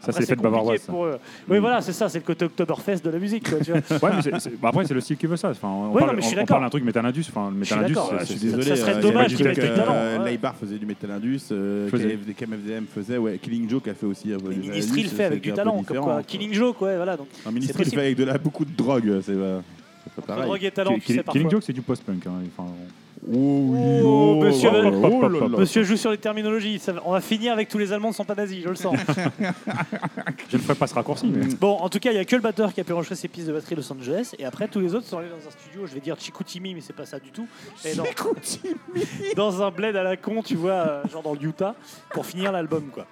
Speaker 7: Ça,
Speaker 5: Après,
Speaker 7: c'est fait de hein.
Speaker 5: compliqué
Speaker 7: bavaroise. ça.
Speaker 5: pour eux.
Speaker 7: Mm.
Speaker 5: Oui, voilà, c'est ça, c'est le côté Oktoberfest de la musique, quoi, tu vois.
Speaker 7: Ouais, mais c'est- c'est- bah, après, c'est le style qui veut ça. Enfin, on,
Speaker 5: Ouais,
Speaker 7: parle,
Speaker 5: non, mais je
Speaker 7: on-
Speaker 5: suis
Speaker 7: on
Speaker 5: d'accord.
Speaker 7: parle d'un truc Metal Indus. Enfin, le Metal Indus,
Speaker 5: d'accord,
Speaker 7: c'est-
Speaker 5: ouais,
Speaker 6: Je suis
Speaker 7: c'est-
Speaker 6: désolé.
Speaker 5: ça serait
Speaker 6: euh,
Speaker 5: dommage
Speaker 6: il y
Speaker 5: qu'il hein.
Speaker 6: a
Speaker 5: ait
Speaker 6: pas
Speaker 5: plus de
Speaker 6: que,
Speaker 5: talent,
Speaker 6: euh,
Speaker 5: ouais.
Speaker 6: Leibar faisait du Metal Indus, euh,
Speaker 7: Faisait.
Speaker 6: KF KMFDM faisait, ouais, Killing Joke a fait aussi. euh,
Speaker 5: Et
Speaker 6: du
Speaker 5: Ministry
Speaker 6: Indus,
Speaker 5: le fait avec
Speaker 6: c'était
Speaker 5: du
Speaker 6: un peu
Speaker 5: talent, comme
Speaker 6: différent,
Speaker 5: quoi.
Speaker 6: quoi.
Speaker 5: Killing Joke, ouais, voilà. Donc,
Speaker 6: Un
Speaker 5: c'est
Speaker 6: Ministry le
Speaker 5: possible.
Speaker 6: fait avec de la, beaucoup de drogue, c'est euh, c'est pas pareil.
Speaker 5: drogue et talent, tu sais
Speaker 7: Killing-
Speaker 5: parfois.
Speaker 7: Killing Joke, c'est du post-punk. hein. Enfin,
Speaker 5: Oh, monsieur,
Speaker 7: oh, oh, oh, oh, oh, oh.
Speaker 5: monsieur joue sur les terminologies. ça va- on va finir avec tous les Allemands ne sont pas nazis, je le sens.
Speaker 7: Je ne ferai pas ce raccourci. Mais...
Speaker 5: Bon, en tout cas, il n'y a que le batteur qui a pu enregistrer ses pistes de batterie Los Angeles. Et après, tous les autres sont allés dans un studio, je vais dire Chicoutimi, mais c'est pas ça du tout. Et dans, dans un bled à la con, tu vois, euh, genre dans le Utah, pour finir l'album, quoi.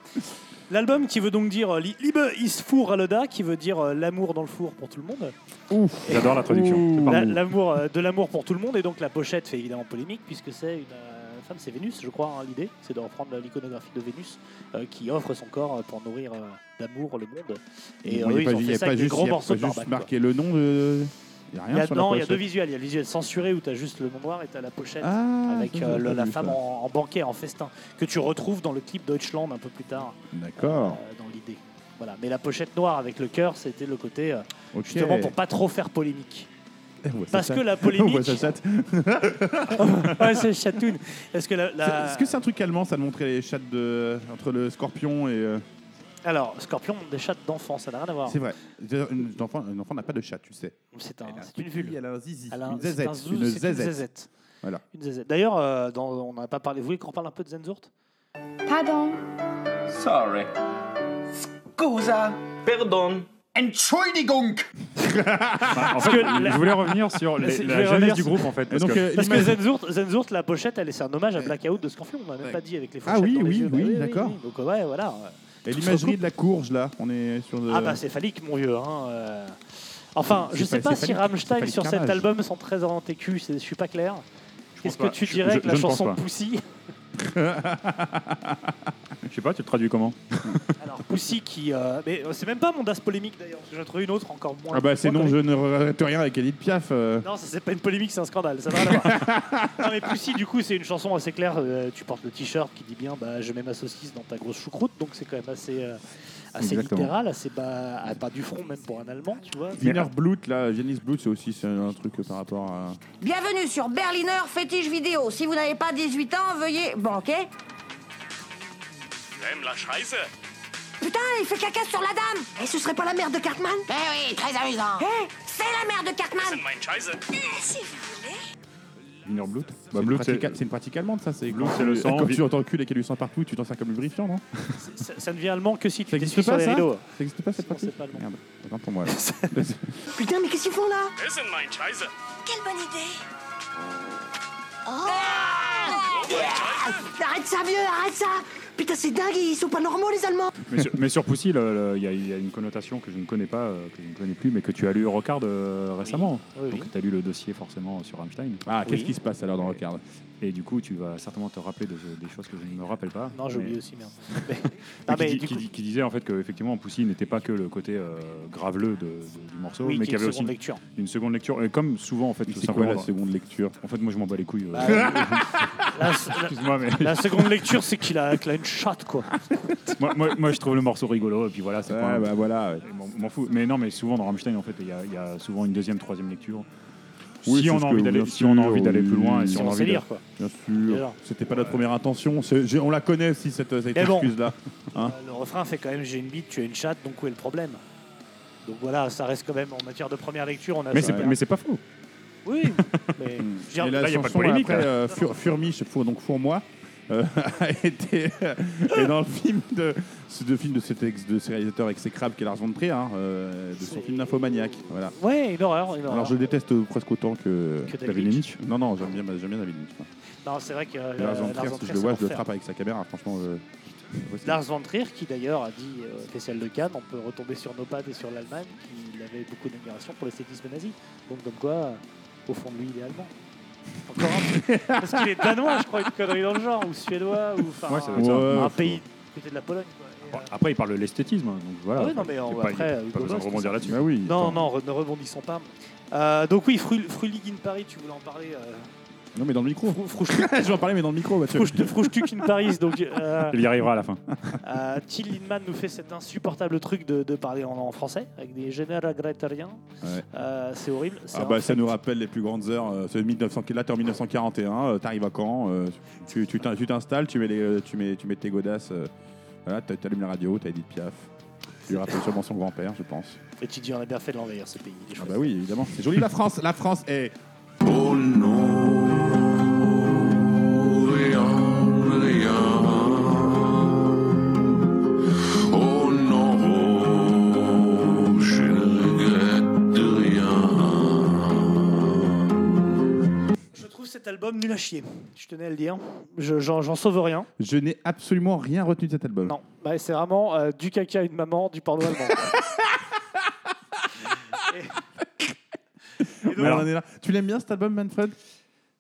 Speaker 5: L'album qui veut donc dire euh, Li- Liebe ist Four Aloda, qui veut dire euh, l'amour dans le four pour tout le monde.
Speaker 7: J'adore la traduction. C'est pas
Speaker 5: La-
Speaker 7: mon-
Speaker 5: L'amour euh, de l'amour pour tout le monde et donc la pochette fait évidemment polémique puisque c'est une euh, femme, c'est Vénus, je crois. hein, L'idée, c'est de reprendre l'iconographie de Vénus euh, qui offre son corps euh, pour nourrir euh, d'amour le monde. Et
Speaker 6: Il
Speaker 5: euh, eux,
Speaker 6: n'y
Speaker 5: ils
Speaker 6: a
Speaker 5: ont
Speaker 6: pas- il y
Speaker 5: fait
Speaker 6: a
Speaker 5: ça avec
Speaker 6: pas
Speaker 5: des
Speaker 6: juste
Speaker 5: gros
Speaker 6: il y a
Speaker 5: morceaux
Speaker 6: pas
Speaker 5: de barbac,
Speaker 6: juste
Speaker 5: quoi.
Speaker 6: marqué le nom de. Il n'y a
Speaker 5: Il y
Speaker 6: rien
Speaker 5: a-
Speaker 6: sur la
Speaker 5: non, il y a
Speaker 6: pochette.
Speaker 5: deux visuels. Il y a le visuel censuré où tu as juste le nom noir et tu as la pochette
Speaker 6: Ah, ça,
Speaker 5: avec
Speaker 6: j'ai
Speaker 5: euh,
Speaker 6: pas
Speaker 5: le- la
Speaker 6: vu,
Speaker 5: femme
Speaker 6: ça.
Speaker 5: en, en banquet, en festin, que tu retrouves dans le clip Deutschland un peu plus tard
Speaker 6: D'accord.
Speaker 5: euh, dans l'idée. Voilà. Mais la pochette noire avec le cœur, c'était le côté euh,
Speaker 6: Ok.
Speaker 5: justement pour pas trop faire polémique.
Speaker 6: Eh, on voit ça
Speaker 5: Parce
Speaker 6: chatte.
Speaker 5: que la
Speaker 6: On voit
Speaker 5: polémique.
Speaker 6: ça chatte.
Speaker 5: ouais, c'est chatoun. Est-ce que la, la-
Speaker 6: Est-ce que c'est un truc allemand, ça de montrer les chattes de... entre le scorpion et. euh,
Speaker 5: Alors, Scorpion, des chats d'enfant, ça n'a rien à voir.
Speaker 6: C'est vrai. Une enfant, un enfant n'a pas de chat, tu le sais.
Speaker 5: C'est un-
Speaker 6: Elle a
Speaker 5: c'est une
Speaker 6: petit,
Speaker 5: vulve.
Speaker 6: Elle a un zizi.
Speaker 5: Elle a un-
Speaker 6: ben, une
Speaker 5: c'est
Speaker 6: zazette.
Speaker 5: un zou-
Speaker 6: une
Speaker 5: c'est une
Speaker 6: zazette.
Speaker 5: zazette.
Speaker 6: Voilà.
Speaker 5: Une zazette. D'ailleurs, euh, dans- on n'a pas parlé. Vous voulez qu'on parle un peu de Zenzurt
Speaker 10: Pardon.
Speaker 11: Sorry. Scusa. Perdon. Entschuldigung.
Speaker 7: Bah, en
Speaker 5: Parce
Speaker 7: fait,
Speaker 5: que la-
Speaker 7: je voulais revenir sur les-
Speaker 5: Je
Speaker 7: la
Speaker 5: vais
Speaker 7: jeunesse
Speaker 5: revenir
Speaker 7: du
Speaker 5: sur-
Speaker 7: groupe en fait.
Speaker 6: Et
Speaker 7: Parce
Speaker 6: donc,
Speaker 7: que
Speaker 6: euh,
Speaker 5: Parce que
Speaker 6: l'image-
Speaker 5: Zenzurt, Zenzurt, la pochette, elle c'est un hommage à Blackout de Scorpion. On n'a même pas dit avec les
Speaker 6: Ah
Speaker 5: fourchettes.
Speaker 6: oui,
Speaker 5: dans les
Speaker 6: oui,
Speaker 5: yeux. Bah
Speaker 6: oui, d'accord.
Speaker 5: Donc, ouais, voilà.
Speaker 6: Et
Speaker 5: Tout se
Speaker 6: l'imagerie
Speaker 5: recoupe.
Speaker 6: de la courge, là, on est sur. de-
Speaker 5: Ah bah c'est phallique mon vieux. hein, euh. Enfin, je
Speaker 6: Euh, C'est
Speaker 5: sais
Speaker 6: pas-
Speaker 5: pas
Speaker 6: c'est
Speaker 5: si
Speaker 6: phallique, c'est
Speaker 5: Rammstein
Speaker 6: phallique
Speaker 5: sur cet
Speaker 6: carnage.
Speaker 5: album sont très orientés cul, c'est- je suis pas clair. Qu'est-ce que
Speaker 7: pas.
Speaker 5: tu
Speaker 7: Je-
Speaker 5: dirais
Speaker 7: je-
Speaker 5: avec la
Speaker 7: je ne pense
Speaker 5: chanson
Speaker 7: pas.
Speaker 5: Poussy
Speaker 7: je sais pas, tu le traduis comment
Speaker 5: Alors Poussy qui... euh, mais euh, c'est même pas mon DAS polémique d'ailleurs, parce que j'en trouvé une autre encore moins...
Speaker 6: Ah bah c'est
Speaker 5: moins
Speaker 6: non, je ne regrette rien avec Edith Piaf. euh.
Speaker 5: Non, ça c'est pas une polémique, c'est un scandale. Ça va rien à voir. non, mais Pussy, du coup, c'est une chanson assez claire. euh, tu portes le t-shirt qui dit bien bah, Je mets ma saucisse dans ta grosse choucroute. Donc c'est quand même assez, euh, assez
Speaker 7: Exactement.
Speaker 5: littéral, assez bas, à bas du front, même pour un Allemand, tu vois.
Speaker 6: Wiener Blut, là, Janis Blut, c'est aussi c'est un truc euh, par rapport à.
Speaker 15: Bienvenue sur Berliner Fétiche Vidéo. Si vous n'avez pas 18 ans, veuillez. Bon, ok. Putain, il fait caca sur la dame Et Eh, ce serait pas la mère de Cartman Eh oui, très amusant Eh, c'est la mère de Cartman
Speaker 7: Wiener Blut
Speaker 6: C'est
Speaker 7: Bah,
Speaker 6: une
Speaker 7: Blut,
Speaker 6: pratique-
Speaker 7: c'est.
Speaker 6: c'est une pratique allemande, ça. C'est
Speaker 7: Blut,
Speaker 6: quand
Speaker 7: c'est
Speaker 6: tu-
Speaker 7: le sang,
Speaker 6: Quand
Speaker 7: vi-
Speaker 6: tu entends cul et qu'il y a du sang partout, tu t'en sers comme lubrifiant, non
Speaker 5: Ça, ça ne devient allemand que si
Speaker 6: Ça
Speaker 5: tu
Speaker 6: existe
Speaker 5: t'essuies sur
Speaker 6: pas,
Speaker 5: les
Speaker 6: ça
Speaker 5: rideaux.
Speaker 6: Ça existe pas, cette pratique
Speaker 5: pas allemand.
Speaker 6: Merde, attends pour moi. là.
Speaker 15: Putain, mais qu'est-ce qu'ils font là Quelle bonne idée Arrête ça, vieux, arrête ça Putain, c'est dingue, ils sont pas normaux, les Allemands
Speaker 7: Mais sur, mais sur Pussy, le- le- il y, a- il y a une connotation que je ne connais pas, euh, que je ne connais plus, mais que tu as lu Rocard euh, récemment.
Speaker 5: Oui,
Speaker 7: Donc
Speaker 5: oui.
Speaker 7: tu as lu le dossier forcément sur Einstein.
Speaker 6: Ah, qu'est-ce
Speaker 5: Oui.
Speaker 6: qui se passe alors dans le cadre
Speaker 7: Et du coup, tu vas certainement te rappeler de- des choses que je ne me rappelle pas.
Speaker 5: Non, j'ai
Speaker 7: Mais-
Speaker 5: oublié aussi, merde.
Speaker 7: mais
Speaker 5: Ah, mais
Speaker 7: qui,
Speaker 5: du
Speaker 7: qui-
Speaker 5: coup-
Speaker 7: qui disait en fait que effectivement Pussy n'était pas que le côté euh, graveleux de- de- du morceau,
Speaker 5: Oui,
Speaker 7: mais qu'il
Speaker 5: qui
Speaker 7: y
Speaker 5: est une
Speaker 7: avait aussi
Speaker 5: seconde lecture.
Speaker 7: une seconde lecture. Et comme souvent en fait, tout
Speaker 6: C'est quoi la
Speaker 7: simplement,
Speaker 6: seconde lecture
Speaker 5: Bah,
Speaker 7: en fait, moi je m'en bats les couilles. euh,
Speaker 5: La,
Speaker 7: Excuse-moi, mais
Speaker 5: la seconde lecture, c'est qu'il a, qu'il a une une chatte, quoi.
Speaker 7: moi, moi- moi, je trouve le morceau rigolo, et puis voilà, c'est
Speaker 6: Ouais,
Speaker 7: pas.
Speaker 6: bah voilà.
Speaker 7: Je m'en- m'en fous. Mais non, mais souvent dans Rammstein, en fait, il y, a- il y a souvent une deuxième, troisième lecture.
Speaker 6: Oui,
Speaker 7: si
Speaker 6: c'est
Speaker 7: on
Speaker 6: ce
Speaker 7: a
Speaker 6: que-
Speaker 7: envie d'aller,
Speaker 6: bien
Speaker 7: si on a
Speaker 6: sûr,
Speaker 7: envie d'aller plus
Speaker 6: oui.
Speaker 7: loin, et si
Speaker 6: Si
Speaker 7: on
Speaker 6: on
Speaker 7: a
Speaker 6: sait
Speaker 7: envie de-
Speaker 5: lire, quoi.
Speaker 6: Bien sûr.
Speaker 5: Déjà.
Speaker 6: C'était pas notre première intention. c'est- j'ai- On la connaît aussi, cette, cette
Speaker 5: Mais bon.
Speaker 6: excuse-là. Hein
Speaker 5: Euh, Le refrain fait quand même j'ai une bite, tu as une chatte, donc où est le problème Donc voilà, ça reste quand même en matière de première lecture, on a.
Speaker 7: Mais
Speaker 5: ça.
Speaker 7: c'est pas- mais c'est pas faux.
Speaker 5: Oui, mais. je veux
Speaker 6: Et
Speaker 5: dire,
Speaker 6: la
Speaker 5: là, il y a pas de
Speaker 6: chanson,
Speaker 5: polémique.
Speaker 6: après,
Speaker 5: là.
Speaker 6: euh, Fur- Furmiche, Fou- donc Fourmoi, euh, a été euh, et dans le film de ce de film de cet ex- de ce réalisateur exécrable qui est Lars von Trier, hein, euh, de son film Nymphomaniac. Voilà.
Speaker 5: Ouais, une horreur. Une horreur.
Speaker 6: Alors je le déteste presque autant que,
Speaker 5: Que David David Lynch.
Speaker 6: Non non, j'aime bien, j'aime bien David Lynch. moi.
Speaker 5: Non, c'est vrai que. euh,
Speaker 6: Et Lars von
Speaker 5: Lars
Speaker 6: Trier,
Speaker 5: von
Speaker 6: si je
Speaker 5: Trier,
Speaker 6: le
Speaker 5: c'est
Speaker 6: vois, je le
Speaker 5: l'enfer.
Speaker 6: frappe avec sa caméra. Franchement. euh, ouais, c'est-
Speaker 5: Lars von Trier, qui d'ailleurs a dit euh, spécial de Cannes, on peut retomber sur nos pattes et sur l'Allemagne, qui avait beaucoup d'admiration pour le sédisme nazi. Donc, comme quoi, euh, au fond de lui, il est allemand. Encore un peu. Parce qu'il est danois, je crois, une connerie dans le genre, ou suédois, ou enfin,
Speaker 7: Ouais, ça doit être ça.
Speaker 5: un, un
Speaker 7: Ouais,
Speaker 5: pays du côté de la Pologne. quoi. euh,
Speaker 7: Bon, Après, il parle de l'esthétisme, hein, donc voilà.
Speaker 5: Ah oui, non, mais
Speaker 7: Il y a
Speaker 5: on-
Speaker 7: pas-
Speaker 5: après,
Speaker 7: il y a
Speaker 5: Hugo
Speaker 7: pas besoin de
Speaker 5: Boss,
Speaker 7: rebondir là-dessus.
Speaker 6: Ah oui.
Speaker 5: Non, non, re- ne rebondissons pas. Euh, donc, oui, Fru- Frulig in Paris, tu voulais en parler. Euh,
Speaker 6: Non mais dans le micro. je vais en parler mais dans le micro. Mathieu.
Speaker 5: Fruchtuk in Paris, donc. euh,
Speaker 7: Il y arrivera à la fin.
Speaker 5: Euh, Till Lindemann nous fait cet insupportable truc de, de parler en, en français avec des généraux gretoriens.
Speaker 6: Ouais.
Speaker 5: Euh, c'est horrible. c'est
Speaker 6: Ah
Speaker 5: un
Speaker 6: bah
Speaker 5: fait.
Speaker 6: ça nous rappelle les plus grandes heures. euh, c'est 1900, là t'es en 1941, euh, t'arrives à Caen, euh, tu tu t'in- tu t'installes, tu mets les, euh, tu mets tu mets tes godasses, euh, voilà, t'a- t'allumes la radio, t'as Edith Piaf. Tu lui rappelles sûrement son grand-père, je pense.
Speaker 5: Et tu dis on a bien fait de l'envahir ce pays. il est
Speaker 6: Ah
Speaker 5: chouette.
Speaker 6: bah oui, évidemment. C'est joli la France, la France est.
Speaker 16: Oh non, rien, rien. Oh non, je ne regrette rien.
Speaker 5: Je trouve cet album nul à chier. Je tenais à le dire. Je- J'en j'en sauve rien.
Speaker 6: Je n'ai absolument rien retenu de cet album.
Speaker 5: Non, bah, c'est vraiment euh, du caca à une maman, du porno allemand.
Speaker 6: Ah, Mais on en est là. Tu l'aimes bien cet album, Manfred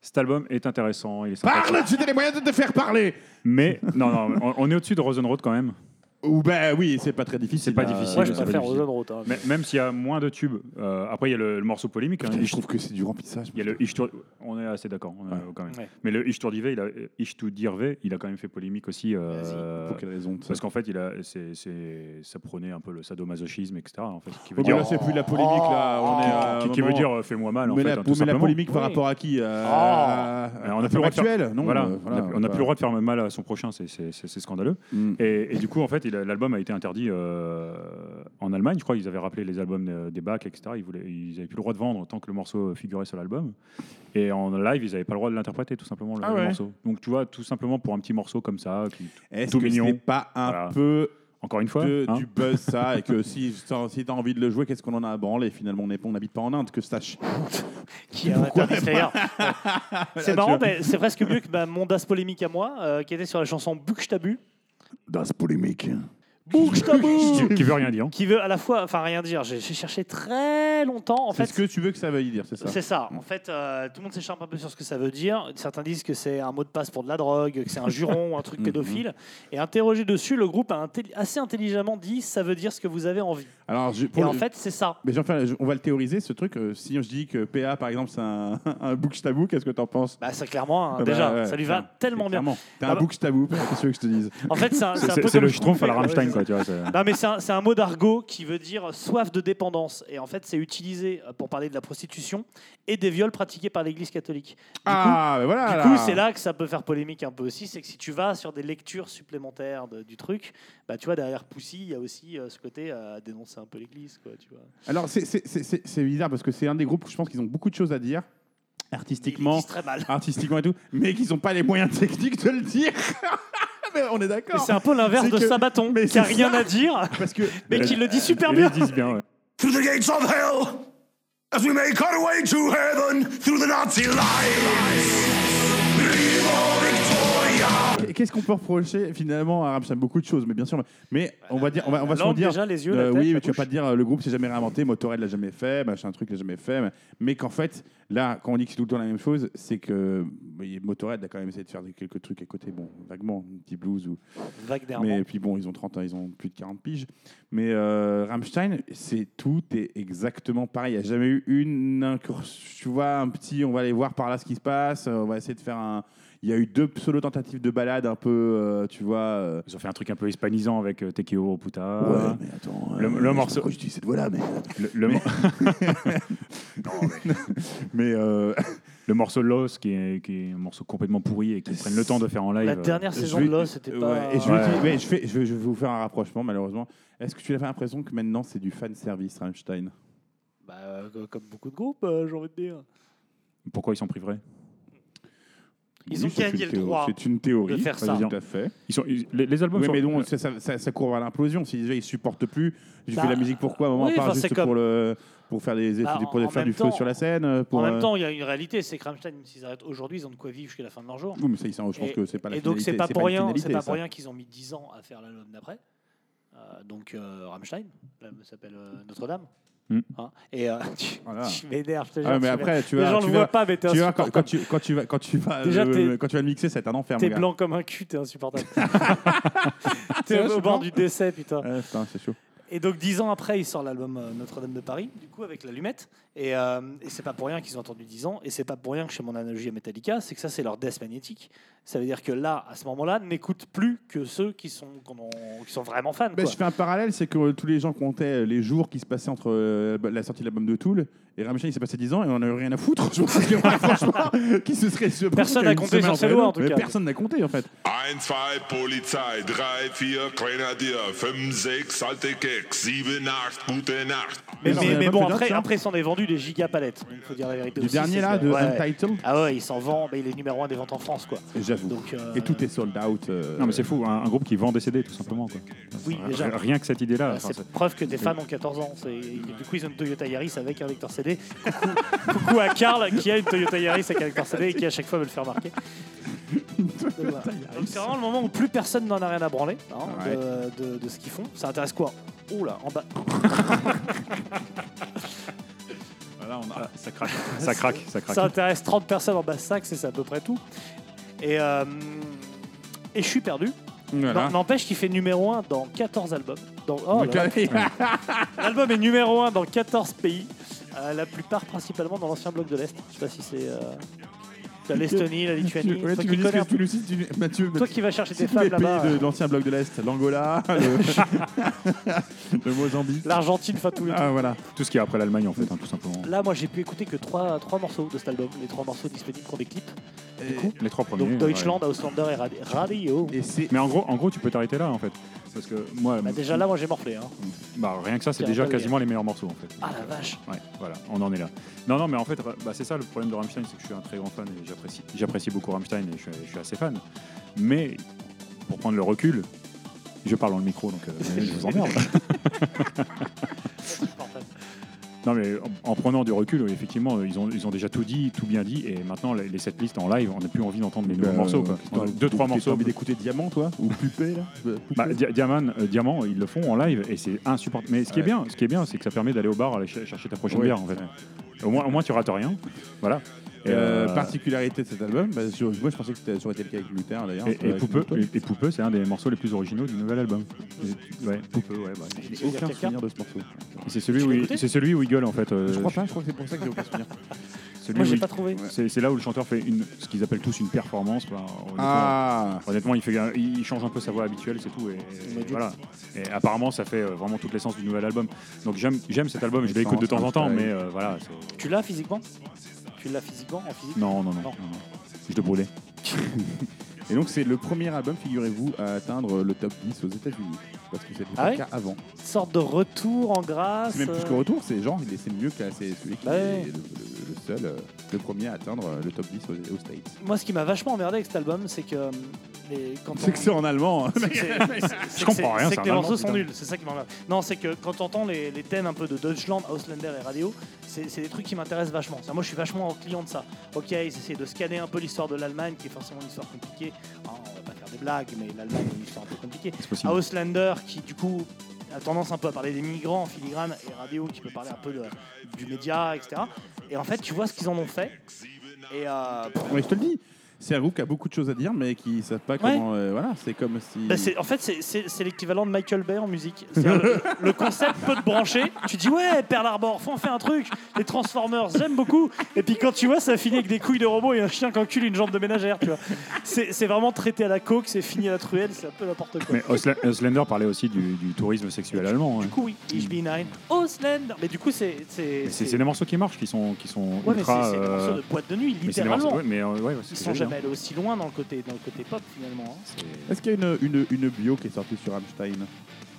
Speaker 7: Cet album est intéressant. Il est sympa.
Speaker 6: Parle, tu as les moyens de te faire parler.
Speaker 7: Mais non, non, on, on est au-dessus de Rosen Road quand même.
Speaker 6: Ou bah oui, c'est pas très difficile. hein.
Speaker 7: C'est pas
Speaker 6: là.
Speaker 7: difficile.
Speaker 5: Moi, je
Speaker 7: c'est pas
Speaker 5: préfère
Speaker 7: difficile.
Speaker 5: Rosen Roth, hein.
Speaker 7: Mais- Même s'il y a moins de tubes. euh, après, il y a le, le morceau polémique. hein,
Speaker 6: Putain,
Speaker 7: Ich-
Speaker 6: je trouve que c'est du remplissage.
Speaker 7: Il y a le Ich Tour- On est assez d'accord on est- quand même.
Speaker 5: Ouais.
Speaker 7: Mais le Ich Tour d'Ivé, il a Ich Tour d'Irvé, il a quand même fait polémique aussi. euh,
Speaker 6: Pour quelle raison, ça
Speaker 7: Parce qu'en fait, il a, c'est- c'est- ça prenait un peu le sadomasochisme, etc. En fait, qui
Speaker 6: Oh, mais là, c'est plus de la polémique, là, on est à un
Speaker 7: qui, qui veut
Speaker 6: moment-
Speaker 7: dire euh, fais-moi mal. en
Speaker 6: Mais
Speaker 7: fait,
Speaker 6: la-
Speaker 7: hein, tout
Speaker 6: mais la
Speaker 7: simplement. Oh.
Speaker 6: polémique par Oui. rapport à qui, euh, à-
Speaker 7: Alors,
Speaker 6: à
Speaker 7: on
Speaker 6: un
Speaker 7: n'a plus le droit de
Speaker 6: film
Speaker 7: faire-
Speaker 6: actuel Non,
Speaker 7: Voilà,
Speaker 6: euh, voilà, Hmm.
Speaker 7: on n'a-
Speaker 6: on
Speaker 7: on
Speaker 6: va
Speaker 7: n'a
Speaker 6: pas-
Speaker 7: plus le droit de faire mal à son prochain, c'est- c'est c'est- c'est scandaleux. Et, et du coup, en fait, il a- l'album a été interdit euh, en Allemagne. Je crois qu'ils avaient rappelé les albums euh, des bacs, etc. Ils n'avaient plus le droit de vendre tant que le morceau figurait sur l'album. Et en live, ils n'avaient pas le droit de l'interpréter, tout simplement, le,
Speaker 6: Ah
Speaker 7: le
Speaker 6: ouais.
Speaker 7: morceau. Donc, tu vois, tout simplement pour un petit morceau comme ça, qui,
Speaker 6: Est-ce
Speaker 7: tout
Speaker 6: que
Speaker 7: mignon.
Speaker 6: ce n'est pas un
Speaker 7: Voilà.
Speaker 6: peu
Speaker 7: Encore une fois,
Speaker 6: de-
Speaker 7: hein.
Speaker 6: du buzz ça et que si, t'as- si t'as envie de le jouer, qu'est-ce qu'on en a à branler Finalement, on n'est- on n'habite pas en Inde, que sache.
Speaker 5: Qui a interdit d'ailleurs.
Speaker 6: bah. Ah,
Speaker 5: C'est marrant, mais c'est presque mieux que bah, mon DAS polémique à moi, euh, qui était sur la chanson Buxtabu.
Speaker 16: Das polémique.
Speaker 5: Buxtabu
Speaker 7: qui veut rien dire.
Speaker 5: Qui veut à la fois, enfin rien dire, j'ai j'ai cherché très longtemps en
Speaker 6: C'est ce
Speaker 5: fait.
Speaker 6: que tu veux que ça veuille dire, c'est ça Mm.
Speaker 5: C'est ça. En fait, euh, tout le monde s'écharpe un peu sur ce que ça veut dire. Certains disent que c'est un mot de passe pour de la drogue, que c'est un juron, un
Speaker 6: Mm,
Speaker 5: truc pédophile. Et interrogé dessus, le groupe a intelli- assez intelligemment dit ça veut dire ce que vous avez envie.
Speaker 6: Alors, je- pour
Speaker 5: Et en
Speaker 6: le-
Speaker 5: fait, c'est ça.
Speaker 6: mais Jean-Pierre, je- on va le théoriser ce truc. euh, si je dis que PA par exemple c'est un, un tabou, qu'est-ce que t'en penses
Speaker 5: Bah c'est clairement, hein,
Speaker 6: Ah bah,
Speaker 5: déjà,
Speaker 6: ouais,
Speaker 5: ça lui va
Speaker 6: clairement.
Speaker 5: tellement bien.
Speaker 6: T'es
Speaker 5: Ah
Speaker 6: un
Speaker 5: bah-
Speaker 6: tabou, qu'est-ce que tu veux que je te dise
Speaker 5: En fait, c'est un, c'est un peu
Speaker 7: C'est
Speaker 5: comme
Speaker 7: le
Speaker 5: je
Speaker 7: Schtroumpf à la
Speaker 5: trouvais,
Speaker 7: Rammstein,
Speaker 5: ouais,
Speaker 7: quoi,
Speaker 5: c'est
Speaker 7: tu vois. c'est-
Speaker 5: ça. Non, mais c'est un, c'est un mot d'argot qui veut dire soif de dépendance. Et en fait, c'est utilisé pour parler de la prostitution et des viols pratiqués par l'Église catholique. Du
Speaker 6: Ah,
Speaker 5: coup-
Speaker 6: mais voilà,
Speaker 5: Du
Speaker 6: là.
Speaker 5: coup, c'est là que ça peut faire polémique un peu aussi. C'est que si tu vas sur des lectures supplémentaires de- du truc, bah, tu vois, derrière Poussy, il y a aussi euh, ce côté à dénoncer un peu l'Église, quoi, tu vois.
Speaker 6: Alors, c'est- c'est- c'est c'est- c'est bizarre parce que c'est un des groupes où je pense qu'ils ont beaucoup de choses à dire. Artistiquement, artistiquement et tout, mais qu'ils n'ont pas les moyens techniques de le dire. mais on est
Speaker 5: Mais
Speaker 6: d'accord.
Speaker 5: c'est un peu l'inverse
Speaker 6: C'est
Speaker 5: de
Speaker 6: que-
Speaker 5: Sabaton,
Speaker 6: mais
Speaker 5: qui a
Speaker 6: c'est
Speaker 5: rien
Speaker 6: ça.
Speaker 5: à dire,
Speaker 6: Parce que,
Speaker 5: mais qui le dit super
Speaker 7: Ils le
Speaker 5: bien.
Speaker 7: disent bien, ouais.
Speaker 16: Through the gates of hell, as we make our way to heaven, through the Nazi lines.
Speaker 6: Qu'est-ce qu'on peut reprocher finalement à Rammstein Beaucoup de choses, mais bien sûr. mais- Mais on va dire, on va, on va
Speaker 5: la
Speaker 6: sûrement
Speaker 5: langue,
Speaker 6: dire. euh,
Speaker 5: déjà, les yeux, la tête,
Speaker 6: oui,
Speaker 5: la
Speaker 6: mais tu vas
Speaker 5: bouche.
Speaker 6: pas te dire euh, le groupe s'est jamais réinventé, Motorhead l'a jamais fait, machin truc l'a jamais fait, mais, mais qu'en fait Là, quand on dit que c'est tout le temps la même chose, c'est que voyez, Motorhead a quand même essayé de faire des- quelques trucs à côté, bon, vaguement, un petit blues ou.
Speaker 5: Vague d'herbe.
Speaker 6: Mais puis bon, ils ont 30 ans, ils ont plus de 40 piges. Mais euh, Rammstein, c'est tout est exactement pareil. Il n'y a jamais eu une incursion, tu vois, un petit, on va aller voir par là ce qui se passe, euh, on va essayer de faire un. Il y a eu deux pseudo-tentatives de balade un peu, euh, tu vois.
Speaker 7: Ils ont fait un truc un peu hispanisant avec euh, Tekeo Oputa.
Speaker 6: Ouais, mais attends,
Speaker 7: Le, le
Speaker 6: euh, je sais pas
Speaker 7: morceau.
Speaker 6: pourquoi je dis cette voix-là, mais-
Speaker 7: Le, le mor-
Speaker 6: Mais, euh,
Speaker 7: le morceau Lost, qui est, qui est un morceau complètement pourri et qu'ils prennent le temps de faire en live. euh,
Speaker 5: La dernière saison de Lost, c'était pas-
Speaker 6: Ouais, et je,
Speaker 7: Ouais.
Speaker 6: vais dire- ouais, je, fais- je vais- je vais vous faire un rapprochement, malheureusement. Est-ce que tu as pas l'impression que maintenant c'est du fan service, Rammstein
Speaker 5: Bah, euh, comme beaucoup de groupes, euh, j'ai envie de dire.
Speaker 7: Pourquoi ils s'en priveraient
Speaker 5: Ils ont
Speaker 6: c'est une
Speaker 5: gagné le
Speaker 6: théo-
Speaker 5: droit
Speaker 6: C'est une théorie.
Speaker 5: de faire
Speaker 6: pas
Speaker 5: ça.
Speaker 6: Tout à fait.
Speaker 7: Ils sont, les, albums
Speaker 6: Oui,
Speaker 7: sont-
Speaker 6: mais
Speaker 5: euh,
Speaker 6: donc, ça, ça- ça- ça court vers l'implosion. Si déjà ils supportent plus, j'ai
Speaker 5: Bah,
Speaker 6: fait de la musique pourquoi À un moment,
Speaker 5: oui,
Speaker 6: à part
Speaker 5: enfin,
Speaker 6: juste
Speaker 5: c'est comme-
Speaker 6: pour, le, pour faire, des,
Speaker 5: Bah,
Speaker 6: pour
Speaker 5: en
Speaker 6: faire du
Speaker 5: même
Speaker 6: feu
Speaker 5: temps-
Speaker 6: sur la scène. Pour,
Speaker 5: en même
Speaker 6: euh,
Speaker 5: temps, il y a une réalité, c'est que Rammstein, s'ils arrêtent aujourd'hui, ils ont de quoi vivre jusqu'à la fin de leur jour.
Speaker 6: Oui, mais ça, ils sont- je pense
Speaker 5: Et-
Speaker 6: que c'est pas la
Speaker 5: Et donc, c'est
Speaker 6: finalité,
Speaker 5: pas
Speaker 6: c'est
Speaker 5: pour
Speaker 6: pas une
Speaker 5: rien, c'est
Speaker 6: finalité,
Speaker 5: pas
Speaker 6: ça.
Speaker 5: pour rien qu'ils ont mis 10 ans à faire l'album d'après. Euh, donc, euh, Rammstein, l'album s'appelle euh, Notre-Dame.
Speaker 7: Hmm.
Speaker 5: Hein et euh, tu,
Speaker 6: Voilà.
Speaker 5: tu m'énerves, je te
Speaker 6: Ah, mais
Speaker 5: jure, tu
Speaker 6: après,
Speaker 5: m'énerves.
Speaker 6: tu
Speaker 5: Les
Speaker 6: vas-
Speaker 5: gens
Speaker 6: tu
Speaker 5: le
Speaker 6: vas-
Speaker 5: voient pas, mais t'es
Speaker 6: tu vas, quand, quand
Speaker 5: insupportable.
Speaker 6: tu, quand tu vas, quand tu vas,
Speaker 5: Déjà,
Speaker 6: le-
Speaker 5: t'es-
Speaker 6: quand tu vas le mixer, c'est un enfer.
Speaker 5: T'es
Speaker 6: mon gars.
Speaker 5: blanc comme un cul, t'es insupportable.
Speaker 6: C'est
Speaker 5: t'es
Speaker 6: vrai, je
Speaker 5: au
Speaker 6: suis blanc
Speaker 5: bord du décès, putain.
Speaker 6: Ouais, putain, c'est chaud.
Speaker 5: Et donc dix ans après, il sort l'album euh, Notre-Dame de Paris, du coup avec l'allumette. Et, euh, et c'est pas pour rien qu'ils ont attendu 10 ans. Et c'est pas pour rien que chez mon analogie à Metallica, c'est que ça c'est leur death magnétique. Ça veut dire que là, à ce moment-là, n'écoute plus que ceux qui sont, qu'on en- qui sont vraiment fans.
Speaker 6: Ben,
Speaker 5: quoi.
Speaker 6: je fais un parallèle, c'est que euh, tous les gens comptaient euh, les jours qui se passaient entre euh, la sortie de l'album de Tool et Rammstein, il s'est passé 10 ans et on en a eu rien à foutre. Je pense que, ouais, franchement, qui se serait surpris qu'il
Speaker 5: Personne
Speaker 6: y ait
Speaker 5: n'a
Speaker 6: une
Speaker 5: compté
Speaker 6: semaine
Speaker 5: sur
Speaker 6: entre
Speaker 5: ses
Speaker 6: les
Speaker 5: lois, en
Speaker 6: autres.
Speaker 5: tout
Speaker 6: Mais
Speaker 5: cas.
Speaker 6: Personne n'a compté en fait.
Speaker 16: 1, 2, Polizei, 3, 4, Grenadier, 5, 6, alte Keks, 7, 8, gute Nacht.
Speaker 5: Mais,
Speaker 6: non,
Speaker 5: mais-
Speaker 6: mais
Speaker 5: mais
Speaker 6: pas
Speaker 5: bon,
Speaker 6: plus
Speaker 5: après,
Speaker 6: d'autres, hein.
Speaker 5: après s'en est vendu des gigapalettes. Il faut dire la vérité.
Speaker 6: Du
Speaker 5: aussi,
Speaker 6: dernier,
Speaker 5: c'est
Speaker 6: là,
Speaker 5: que-
Speaker 6: de
Speaker 5: ouais, ouais.
Speaker 6: Untitled
Speaker 5: Ah ouais, il s'en vend, mais il est numéro un des ventes en France, quoi.
Speaker 6: J'avoue.
Speaker 5: Donc, euh,
Speaker 6: Et tout est sold out. euh,
Speaker 7: Non, mais c'est fou, un, un groupe qui vend des CD, tout simplement. Quoi.
Speaker 5: Oui,
Speaker 7: Enfin,
Speaker 5: déjà.
Speaker 7: Rien que cette idée-là.
Speaker 6: Ah,
Speaker 5: Bah,
Speaker 7: enfin,
Speaker 5: c'est preuve que des
Speaker 7: c'est-
Speaker 5: femmes ont 14 ans. C'est- Du coup, ils ont une Toyota Yaris avec un lecteur CD. Coucou, coucou à Karl qui a une Toyota Yaris avec un lecteur CD et qui à chaque fois veut le faire marquer. Donc, voilà. Donc, c'est vraiment le moment où plus personne n'en a rien à branler hein,
Speaker 6: Ouais.
Speaker 5: de, de- de ce qu'ils font. Ça intéresse quoi Oh là, en bas.
Speaker 7: Voilà, on a- Ça craque, ça craque, ça craque.
Speaker 5: Ça intéresse 30 personnes en Basse-Saxe et c'est à peu près tout. Et, euh, et je suis perdu.
Speaker 6: Voilà.
Speaker 7: hein.
Speaker 5: Non, N'empêche qu'il fait numéro 1 dans 14 albums. Dans- oh
Speaker 6: Donc,
Speaker 5: là là.
Speaker 6: allez.
Speaker 5: L'album est numéro 1 dans 14 pays, euh, la plupart principalement dans l'ancien bloc de l'Est. Je sais pas si c'est euh, la l'Estonie, la Lituanie.
Speaker 6: Ouais,
Speaker 5: toi,
Speaker 6: tu me
Speaker 5: qui
Speaker 6: dis
Speaker 5: connais un
Speaker 6: que tu
Speaker 5: peu-
Speaker 6: nous cites, tu- Mathieu,
Speaker 5: toi qui vas chercher
Speaker 6: tu
Speaker 5: des
Speaker 6: cites les
Speaker 5: femmes là-bas,
Speaker 6: pays de
Speaker 5: euh,
Speaker 6: l'ancien bloc de l'Est, l'Angola, le, le Mozambique.
Speaker 5: l'Argentine, enfin tout le
Speaker 6: Ah voilà.
Speaker 7: Tout ce qui est après l'Allemagne, en fait, hein, tout simplement.
Speaker 5: Là, moi, j'ai pu écouter que 3, trois morceaux de cet album, les trois morceaux disponibles pour des clips. Du coup,
Speaker 7: Les trois premiers.
Speaker 5: donc
Speaker 7: ouais.
Speaker 5: Deutschland, Auslander et Radi- Radio.
Speaker 7: Mais en gros, en gros, tu peux t'arrêter là, en fait. Parce que moi.
Speaker 5: Bah, déjà là, moi, j'ai morflé. hein.
Speaker 7: Bah, rien que ça, c'est
Speaker 5: Tiens,
Speaker 7: déjà
Speaker 5: pas le
Speaker 7: quasiment les meilleurs morceaux en fait.
Speaker 5: Ah la vache.
Speaker 7: Ouais, voilà, on en est là. Non, non, mais en fait, bah, c'est ça le problème de Rammstein, c'est que je suis un très grand fan et j'apprécie, j'apprécie beaucoup Rammstein et je, suis- je suis assez fan. Mais pour prendre le recul, je parle dans le micro, donc euh, je vous emmerde. non, mais en, en prenant du recul, oui, effectivement, ils ont, ils ont déjà tout dit, tout bien dit, et maintenant les, les setlists en live, on n'a plus envie d'entendre les nouveaux
Speaker 6: Bah,
Speaker 7: morceaux. Quoi.
Speaker 6: t'as-
Speaker 7: Deux, trois
Speaker 6: t'as
Speaker 7: morceaux.
Speaker 6: envie d'écouter Diamant, toi Ou Pupé, là
Speaker 7: Bah, Dia- Diamant, euh, Diamant, ils le font en live et c'est insupportable. Mais ce qui est
Speaker 6: Ouais.
Speaker 7: bien, ce qui est bien, c'est que ça permet d'aller au bar, aller ch- chercher ta prochaine
Speaker 6: Oui.
Speaker 7: bière en fait. Au moins, au moins, tu rates rien. Voilà. Et,
Speaker 6: Euh,
Speaker 7: euh,
Speaker 6: particularité de cet album, bah, sur- moi je pensais que c'était- ça aurait été le cas avec Luther d'ailleurs.
Speaker 7: et, et
Speaker 6: Avec
Speaker 7: Poupeux,
Speaker 6: Luther.
Speaker 7: et- et Poupeux, c'est un des morceaux les plus originaux du nouvel album. Ouais, Poupeux, ouais. bah,
Speaker 6: Je
Speaker 7: c'est-
Speaker 6: n'ai aucun souvenir de ce morceau.
Speaker 7: c'est celui où, il- c'est celui où il gueule en fait. euh,
Speaker 6: hein. Je crois pas, je crois que c'est pour ça que j'ai aucun souvenir.
Speaker 7: celui
Speaker 5: Moi,
Speaker 7: où
Speaker 5: j'ai
Speaker 7: il-
Speaker 5: pas trouvé.
Speaker 7: C'est c'est là où le chanteur fait une, ce qu'ils appellent tous une performance. bah, honnêtement,
Speaker 6: Ah.
Speaker 7: honnêtement, il, fait, un- il change un peu sa voix habituelle, c'est tout. Et,
Speaker 5: Il module.
Speaker 7: voilà. Et apparemment, ça fait euh, vraiment toute l'essence du nouvel album. Donc j'aime j'aime cet album, je l'écoute de temps en temps, mais euh, voilà. c'est-
Speaker 5: Tu l'as physiquement Tu l'as physiquement en physique
Speaker 7: Non, non, non. non, non. Je le brûlais.
Speaker 6: Et donc c'est le premier album, figurez-vous, à atteindre le top 10 aux États-Unis. Parce que c'était
Speaker 5: Ah
Speaker 6: pas
Speaker 5: ouais
Speaker 6: le cas avant.
Speaker 5: Une sorte de retour en grâce.
Speaker 6: C'est même plus
Speaker 5: euh,
Speaker 6: que retour, c'est genre, il est- c'est mieux que c'est celui qui
Speaker 5: Bah ouais.
Speaker 6: est le, le- le seul, euh, le premier à atteindre euh, le top 10 aux, aux States.
Speaker 5: Moi, ce qui m'a vachement emmerdé avec cet album, c'est que. euh, les- quand
Speaker 6: C'est
Speaker 5: on-
Speaker 6: que c'est en allemand. hein.
Speaker 5: C'est que c'est- c'est-
Speaker 6: Je comprends
Speaker 5: c'est-
Speaker 6: rien,
Speaker 5: C'est
Speaker 6: c'est
Speaker 5: que
Speaker 6: un
Speaker 5: les
Speaker 6: Allemand,
Speaker 5: morceaux sont
Speaker 6: putain.
Speaker 5: nuls, c'est ça qui m'emmerde. Non, c'est que quand t'entends les, les thèmes un peu de Deutschland, Ausländer et Radio, c'est c'est des trucs qui m'intéressent vachement. C'est-à-dire, Moi, je suis vachement en client de ça. Ok, ils essaient de scanner un peu l'histoire de l'Allemagne, qui est forcément une histoire Hein, compliquée. Ah, on va pas faire des blagues, mais l'Allemagne est une histoire un peu compliquée.
Speaker 7: possible.
Speaker 5: Auslander, qui du coup a tendance un peu à parler des migrants en filigrane et radio qui peut parler un peu de- du média, etc. Et en fait, tu vois ce qu'ils en ont fait. Et euh, pff,
Speaker 6: Ouais, je te le dis. C'est un groupe qui a beaucoup de choses à dire, mais qui ne savent pas comment. euh, voilà, c'est comme si.
Speaker 5: bah, c'est- en fait, c'est- c'est c'est l'équivalent de Michael Bay en musique. C'est-à-dire, Le, le concept peut te brancher. Tu dis ouais, Pearl Harbor, faut en faire un truc. Les Transformers, j'aime beaucoup. Et puis quand tu vois, ça finit avec des couilles de robot et un chien qui encule une jambe de ménagère. Tu vois, c'est c'est vraiment traité à la coke, c'est fini à la truelle, c'est un peu n'importe quoi.
Speaker 7: Mais Osla- Oslander parlait aussi du, du tourisme sexuel allemand. hein.
Speaker 5: Du coup, oui, Ich bin ein Ausländer. Mais du coup, c'est. c'est-
Speaker 7: Mais C'est
Speaker 5: c'est-
Speaker 7: c'est des morceaux qui marchent, qui sont, qui sont
Speaker 5: Ouais, mais c'est
Speaker 7: ultra.
Speaker 5: c'est des
Speaker 7: euh,
Speaker 5: morceaux de boîte de nuit,
Speaker 7: mais c'est des morceaux-
Speaker 5: littéralement.
Speaker 7: ouais, mais, euh, ouais, ouais, c'est
Speaker 5: Ils
Speaker 7: ce
Speaker 5: sont
Speaker 7: que j'allais
Speaker 5: jamais allés aussi loin dans le côté, dans le côté pop finalement. hein.
Speaker 6: Est-ce qu'il y a une, une, une bio qui est sortie sur Rammstein
Speaker 7: dire.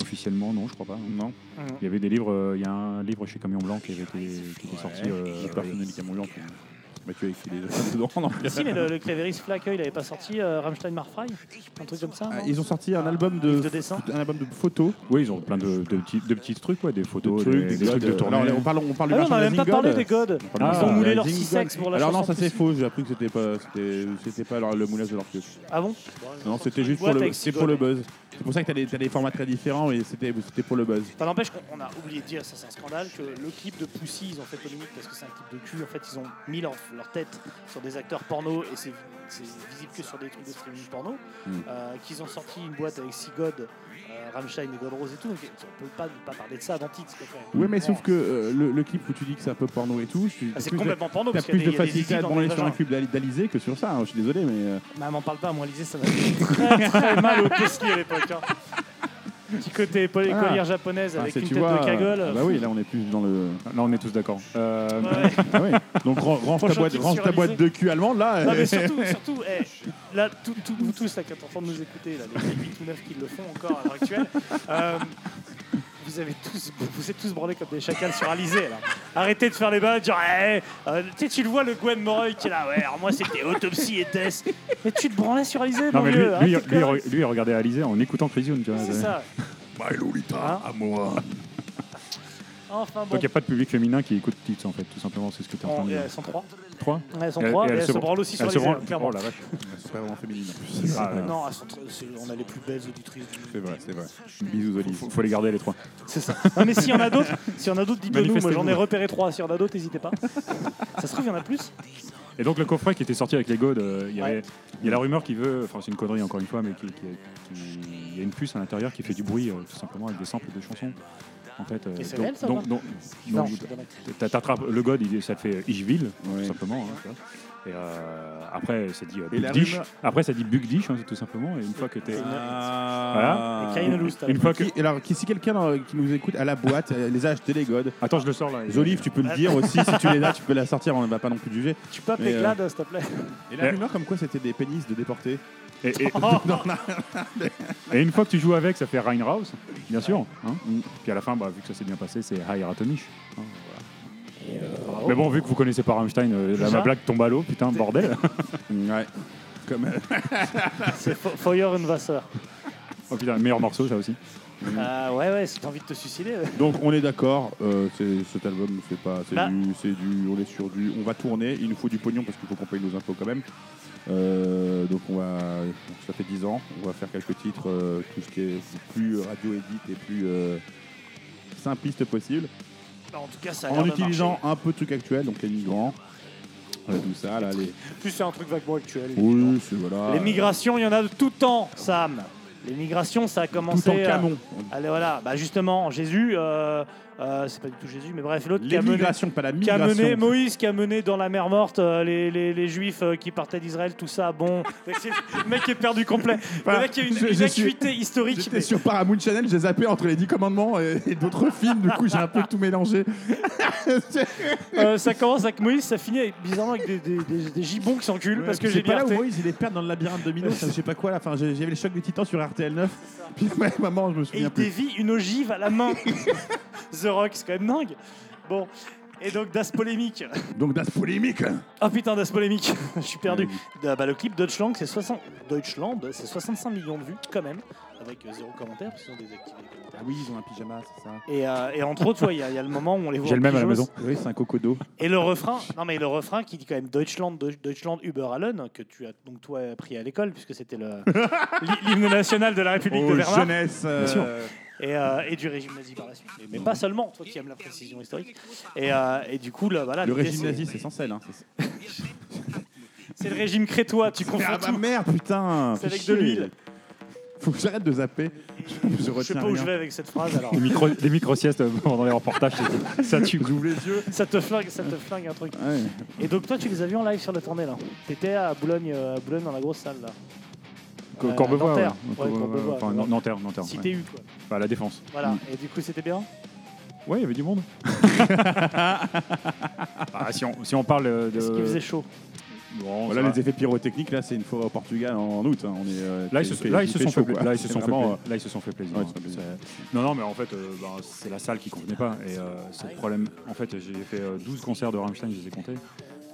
Speaker 7: Officiellement, non, je crois pas.
Speaker 6: Non.
Speaker 5: Mhm.
Speaker 7: Il y avait des livres, euh, il y a un livre chez Camion Blanc qui, avait été, qui était sorti.
Speaker 6: Ouais,
Speaker 7: euh,
Speaker 6: j'ai pas retenu les Camions Blancs. Bah, tu as écrit les dedans. non
Speaker 5: si, mais le, le clavériste Flackeuil, il avait pas sorti euh, Rammstein Marfrei Un truc comme ça non
Speaker 6: Ah, Ils ont sorti un album de,
Speaker 5: de dessin.
Speaker 6: un album de photos.
Speaker 7: Oui, ils ont plein de, de petits, de petits trucs, ouais, des photos,
Speaker 6: de Ah, euh, trucs,
Speaker 7: des, des trucs de
Speaker 6: godes.
Speaker 7: tournée.
Speaker 6: Alors, on parle, on parle
Speaker 5: Ah
Speaker 6: du
Speaker 5: non, on a
Speaker 6: merchandising
Speaker 5: même pas parlé
Speaker 6: God.
Speaker 5: des godes.
Speaker 6: On parle
Speaker 5: Ils
Speaker 6: du
Speaker 5: ont moulé leur
Speaker 6: merchandising
Speaker 5: six-sex
Speaker 6: God.
Speaker 5: pour la
Speaker 6: Alors non,
Speaker 5: chanson
Speaker 6: ça c'est
Speaker 5: plus.
Speaker 6: faux. J'ai appris que c'était pas, c'était, c'était pas leur- le moulage de leur queue.
Speaker 5: Ah bon
Speaker 6: Non, c'était juste
Speaker 5: boîte
Speaker 6: pour le,
Speaker 5: avec
Speaker 6: c'est
Speaker 5: six
Speaker 6: pour le
Speaker 5: godes.
Speaker 6: buzz. C'est pour ça que t'as des, t'as des formats très différents et c'était, c'était pour le buzz.
Speaker 5: Ça n'empêche qu'on on a oublié de dire, ça c'est un scandale, que le clip de Pussy, ils ont fait polémique parce que c'est un clip de cul. En fait, ils ont mis leur, leur tête sur des acteurs porno et c'est c'est visible que sur des trucs de streaming porno.
Speaker 6: Hmm.
Speaker 17: Mm.
Speaker 5: Euh, Qu'ils ont sorti une boîte avec Sea God, euh, Rammstein et God Rose et tout. Donc, on peut pas ne pas parler de ça dans Tix.
Speaker 6: Oui, mais sauf que euh, le, le clip où tu dis que c'est un peu porno et tout, je suis-
Speaker 5: Ah, c'est
Speaker 6: plus de-
Speaker 5: complètement porno,
Speaker 6: T'as
Speaker 5: parce qu'il y
Speaker 6: plus
Speaker 5: a
Speaker 6: de
Speaker 5: des- il y a des
Speaker 6: facilité à
Speaker 5: zizi
Speaker 6: te
Speaker 5: dans
Speaker 6: branler
Speaker 5: les
Speaker 6: sur un
Speaker 5: vagins.
Speaker 6: clip d'Ali- d'Alizé que sur ça. hein, Je suis désolé, mais euh,
Speaker 5: Maman, m'en parle pas, moi, Lisée, ça m'a fait très très mal au Pussy à l'époque. hein. Petit côté épaule-
Speaker 6: Ah.
Speaker 5: écolière japonaise
Speaker 6: ah,
Speaker 5: avec
Speaker 6: c'est-
Speaker 5: une
Speaker 6: tu
Speaker 5: tête
Speaker 6: vois,
Speaker 5: de cagole.
Speaker 6: ah Bah oui, là on est plus dans le.
Speaker 7: Là on est tous d'accord. Euh,
Speaker 5: Ouais.
Speaker 6: ah ouais. Donc ran- range ta
Speaker 5: Prochain
Speaker 6: boîte,
Speaker 5: clip
Speaker 6: range
Speaker 5: sur
Speaker 6: ta boîte
Speaker 5: Alizé.
Speaker 6: de cul allemande là.
Speaker 5: Non,
Speaker 6: et-
Speaker 5: mais surtout, surtout eh, là, tout, tout- nous tous, là, qui êtes en train de nous écouter, là, les 8 ou 9 qui le font encore à l'heure actuelle, euh, vous, avez tous, vous êtes tous branlés comme des chacals sur Alizé. Là. Arrêtez de faire les balles, genre, eh, euh, tu sais, tu le vois, le Gwen Moreuil qui est là, ouais, alors moi c'était autopsie et test. Mais tu te branlais sur Alizé,
Speaker 7: Non,
Speaker 5: mon
Speaker 7: mais lui,
Speaker 5: vieux,
Speaker 7: lui,
Speaker 5: arrêtez de
Speaker 7: lui,
Speaker 5: conneries.
Speaker 7: lui, il regardait Alizé en écoutant Chris Youn, tu vois. Bah,
Speaker 5: C'est ça. Hein
Speaker 7: My Lolita, à moi.
Speaker 5: Enfin bon.
Speaker 7: Donc il n'y a pas de public féminin qui écoute Tits, en fait, tout simplement, c'est ce que tu es en train
Speaker 5: Bon,
Speaker 7: de
Speaker 5: et
Speaker 7: dire.
Speaker 5: elles sont trois.
Speaker 7: Trois
Speaker 5: Ouais, elles sont trois, et elles se branlent aussi sur
Speaker 7: elles se
Speaker 5: Alizé,
Speaker 7: branlent-
Speaker 5: clairement.
Speaker 7: Oh la vache.
Speaker 6: C'est pas vraiment féminine.
Speaker 7: Ah, ouais.
Speaker 5: Non, elles sont tr- c'est- on a les plus belles auditrices du
Speaker 6: C'est vrai, c'est vrai. Bisous, Olive.
Speaker 7: Faut, faut les garder les trois.
Speaker 5: C'est ça. Non, mais s'il y en a d'autres, si on a d'autres, dites-le nous. Moi, j'en ai
Speaker 7: Manifestez-vous.
Speaker 5: repéré trois. S'il y en a d'autres, n'hésitez pas. Ça se trouve, il y en a plus.
Speaker 7: Et donc le coffret qui était sorti avec les godes, euh, il y avait- il y a la rumeur qui veut, enfin c'est une connerie encore une fois, mais qui, qui- qui- il y a une puce à l'intérieur qui fait du bruit euh, tout simplement avec des samples de chansons. En fait, euh,
Speaker 5: Et c'est
Speaker 7: donc-
Speaker 5: réel, ça, hein.
Speaker 7: donc-
Speaker 5: ou pas
Speaker 7: donc-
Speaker 5: Non,
Speaker 7: donc,
Speaker 5: je suis pas d'accord.
Speaker 7: t'a- t'attrapes le god, il- ça te fait Ishville, tout simplement. hein, tu vois. Et euh, après, ça dit euh,
Speaker 6: Et la
Speaker 7: Bugdish.
Speaker 6: rumeur-
Speaker 7: Après, ça dit Bugdish, hein, tout simplement. Et une fois que t'es.
Speaker 6: Ah.
Speaker 7: Voilà. Une, fois que.
Speaker 6: Qui- alors, qui- si quelqu'un euh, qui nous écoute à la boîte, euh, les a achetés les godes.
Speaker 7: Attends, je le sors là.
Speaker 6: Olive, tu peux
Speaker 5: Ah.
Speaker 6: le dire aussi. Si tu les as, tu peux la sortir. On ne va pas non plus juger.
Speaker 5: Tu peux
Speaker 6: Mais,
Speaker 5: appeler
Speaker 6: euh,
Speaker 5: Glad, s'il te plaît.
Speaker 6: Et la rumeur comme quoi c'était des pénis de déportés.
Speaker 7: Et, et-
Speaker 5: Oh.
Speaker 6: Non, non.
Speaker 7: Et une fois que tu joues avec, ça fait Reinraus, bien sûr. hein. Puis à la fin, bah, vu que ça s'est bien passé, c'est High Ratonish. hein, voilà. Mais bon, vu que vous connaissez pas Rammstein, euh, la,
Speaker 5: C'est
Speaker 7: ma
Speaker 5: ça.
Speaker 7: blague tombe à l'eau, putain, bordel.
Speaker 6: ouais. Comme. euh,
Speaker 5: C'est Fo- Feuer and Wasser.
Speaker 7: oh putain, le meilleur morceau, ça aussi.
Speaker 5: Ah ouais, ouais, si t'as envie de te suicider. ouais.
Speaker 6: Donc on est d'accord, euh, c'est- cet album c'est pas c'est
Speaker 5: Bah.
Speaker 6: du c'est du on est sur du on va tourner, il nous faut du pognon parce qu'il faut qu'on paye nos impôts quand même. Euh, donc on va ça fait 10 ans, on va faire quelques titres euh, tout ce qui est plus radio édite et plus euh, simpliste possible
Speaker 5: Bah, en tout cas, ça a l'air
Speaker 6: en
Speaker 5: de
Speaker 6: utilisant
Speaker 5: marcher.
Speaker 6: un peu de trucs actuels donc les migrants euh, tout ça là les
Speaker 5: Plus c'est un truc vaguement actuel.
Speaker 6: oui, c'est voilà.
Speaker 5: Les migrations, il y en a de tout temps, Sam. Les migrations, ça a commencé.
Speaker 6: Tout en
Speaker 5: euh,
Speaker 6: Camon.
Speaker 5: allez, voilà. Bah justement, Jésus. euh, euh, c'est pas du tout Jésus, mais bref, l'autre
Speaker 6: Les
Speaker 5: qui a mené-
Speaker 6: migrations, pas la
Speaker 5: qui a
Speaker 6: migration.
Speaker 5: mené Moïse, qui a mené dans la mer morte euh, les, les- les Juifs euh, qui partaient d'Israël, tout ça. Bon, le mec est perdu complet.
Speaker 6: Voilà.
Speaker 5: le mec il y a une,
Speaker 6: Je-
Speaker 5: une
Speaker 6: je suis-
Speaker 5: acuité historique.
Speaker 6: J'étais
Speaker 5: mais-
Speaker 6: sur Paramount Channel, j'ai zappé entre les 10 commandements et, et d'autres films, du coup j'ai un peu tout mélangé.
Speaker 5: Euh, ça commence avec Moïse, ça finit avec- bizarrement avec des, des- des- des gibbons qui s'enculent parce que
Speaker 6: c'est
Speaker 5: j'ai
Speaker 6: pas là où
Speaker 5: liberté.
Speaker 6: Moïse il est perdre dans le labyrinthe de Minos, je sais pas quoi là. Enfin, j'ai- j'avais le choc du titan sur RTL 9. Puis ouais, maman, je me
Speaker 5: Et
Speaker 6: souviens
Speaker 5: il
Speaker 6: plus.
Speaker 5: dévie une ogive à la main. The Rock, c'est quand même dingue. Bon. Et donc, Das Polémique.
Speaker 6: Donc das polémique.
Speaker 5: Oh putain, Das Polémique. bah, Je suis perdu. Euh, bah, le clip Deutschland, c'est 60... Deutschland, c'est 65 millions de vues, quand même.
Speaker 17: avec euh, zéro commentaire, parce qu'ils ont désactivé les commentaires.
Speaker 6: Ah oui, ils ont un pyjama, c'est ça.
Speaker 5: Et, euh, et entre autres, ouais, il y, a- il y a le moment où on les voit.
Speaker 6: J'ai le
Speaker 5: en
Speaker 6: même à la
Speaker 5: pyjamas.
Speaker 6: maison. Oui, c'est un cocodo.
Speaker 5: Et le refrain, non mais le refrain qui dit quand même Deutschland, Deu- Deutschland über allen, que tu as donc toi appris à l'école, puisque c'était le- l'hy- l'hymne national de la République
Speaker 6: Oh,
Speaker 5: de Weimar.
Speaker 6: jeunesse, euh.
Speaker 5: Bien sûr. Et, euh, et du régime nazi par la suite. Mais, mais pas seulement, toi qui aimes la précision historique. Et, euh, et du coup, là, voilà.
Speaker 6: le
Speaker 5: l'idée,
Speaker 6: régime
Speaker 5: c'est-
Speaker 6: nazi, c'est sans sel. Hein. C'est-
Speaker 5: C'est le régime crétois, tu confonds
Speaker 6: Ah bah
Speaker 5: tout.
Speaker 6: merde, putain
Speaker 5: C'est
Speaker 6: fais
Speaker 5: avec de
Speaker 6: chier.
Speaker 5: l'huile.
Speaker 6: Faut que j'arrête de zapper. Je, je
Speaker 5: Je sais
Speaker 6: retiens
Speaker 5: pas où
Speaker 6: rien.
Speaker 5: je vais avec cette phrase alors.
Speaker 7: Des micro- Des micro-siestes pendant les reportages, c'est- ça tue.
Speaker 6: J'ouvre les yeux.
Speaker 5: Ça te flingue, ça te flingue un truc.
Speaker 6: Ouais.
Speaker 5: Et donc toi, tu les as vus en live sur la tournée là. T'étais à Boulogne, euh, à Boulogne dans la grosse salle là.
Speaker 7: Co-
Speaker 5: Euh,
Speaker 7: Corbevoie,
Speaker 5: Nanterre.
Speaker 7: ouais. euh,
Speaker 5: Ouais, Corbevoie,
Speaker 7: Enfin,
Speaker 5: ouais.
Speaker 7: Nan- Nanterre, Nanterre. ouais.
Speaker 5: Cité U, quoi.
Speaker 7: Bah, la défense.
Speaker 5: Voilà. Et du coup, c'était bien.
Speaker 7: Ouais, il y avait du monde. Ah, si, on, si on parle euh, de.
Speaker 5: Est-ce qu'il faisait chaud
Speaker 7: Bon,
Speaker 6: Voilà
Speaker 7: ça
Speaker 6: les effets pyrotechniques. Là, c'est une forêt au Portugal en en août. hein. On est, euh,
Speaker 7: Là, ils se,
Speaker 6: il fait-
Speaker 7: là,
Speaker 6: il
Speaker 7: ils se
Speaker 6: fait
Speaker 7: sont
Speaker 6: chaud,
Speaker 7: fait,
Speaker 6: quoi.
Speaker 7: là, ils se
Speaker 6: C'est
Speaker 7: sont fait
Speaker 6: vraiment,
Speaker 7: pla-
Speaker 6: euh,
Speaker 7: là, ils se sont fait plaisir.
Speaker 6: Ouais,
Speaker 7: hein.
Speaker 6: ils se sont fait plaisir.
Speaker 7: C'est- Non, non, mais en fait, euh, bah, c'est la salle qui convenait pas. Et euh, c'est le problème. En fait, j'ai fait euh, 12 concerts de Rammstein, je les ai comptés.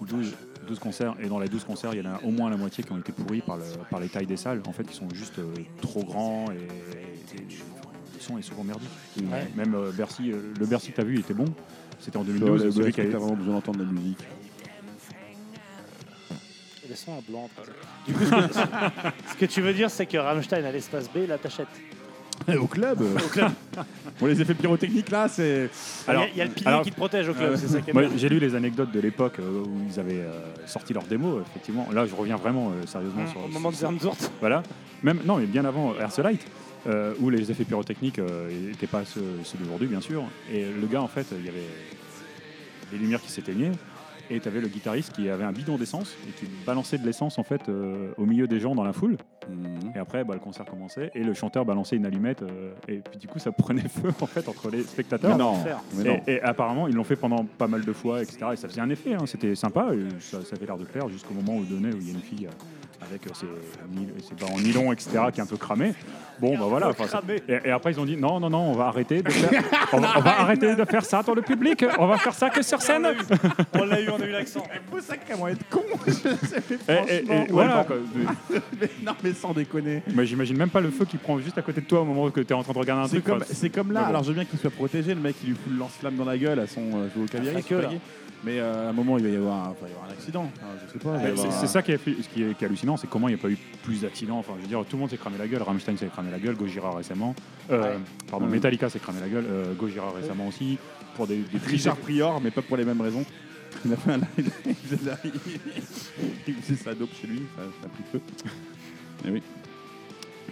Speaker 7: 12, 12 concerts, et dans les 12 concerts, il y en a au moins la moitié qui ont été pourris par, le- par les tailles des salles, en fait, qui sont juste euh, trop grands et, et- et le son est souvent merdique.
Speaker 6: Ouais.
Speaker 7: Même euh, Bercy, euh, le Bercy que t'as vu, il était bon. C'était en
Speaker 6: Sur
Speaker 7: 2012.
Speaker 6: le-
Speaker 7: et celui
Speaker 6: Est-ce
Speaker 7: qui
Speaker 6: que
Speaker 7: avait-
Speaker 6: t'as vraiment besoin d'entendre de la musique
Speaker 5: Laissons un blanc. Du coup, ce que, ce que tu veux dire, c'est que Rammstein à l'espace B, là, t'achètes.
Speaker 6: Au club Au
Speaker 5: club.
Speaker 6: Bon, les effets pyrotechniques, là, c'est.
Speaker 5: Alors- Il y a le pilier qui te protège au club, c'est ça qui est
Speaker 7: euh, moi,
Speaker 5: bien.
Speaker 7: J'ai lu les anecdotes de l'époque euh, où ils avaient euh, sorti leur démo, effectivement. Là, je reviens vraiment euh, sérieusement
Speaker 5: Mm,
Speaker 7: sur.
Speaker 5: au moment de
Speaker 7: sur-
Speaker 5: Zermzurt.
Speaker 7: Voilà. Même, non, mais bien avant Herzlite, euh, où les effets pyrotechniques n'étaient pas ceux, ceux d'aujourd'hui, bien sûr. Et le gars, en fait, il y avait les lumières qui s'éteignaient. Et tu avais le guitariste qui avait un bidon d'essence et qui balançait de l'essence en fait euh, au milieu des gens dans la foule.
Speaker 6: Mhm.
Speaker 7: Et après, bah, le concert commençait et le chanteur balançait une allumette euh, et puis du coup ça prenait feu en fait entre les spectateurs.
Speaker 6: Mais non, mais non.
Speaker 7: Et- et apparemment, ils l'ont fait pendant pas mal de fois, etc. Et ça faisait un effet, hein. c'était sympa, et ça, ça avait l'air de plaire jusqu'au moment où donné où il y a une fille euh, avec euh, ses, ni- ses bas en nylon, etc., qui est un peu cramée. Bon, bah voilà. enfin, ça- et, et après, ils ont dit non, non, non, on va arrêter de faire, on, va- on va arrêter de faire ça dans le public, on va faire ça que sur scène.
Speaker 6: Ah
Speaker 5: On l'a eu, on a eu l'accent.
Speaker 6: Faut sacrément être con
Speaker 7: Et- et- et voilà, quoi.
Speaker 6: mais non, mais sans déconner.
Speaker 7: Mais j'imagine même pas le feu qui prend juste à côté de toi au moment que tu es en train de regarder un
Speaker 6: C'est
Speaker 7: truc.
Speaker 6: comme,
Speaker 7: quoi.
Speaker 6: c'est comme là,
Speaker 7: Mais bon.
Speaker 6: alors je veux bien qu'il soit protégé, le mec il lui fout le lance-flamme dans la gueule à son euh, je vais au caviar,
Speaker 7: Sa
Speaker 6: il se fait
Speaker 7: gueule,
Speaker 6: paguer.
Speaker 7: là.
Speaker 6: mais euh, à un moment il va y avoir, un- enfin, il va y avoir un accident, Enfin, je sais pas. il va y
Speaker 7: Mais C'est
Speaker 6: avoir
Speaker 7: c'est
Speaker 6: un-
Speaker 7: ça qui est, ce qui est- qui est hallucinant, c'est comment il n'y a pas eu plus d'accidents. Enfin, je veux dire, tout le monde s'est cramé la gueule. Rammstein s'est cramé la gueule, Gojira récemment. Euh, Pardon,
Speaker 6: Ouais.
Speaker 7: Metallica s'est cramé la gueule, euh, Gojira récemment aussi. Pour des, des
Speaker 6: Richard Prior, mais pas pour les mêmes raisons. Il a fait un live, il faisait la- il faisait sa dope chez lui, ça, ça a pris feu. Mais oui.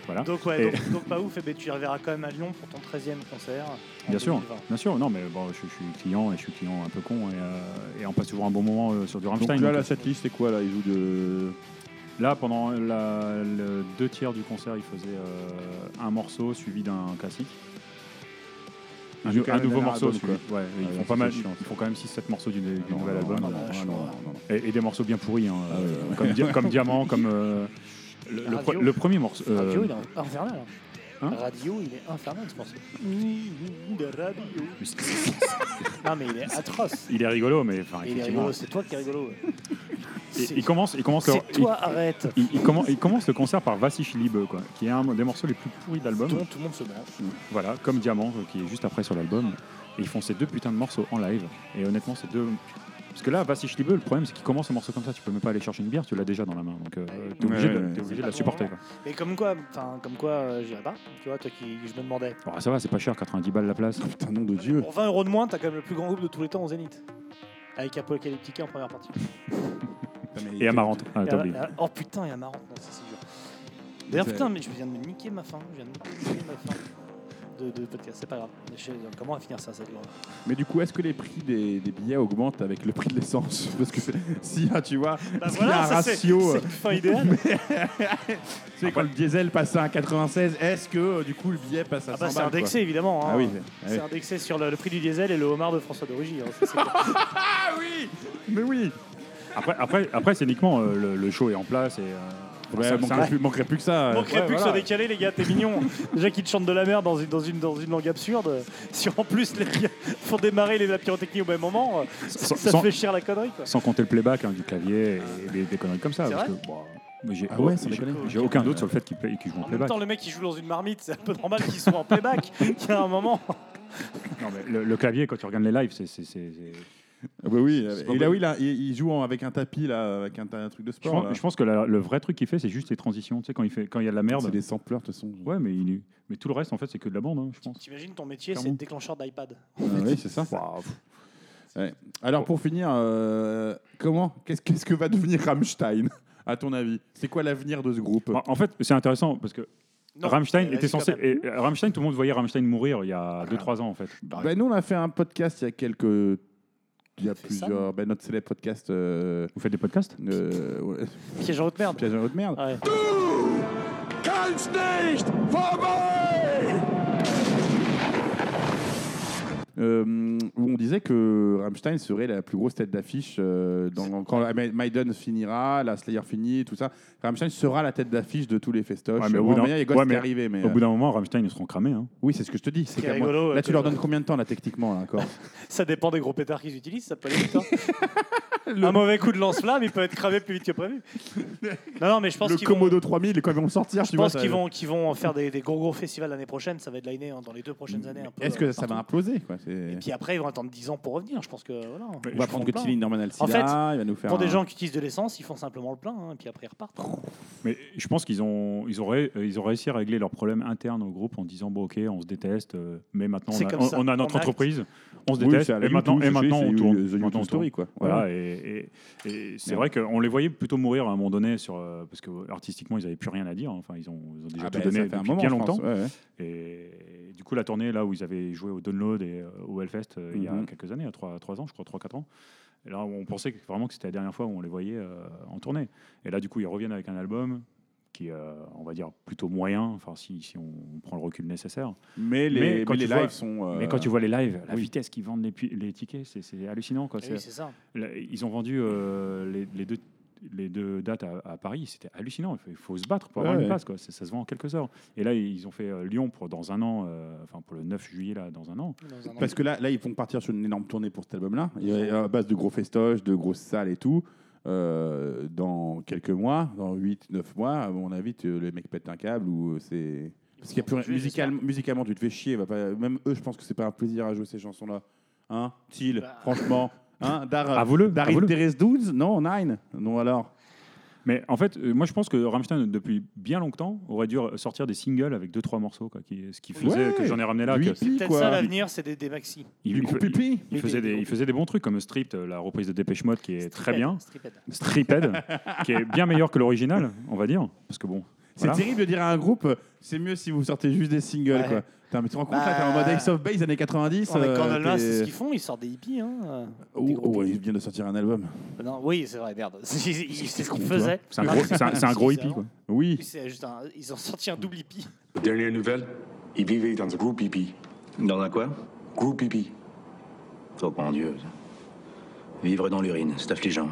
Speaker 7: Voilà.
Speaker 5: Donc, ouais,
Speaker 7: Et-
Speaker 5: donc, donc pas ouf, et ben, tu y reverras quand même à Lyon pour ton 13e concert. en
Speaker 7: Bien sûr,
Speaker 5: 2020.
Speaker 7: bien sûr. Non, mais bon, je, je suis client et je suis client un peu con et, euh, et on passe toujours un bon moment euh, sur du Rammstein.
Speaker 6: Donc là,
Speaker 7: donc,
Speaker 6: la setlist c'est quoi là Ils jouent de.
Speaker 7: Là, pendant la- le deux tiers du concert, il faisait euh, un morceau suivi d'un classique.
Speaker 6: Ils
Speaker 7: Un,
Speaker 6: jouent
Speaker 7: nou-
Speaker 6: quand
Speaker 7: un
Speaker 6: même
Speaker 7: nouveau
Speaker 6: un
Speaker 7: morceau,
Speaker 6: album,
Speaker 7: suivi.
Speaker 6: quoi.
Speaker 7: Ouais,
Speaker 6: Ah,
Speaker 7: ils
Speaker 6: ouais,
Speaker 7: font
Speaker 6: c'est
Speaker 7: pas mal.
Speaker 6: chiant, Ah,
Speaker 7: Ils font quand même 6-7 morceaux du, du
Speaker 6: non,
Speaker 7: nouvel
Speaker 6: non,
Speaker 7: album. Ah,
Speaker 6: non, non, non, non, non.
Speaker 7: Et, et des morceaux bien pourris, hein, euh, comme,
Speaker 6: ouais.
Speaker 7: Dia- comme Diamant, comme euh, le, le
Speaker 5: Radio.
Speaker 7: pre- le premier morceau. euh,
Speaker 5: Radio, il est infernal. hein.
Speaker 7: Hein
Speaker 5: Radio, il est infernal, je pense. radio. non, mais il est atroce.
Speaker 7: il est rigolo, mais enfin, Ah,
Speaker 5: Il est
Speaker 7: effectivement,
Speaker 5: rigolo, c'est toi qui es rigolo. ouais.
Speaker 7: Et-
Speaker 5: C'est-
Speaker 7: il commence, il commence. le-
Speaker 5: C'est
Speaker 7: il-
Speaker 5: toi, arrête.
Speaker 7: Il, il commence, il commence le concert par Vassich Liebe, quoi, qui est un des morceaux les plus pourris de l'album.
Speaker 5: Dont tout le monde se branche.
Speaker 7: Voilà, comme Diamant, euh, qui est juste après sur l'album. Et ils font ces deux putains de morceaux en live. Et honnêtement, ces deux. Parce que là, Vassich Liebe, le problème, c'est qu'il commence un morceau comme ça, tu peux même pas aller chercher une bière, tu l'as déjà dans la main. Donc, euh, t'es obligé,
Speaker 6: Ouais,
Speaker 7: de,
Speaker 6: ouais,
Speaker 7: t'es
Speaker 6: ouais.
Speaker 7: obligé de la supporter. quoi.
Speaker 5: Mais comme quoi, enfin, comme quoi, euh, j'irai pas. Tu vois, toi qui, je me demandais.
Speaker 7: Bon, ça va, c'est pas cher, 90 balles la place.
Speaker 6: Putain, nom de Dieu.
Speaker 5: Pour 20 euros de moins, t'as quand même le plus grand groupe de tous les temps au Zénith. Avec Apocalyptica en première partie.
Speaker 7: Ah, Et Amarante. Ah,
Speaker 5: Et
Speaker 7: t'as
Speaker 5: à-
Speaker 7: oublié.
Speaker 5: à- oh putain, et Amarante, non, ça c'est dur. D'ailleurs,
Speaker 7: C'est-
Speaker 5: putain, mais je viens de me niquer ma fin. Je viens de me niquer ma fin de, de podcast. C'est pas grave. Je- comment on va finir ça cette grave
Speaker 6: Mais du coup, est-ce que les prix des, des billets augmentent avec le prix de l'essence Parce que si, ah, tu vois, s'il y a un
Speaker 5: Bah ça, c'est-
Speaker 6: ratio.
Speaker 7: euh,
Speaker 6: euh,
Speaker 5: c'est une fin idéale.
Speaker 6: Tu sais, quand le diesel passe à 96, est-ce que euh, du coup le billet passe à
Speaker 5: Ah
Speaker 6: 100
Speaker 5: bah c'est
Speaker 6: balles,
Speaker 5: indexé
Speaker 6: quoi
Speaker 5: évidemment. hein.
Speaker 6: Ah oui. ah oui.
Speaker 5: C'est indexé sur le, le prix du diesel et le homard de François de Rugy. hein, ça, c'est clair.
Speaker 6: Mais oui
Speaker 7: Après, après, après c'est uniquement euh, le, le show est en place. Et, euh,
Speaker 6: Ouais,
Speaker 7: ça-
Speaker 6: manquerait,
Speaker 7: ça-
Speaker 6: plus, manquerait plus que ça. euh.
Speaker 5: Manquerait
Speaker 7: Ouais,
Speaker 5: plus que ça
Speaker 7: voilà.
Speaker 5: décalé, les gars, t'es mignon. Déjà qu'ils te chantent de la merde dans une, dans une, dans une langue absurde. Si en plus les gars font démarrer les la pyrotechnie au même moment, euh,
Speaker 7: Sans-
Speaker 5: ça
Speaker 7: sans-
Speaker 5: te fait chier la connerie. Quoi.
Speaker 7: Sans compter le playback hein, du clavier et des, des conneries comme ça.
Speaker 5: C'est
Speaker 7: parce
Speaker 5: vrai
Speaker 7: que, bon, Mais j'ai
Speaker 6: Ah ouais,
Speaker 7: j'ai-
Speaker 6: sans déconner.
Speaker 7: j'ai aucun doute sur le fait qu'il play- qu'il joue en
Speaker 5: En même
Speaker 7: playback.
Speaker 5: temps, le mec, il joue dans une marmite, c'est un peu normal qu'il soit en playback. Il y a un moment.
Speaker 7: Non, mais le, le clavier, quand tu regardes les lives, c'est. c'est- c'est- c'est-
Speaker 6: Oui, Ah bah oui.
Speaker 7: C'est pas
Speaker 6: Et là,
Speaker 7: bon.
Speaker 6: oui, là, il il joue en- avec un tapis, là, avec un, un truc de
Speaker 7: Je
Speaker 6: sport. là.
Speaker 5: euh.
Speaker 7: pense, je pense que la- le vrai truc qu'il fait, c'est juste les transitions. Tu sais, quand il, fait, quand il y a de la merde.
Speaker 6: C'est des sampleurs, de toute façon.
Speaker 7: Ouais, mais, il, est- mais tout le reste, en fait, c'est que de la bande, hein, je pense.
Speaker 5: T'imagines ton métier, c'est
Speaker 7: Clairement.
Speaker 5: déclencheur d'iPad.
Speaker 6: Ah oui, c'est ça. Ouais. Alors, pour finir, euh, comment Qu'est-ce qu'est-ce que va devenir Rammstein, à ton avis C'est quoi l'avenir de ce groupe
Speaker 7: Bah, En fait, c'est intéressant parce que
Speaker 5: Non,
Speaker 7: Rammstein
Speaker 5: euh,
Speaker 7: était
Speaker 5: vas-y, Ah.
Speaker 7: censé.
Speaker 5: quand
Speaker 7: et, euh, Rammstein, tout le monde voyait Rammstein mourir il y a 2-3 ans, en fait.
Speaker 6: Ben, nous, on a fait un podcast il y a quelques. Il y a plusieurs. Ben, notre célèbre podcast. euh,
Speaker 7: Vous faites des podcasts
Speaker 5: Piège en haute merde.
Speaker 6: Piège en haute merde.
Speaker 12: Kannst nicht vorbei!
Speaker 6: Euh, où on disait que Rammstein serait la plus grosse tête d'affiche euh, dans- quand Ma- Maiden finira, la Slayer finit, tout ça. Rammstein sera la tête d'affiche de tous les festoches.
Speaker 7: Ouais, mais au
Speaker 6: Bon,
Speaker 7: bout d'un
Speaker 6: mais il y a Ghost
Speaker 7: ouais,
Speaker 6: qui
Speaker 7: mais
Speaker 6: est arrivé, mais
Speaker 7: au
Speaker 6: euh,
Speaker 7: bout d'un moment, Rammstein, ils seront cramés. Hein.
Speaker 6: oui, c'est ce que je te dis. C'est
Speaker 5: qui est
Speaker 6: qu'à moi-
Speaker 5: rigolo,
Speaker 6: là,
Speaker 5: euh,
Speaker 6: tu leur
Speaker 5: que-
Speaker 6: donnes combien de temps là techniquement là encore
Speaker 5: Ça dépend des gros pétards qu'ils utilisent, ça peut aller vite. hein. Un mauvais coup de lance-flamme, il peut être cramé plus vite que prévu. Non, non, mais je pense
Speaker 6: Le
Speaker 5: qu'ils vont,
Speaker 6: Komodo 3000, quand ils vont le sortir,
Speaker 5: je
Speaker 6: tu vois,
Speaker 5: pense
Speaker 6: ça- euh,
Speaker 5: qu'ils vont, qu'ils vont faire des, des gros gros festivals l'année prochaine. Ça va être liné dans les deux prochaines années. un peu,
Speaker 6: Est-ce
Speaker 5: euh,
Speaker 6: que ça va
Speaker 5: partout.
Speaker 6: imploser quoi C'est-
Speaker 5: Puis après, ils vont attendre 10 ans pour revenir. Je pense que voilà.
Speaker 6: On va prendre que Tilly Norman Alcida,
Speaker 5: En fait,
Speaker 6: il va nous faire
Speaker 5: pour des
Speaker 6: un-
Speaker 5: gens qui utilisent de l'essence, ils font simplement le plein, hein, puis après ils repartent.
Speaker 7: Mais je pense qu'ils ont, ils ont, ré- euh, ils ont réussi à régler leurs problèmes internes au groupe en disant bon ok on se déteste euh, mais maintenant
Speaker 5: C'est
Speaker 7: on a,
Speaker 5: comme
Speaker 7: on-
Speaker 5: ça,
Speaker 7: on a notre
Speaker 5: on acte.
Speaker 7: entreprise on se
Speaker 6: Oui,
Speaker 7: déteste
Speaker 6: c'est à la
Speaker 7: et maintenant
Speaker 6: YouTube,
Speaker 7: et
Speaker 6: c'est-
Speaker 7: maintenant
Speaker 6: c'est
Speaker 7: on
Speaker 6: you-
Speaker 7: tourne,
Speaker 6: the YouTube
Speaker 7: Maintenant, on tourne.
Speaker 6: story, quoi.
Speaker 7: voilà
Speaker 6: Ouais.
Speaker 7: et, et- et c'est vrai
Speaker 6: Merde.
Speaker 7: qu'on les voyait plutôt mourir à un moment donné sur euh, parce que euh, artistiquement ils n'avaient plus rien à dire hein. enfin ils ont, ils ont déjà
Speaker 6: Ah
Speaker 7: tout
Speaker 6: ben,
Speaker 7: donné
Speaker 6: ça fait un
Speaker 7: depuis
Speaker 6: moment,
Speaker 7: bien
Speaker 6: je pense.
Speaker 7: longtemps
Speaker 6: Ouais,
Speaker 7: et, du coup la tournée là où ils avaient joué au Download et euh, au Hellfest euh, il y a
Speaker 6: Mhm.
Speaker 7: quelques années 3, trois ans je crois 3-4 ans et là, on pensait que- vraiment que c'était la dernière fois où on les voyait euh, en tournée. Et là, du coup, ils reviennent avec un album qui, est, euh, on va dire, plutôt moyen, enfin, si, si on prend le recul nécessaire.
Speaker 6: Mais les- mais
Speaker 7: tu
Speaker 6: les
Speaker 7: vois-
Speaker 6: lives sont, euh,
Speaker 7: Mais quand tu vois les lives, la
Speaker 6: oui.
Speaker 7: vitesse qu'ils vendent les, pu- les tickets, c'est- c'est hallucinant. Quoi.
Speaker 5: Eh oui, c'est ça.
Speaker 7: Là, ils ont vendu euh, les, les deux, les deux dates à, à Paris, c'était hallucinant. Il faut, il faut se battre pour avoir
Speaker 6: Ouais,
Speaker 7: une
Speaker 6: ouais.
Speaker 7: place, quoi. C'est- Ça se vend en quelques heures. Et là, ils ont fait euh, Lyon pour dans un an, euh, enfin, pour le 9 juillet, là, dans un an.
Speaker 6: Parce que là, là, ils vont partir sur une énorme tournée pour cet album-là, Il y a- à base de gros festoches, de grosses salles et tout. Euh, dans quelques mois, dans 8-9 mois, à mon avis, tu- les mecs pètent un câble ou euh, c'est. Parce qu'il y a plus rien. musicalement- musicalement, tu te fais chier. Va pas... Même eux, je pense que c'est pas un plaisir à jouer ces chansons-là. Hein Till,
Speaker 5: Bah.
Speaker 6: franchement. Hein Dar,
Speaker 7: Avoue-le,
Speaker 6: Daryl
Speaker 7: avoue-le.
Speaker 6: Thérèse 12 Non, Nine Non, alors
Speaker 7: Mais en fait, euh, moi je pense que Rammstein, depuis bien longtemps, aurait dû sortir des singles avec 2-3 morceaux, quoi, qui, ce qui faisait
Speaker 5: Ouais,
Speaker 7: que j'en ai ramené là.
Speaker 5: Oui,
Speaker 7: que-
Speaker 5: c'est peut-être ça l'avenir, c'est des, des maxi.
Speaker 7: Il, il, il- il faisait des, il faisait des bons trucs comme Stripped, euh, la reprise de Dépêche Mode qui est très
Speaker 5: Stripped,
Speaker 7: bien.
Speaker 5: Stripped.
Speaker 7: Stripped, qui est bien meilleur que l'original, on va dire. Parce que bon.
Speaker 6: C'est
Speaker 7: voilà.
Speaker 6: terrible de dire à un groupe, euh, c'est mieux si vous sortez juste des singles.
Speaker 5: Ouais.
Speaker 6: Quoi. Putain, mais tu te rends compte,
Speaker 5: Bah,
Speaker 6: là, t'es en mode Ace of Base années 90.
Speaker 5: On est
Speaker 6: euh,
Speaker 5: quand même là,
Speaker 6: t'es-
Speaker 5: c'est ce qu'ils font, ils sortent des hippies. Hein. euh,
Speaker 6: Oh,
Speaker 5: des groupies.
Speaker 6: oh, il vient de sortir un album.
Speaker 5: Non, oui, c'est vrai, merde. C'est c'est ce qu'ils
Speaker 6: con,
Speaker 5: faisaient.
Speaker 6: toi. C'est un gros- c'est un- c'est un gros hippie, quoi. Oui.
Speaker 5: C'est juste un- ils ont sorti un double hippie.
Speaker 18: Dernière nouvelle, il vivait dans un groupe hippie. Dans un quoi Groupe hippie.
Speaker 8: Oh mon Dieu. Vivre dans l'urine, c'est affligeant.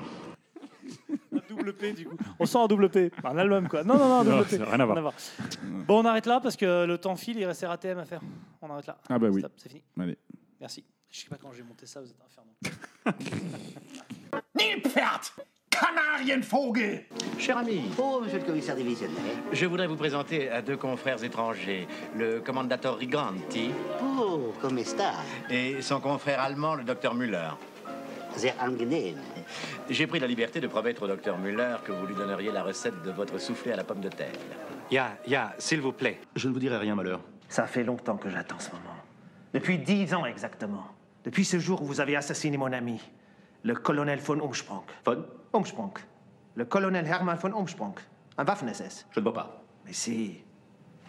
Speaker 5: Double P, du coup. On sort un double P. Un album, quoi. Non, non, non, un double
Speaker 7: Non,
Speaker 5: P.
Speaker 7: ça n'a rien à voir.
Speaker 5: Bon, on arrête là parce que le temps file, il reste RATM à faire. On arrête là.
Speaker 6: Ah bah oui.
Speaker 5: Stop, c'est fini.
Speaker 6: Allez.
Speaker 5: Merci. Je sais pas quand j'ai monté ça, vous êtes infernaux.
Speaker 11: Nilpferd! Kanarienvogel!
Speaker 13: Cher ami. Oh, monsieur le commissaire divisionnaire.
Speaker 19: Je voudrais vous présenter à deux confrères étrangers, le commandator Riganti
Speaker 13: Oh, comme est
Speaker 19: et son confrère allemand, le docteur Müller.
Speaker 13: Sehr angenehm.
Speaker 19: J'ai pris la liberté de promettre au docteur Müller que vous lui donneriez la recette de votre soufflé à la pomme de terre.
Speaker 8: Ya, ya, s'il vous plaît. Je ne vous dirai rien, malheur.
Speaker 19: Ça fait longtemps que j'attends.
Speaker 9: En ce moment. Depuis dix ans exactement. Depuis ce jour où vous avez assassiné mon ami, le colonel von Umsprung. Von Umsprung. Le colonel Hermann von Umsprung. Un Waffen-SS.
Speaker 8: Je ne bois pas.
Speaker 9: Mais si.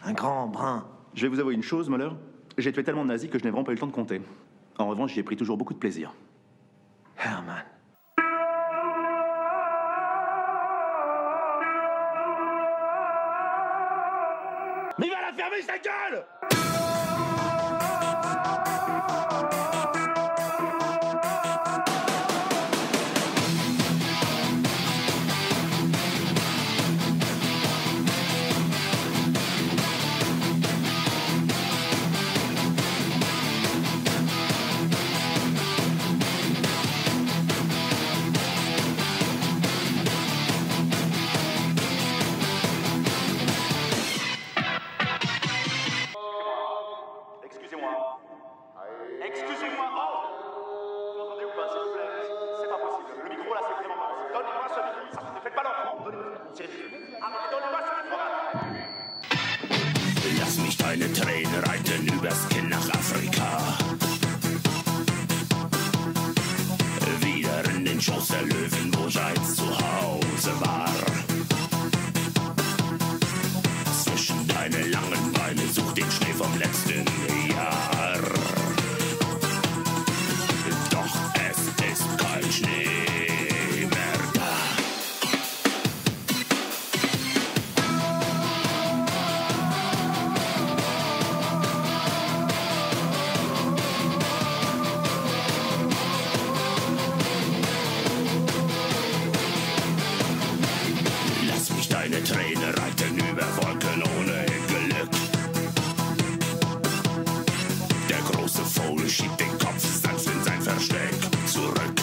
Speaker 9: Un grand brun.
Speaker 8: Je vais vous avouer une chose, malheur. J'ai tué tellement de nazis que je n'ai vraiment pas eu le temps de compter. En revanche, j'y ai pris toujours beaucoup de plaisir.
Speaker 9: Hermann.
Speaker 12: Mais il va la fermer sa gueule
Speaker 11: Nilpferd! Lass mich deine Tränen reiten übers Kinn nach Afrika. Wieder in den Schoß der Löwen, wo ich einst zu Hause war. Zwischen deine langen Beine such den Schnee vom letzten Jahr. Doch es ist kein Schnee mehr da. Lass mich deine Tränen reiten über Wolken ohne Glück. Der große Vogel schiebt den Kopf sanft in sein Versteck zurück.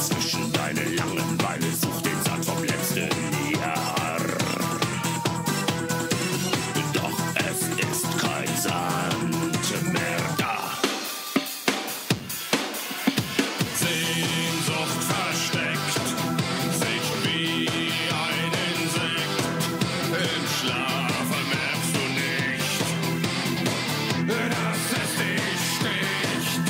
Speaker 11: Zwischen deine langen Beine sucht den Sand vom letzten Jahr. Doch es ist kein Sand mehr da. Sehnsucht versteckt, sich wie ein Insekt. Im Schlafe merkst du nicht, dass es dich sticht.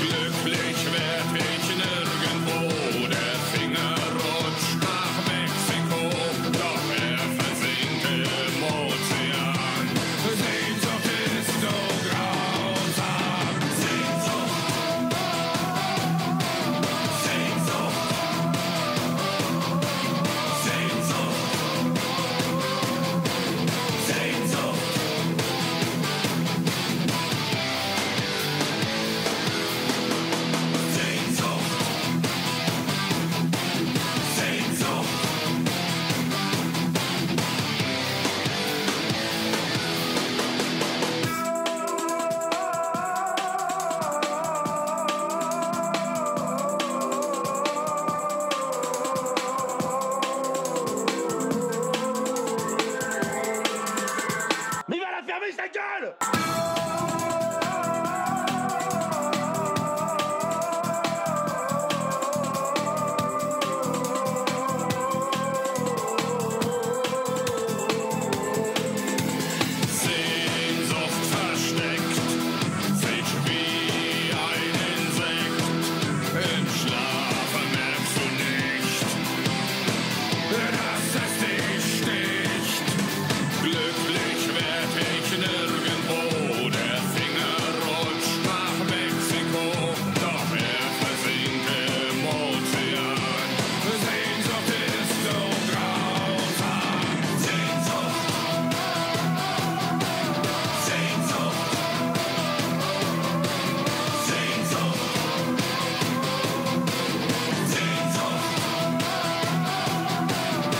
Speaker 11: Glücklich werd ich nirgendwo, der Finger rutscht nach Mexiko, doch er versinkt im Ozean. Sehnsucht ist so grausam, Sehnsucht. Mais va la fermer sa gueule Sehnsucht versteckt, sich wie ein Insekt. Im Schlafe merkst du nicht, dass es dich sticht. Glücklich werd ich nirgendwo, der Finger rutscht nach Mexiko, doch er versinkt im Ozean. Sehnsucht ist so grausam, Sehnsucht. Sehnsucht. Sehnsucht. Sehnsucht. Sehnsucht.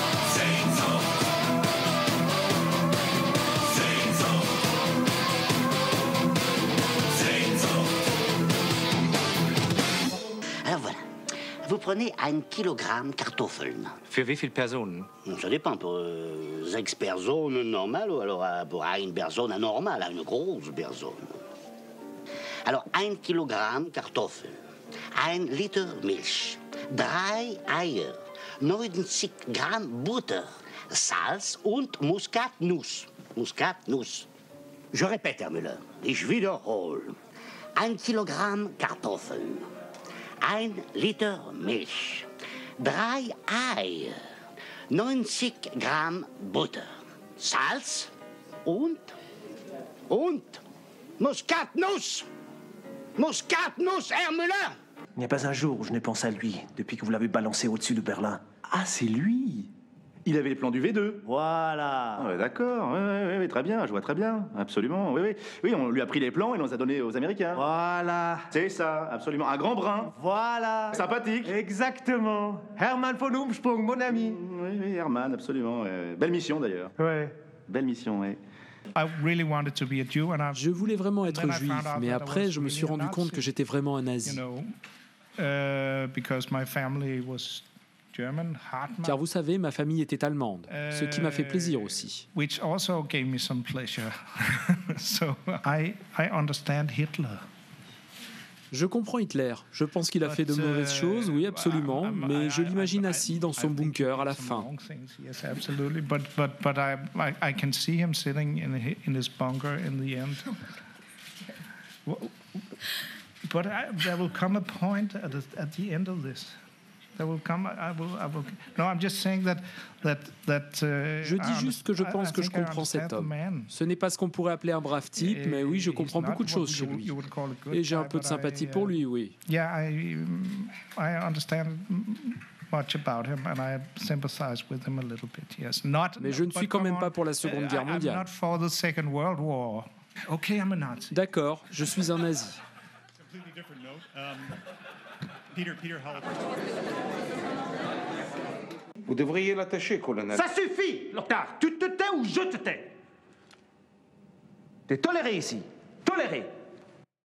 Speaker 13: Alors voilà. Vous prenez un kilogramme Kartoffeln.
Speaker 20: Für wie viele Personen?
Speaker 13: Hmm, Ça dépend. Pour euh, sechs personnes normales ou alors euh, pour une personne anormale, une grosse personne. Alors, un kilogramm Kartoffeln, ein Liter Milch, drei Eier, 90 Gramm Butter, Salz und Muskatnuss. Muskatnuss. Je répète, Herr Müller, ich wiederhole. Ein Kilogramm Kartoffeln, ein Liter Milch, drei Eier, 90 Gramm Butter, Salz und, und Muskatnuss. Muskatnuss, Herr Müller.
Speaker 20: Il n'y a pas un jour où je n'ai pensé à lui depuis que vous l'avez balancé au-dessus de Berlin.
Speaker 8: Ah, c'est lui Il avait les plans du V2.
Speaker 20: Voilà.
Speaker 8: Ah ouais, D'accord, oui, oui, oui, très bien, je vois très bien, absolument. Oui, oui, oui, on lui a pris les plans et on les a donnés aux Américains.
Speaker 20: Voilà.
Speaker 8: C'est ça, absolument. Un grand brin.
Speaker 20: Voilà.
Speaker 8: Sympathique.
Speaker 20: Exactement. Hermann von Umsprung, mon ami.
Speaker 8: Mm, Oui, oui, Herman, absolument. ouais. Belle mission d'ailleurs.
Speaker 20: Ouais.
Speaker 8: Belle mission, oui.
Speaker 21: Je voulais vraiment être juif, mais après, je me suis rendu compte que j'étais vraiment un nazi. Car vous savez, ma famille était allemande, ce qui m'a fait plaisir aussi.
Speaker 22: which also gave me some pleasure. so I, I understand Hitler.
Speaker 21: Je comprends Hitler. Je pense qu'il a fait de mauvaises choses, oui, absolument, mais je l'imagine assis dans son bunker à la fin.
Speaker 4: Yes, absolutely. But but but I I, I can see him sitting in hi- in his bunker in the end. Wha- But I, there will come a point at the, at the end of this. There will come. I will. I will. No, I'm just saying that that that. Uh,
Speaker 21: Je dis juste que je
Speaker 4: I- I
Speaker 21: pense que je
Speaker 4: think I
Speaker 21: comprends cet
Speaker 4: understand the
Speaker 21: homme.
Speaker 4: man.
Speaker 21: Ce n'est pas ce qu'on pourrait appeler un brave type, mais oui, je comprends beaucoup de choses chez lui. Et j'ai un peu de sympathie pour lui, oui.
Speaker 4: Yeah, I mm, I understand mm, much about him and I sympathize with him a little bit. Yes, not.
Speaker 21: Mais je ne
Speaker 4: but
Speaker 21: suis quand
Speaker 4: come
Speaker 21: même
Speaker 4: on,
Speaker 21: pas pour la Seconde
Speaker 4: uh,
Speaker 21: Guerre
Speaker 4: I- I'm
Speaker 21: mondiale.
Speaker 4: not for the Second World War. Okay, I'm a Nazi.
Speaker 21: D'accord, je suis un nazi.
Speaker 22: completely different note. Um, Peter, Peter Halliburton.
Speaker 23: Vous devriez l'attacher, colonel.
Speaker 20: Ça suffit, Lotard Tu te tais ou je te tais T'es toléré ici. Toléré.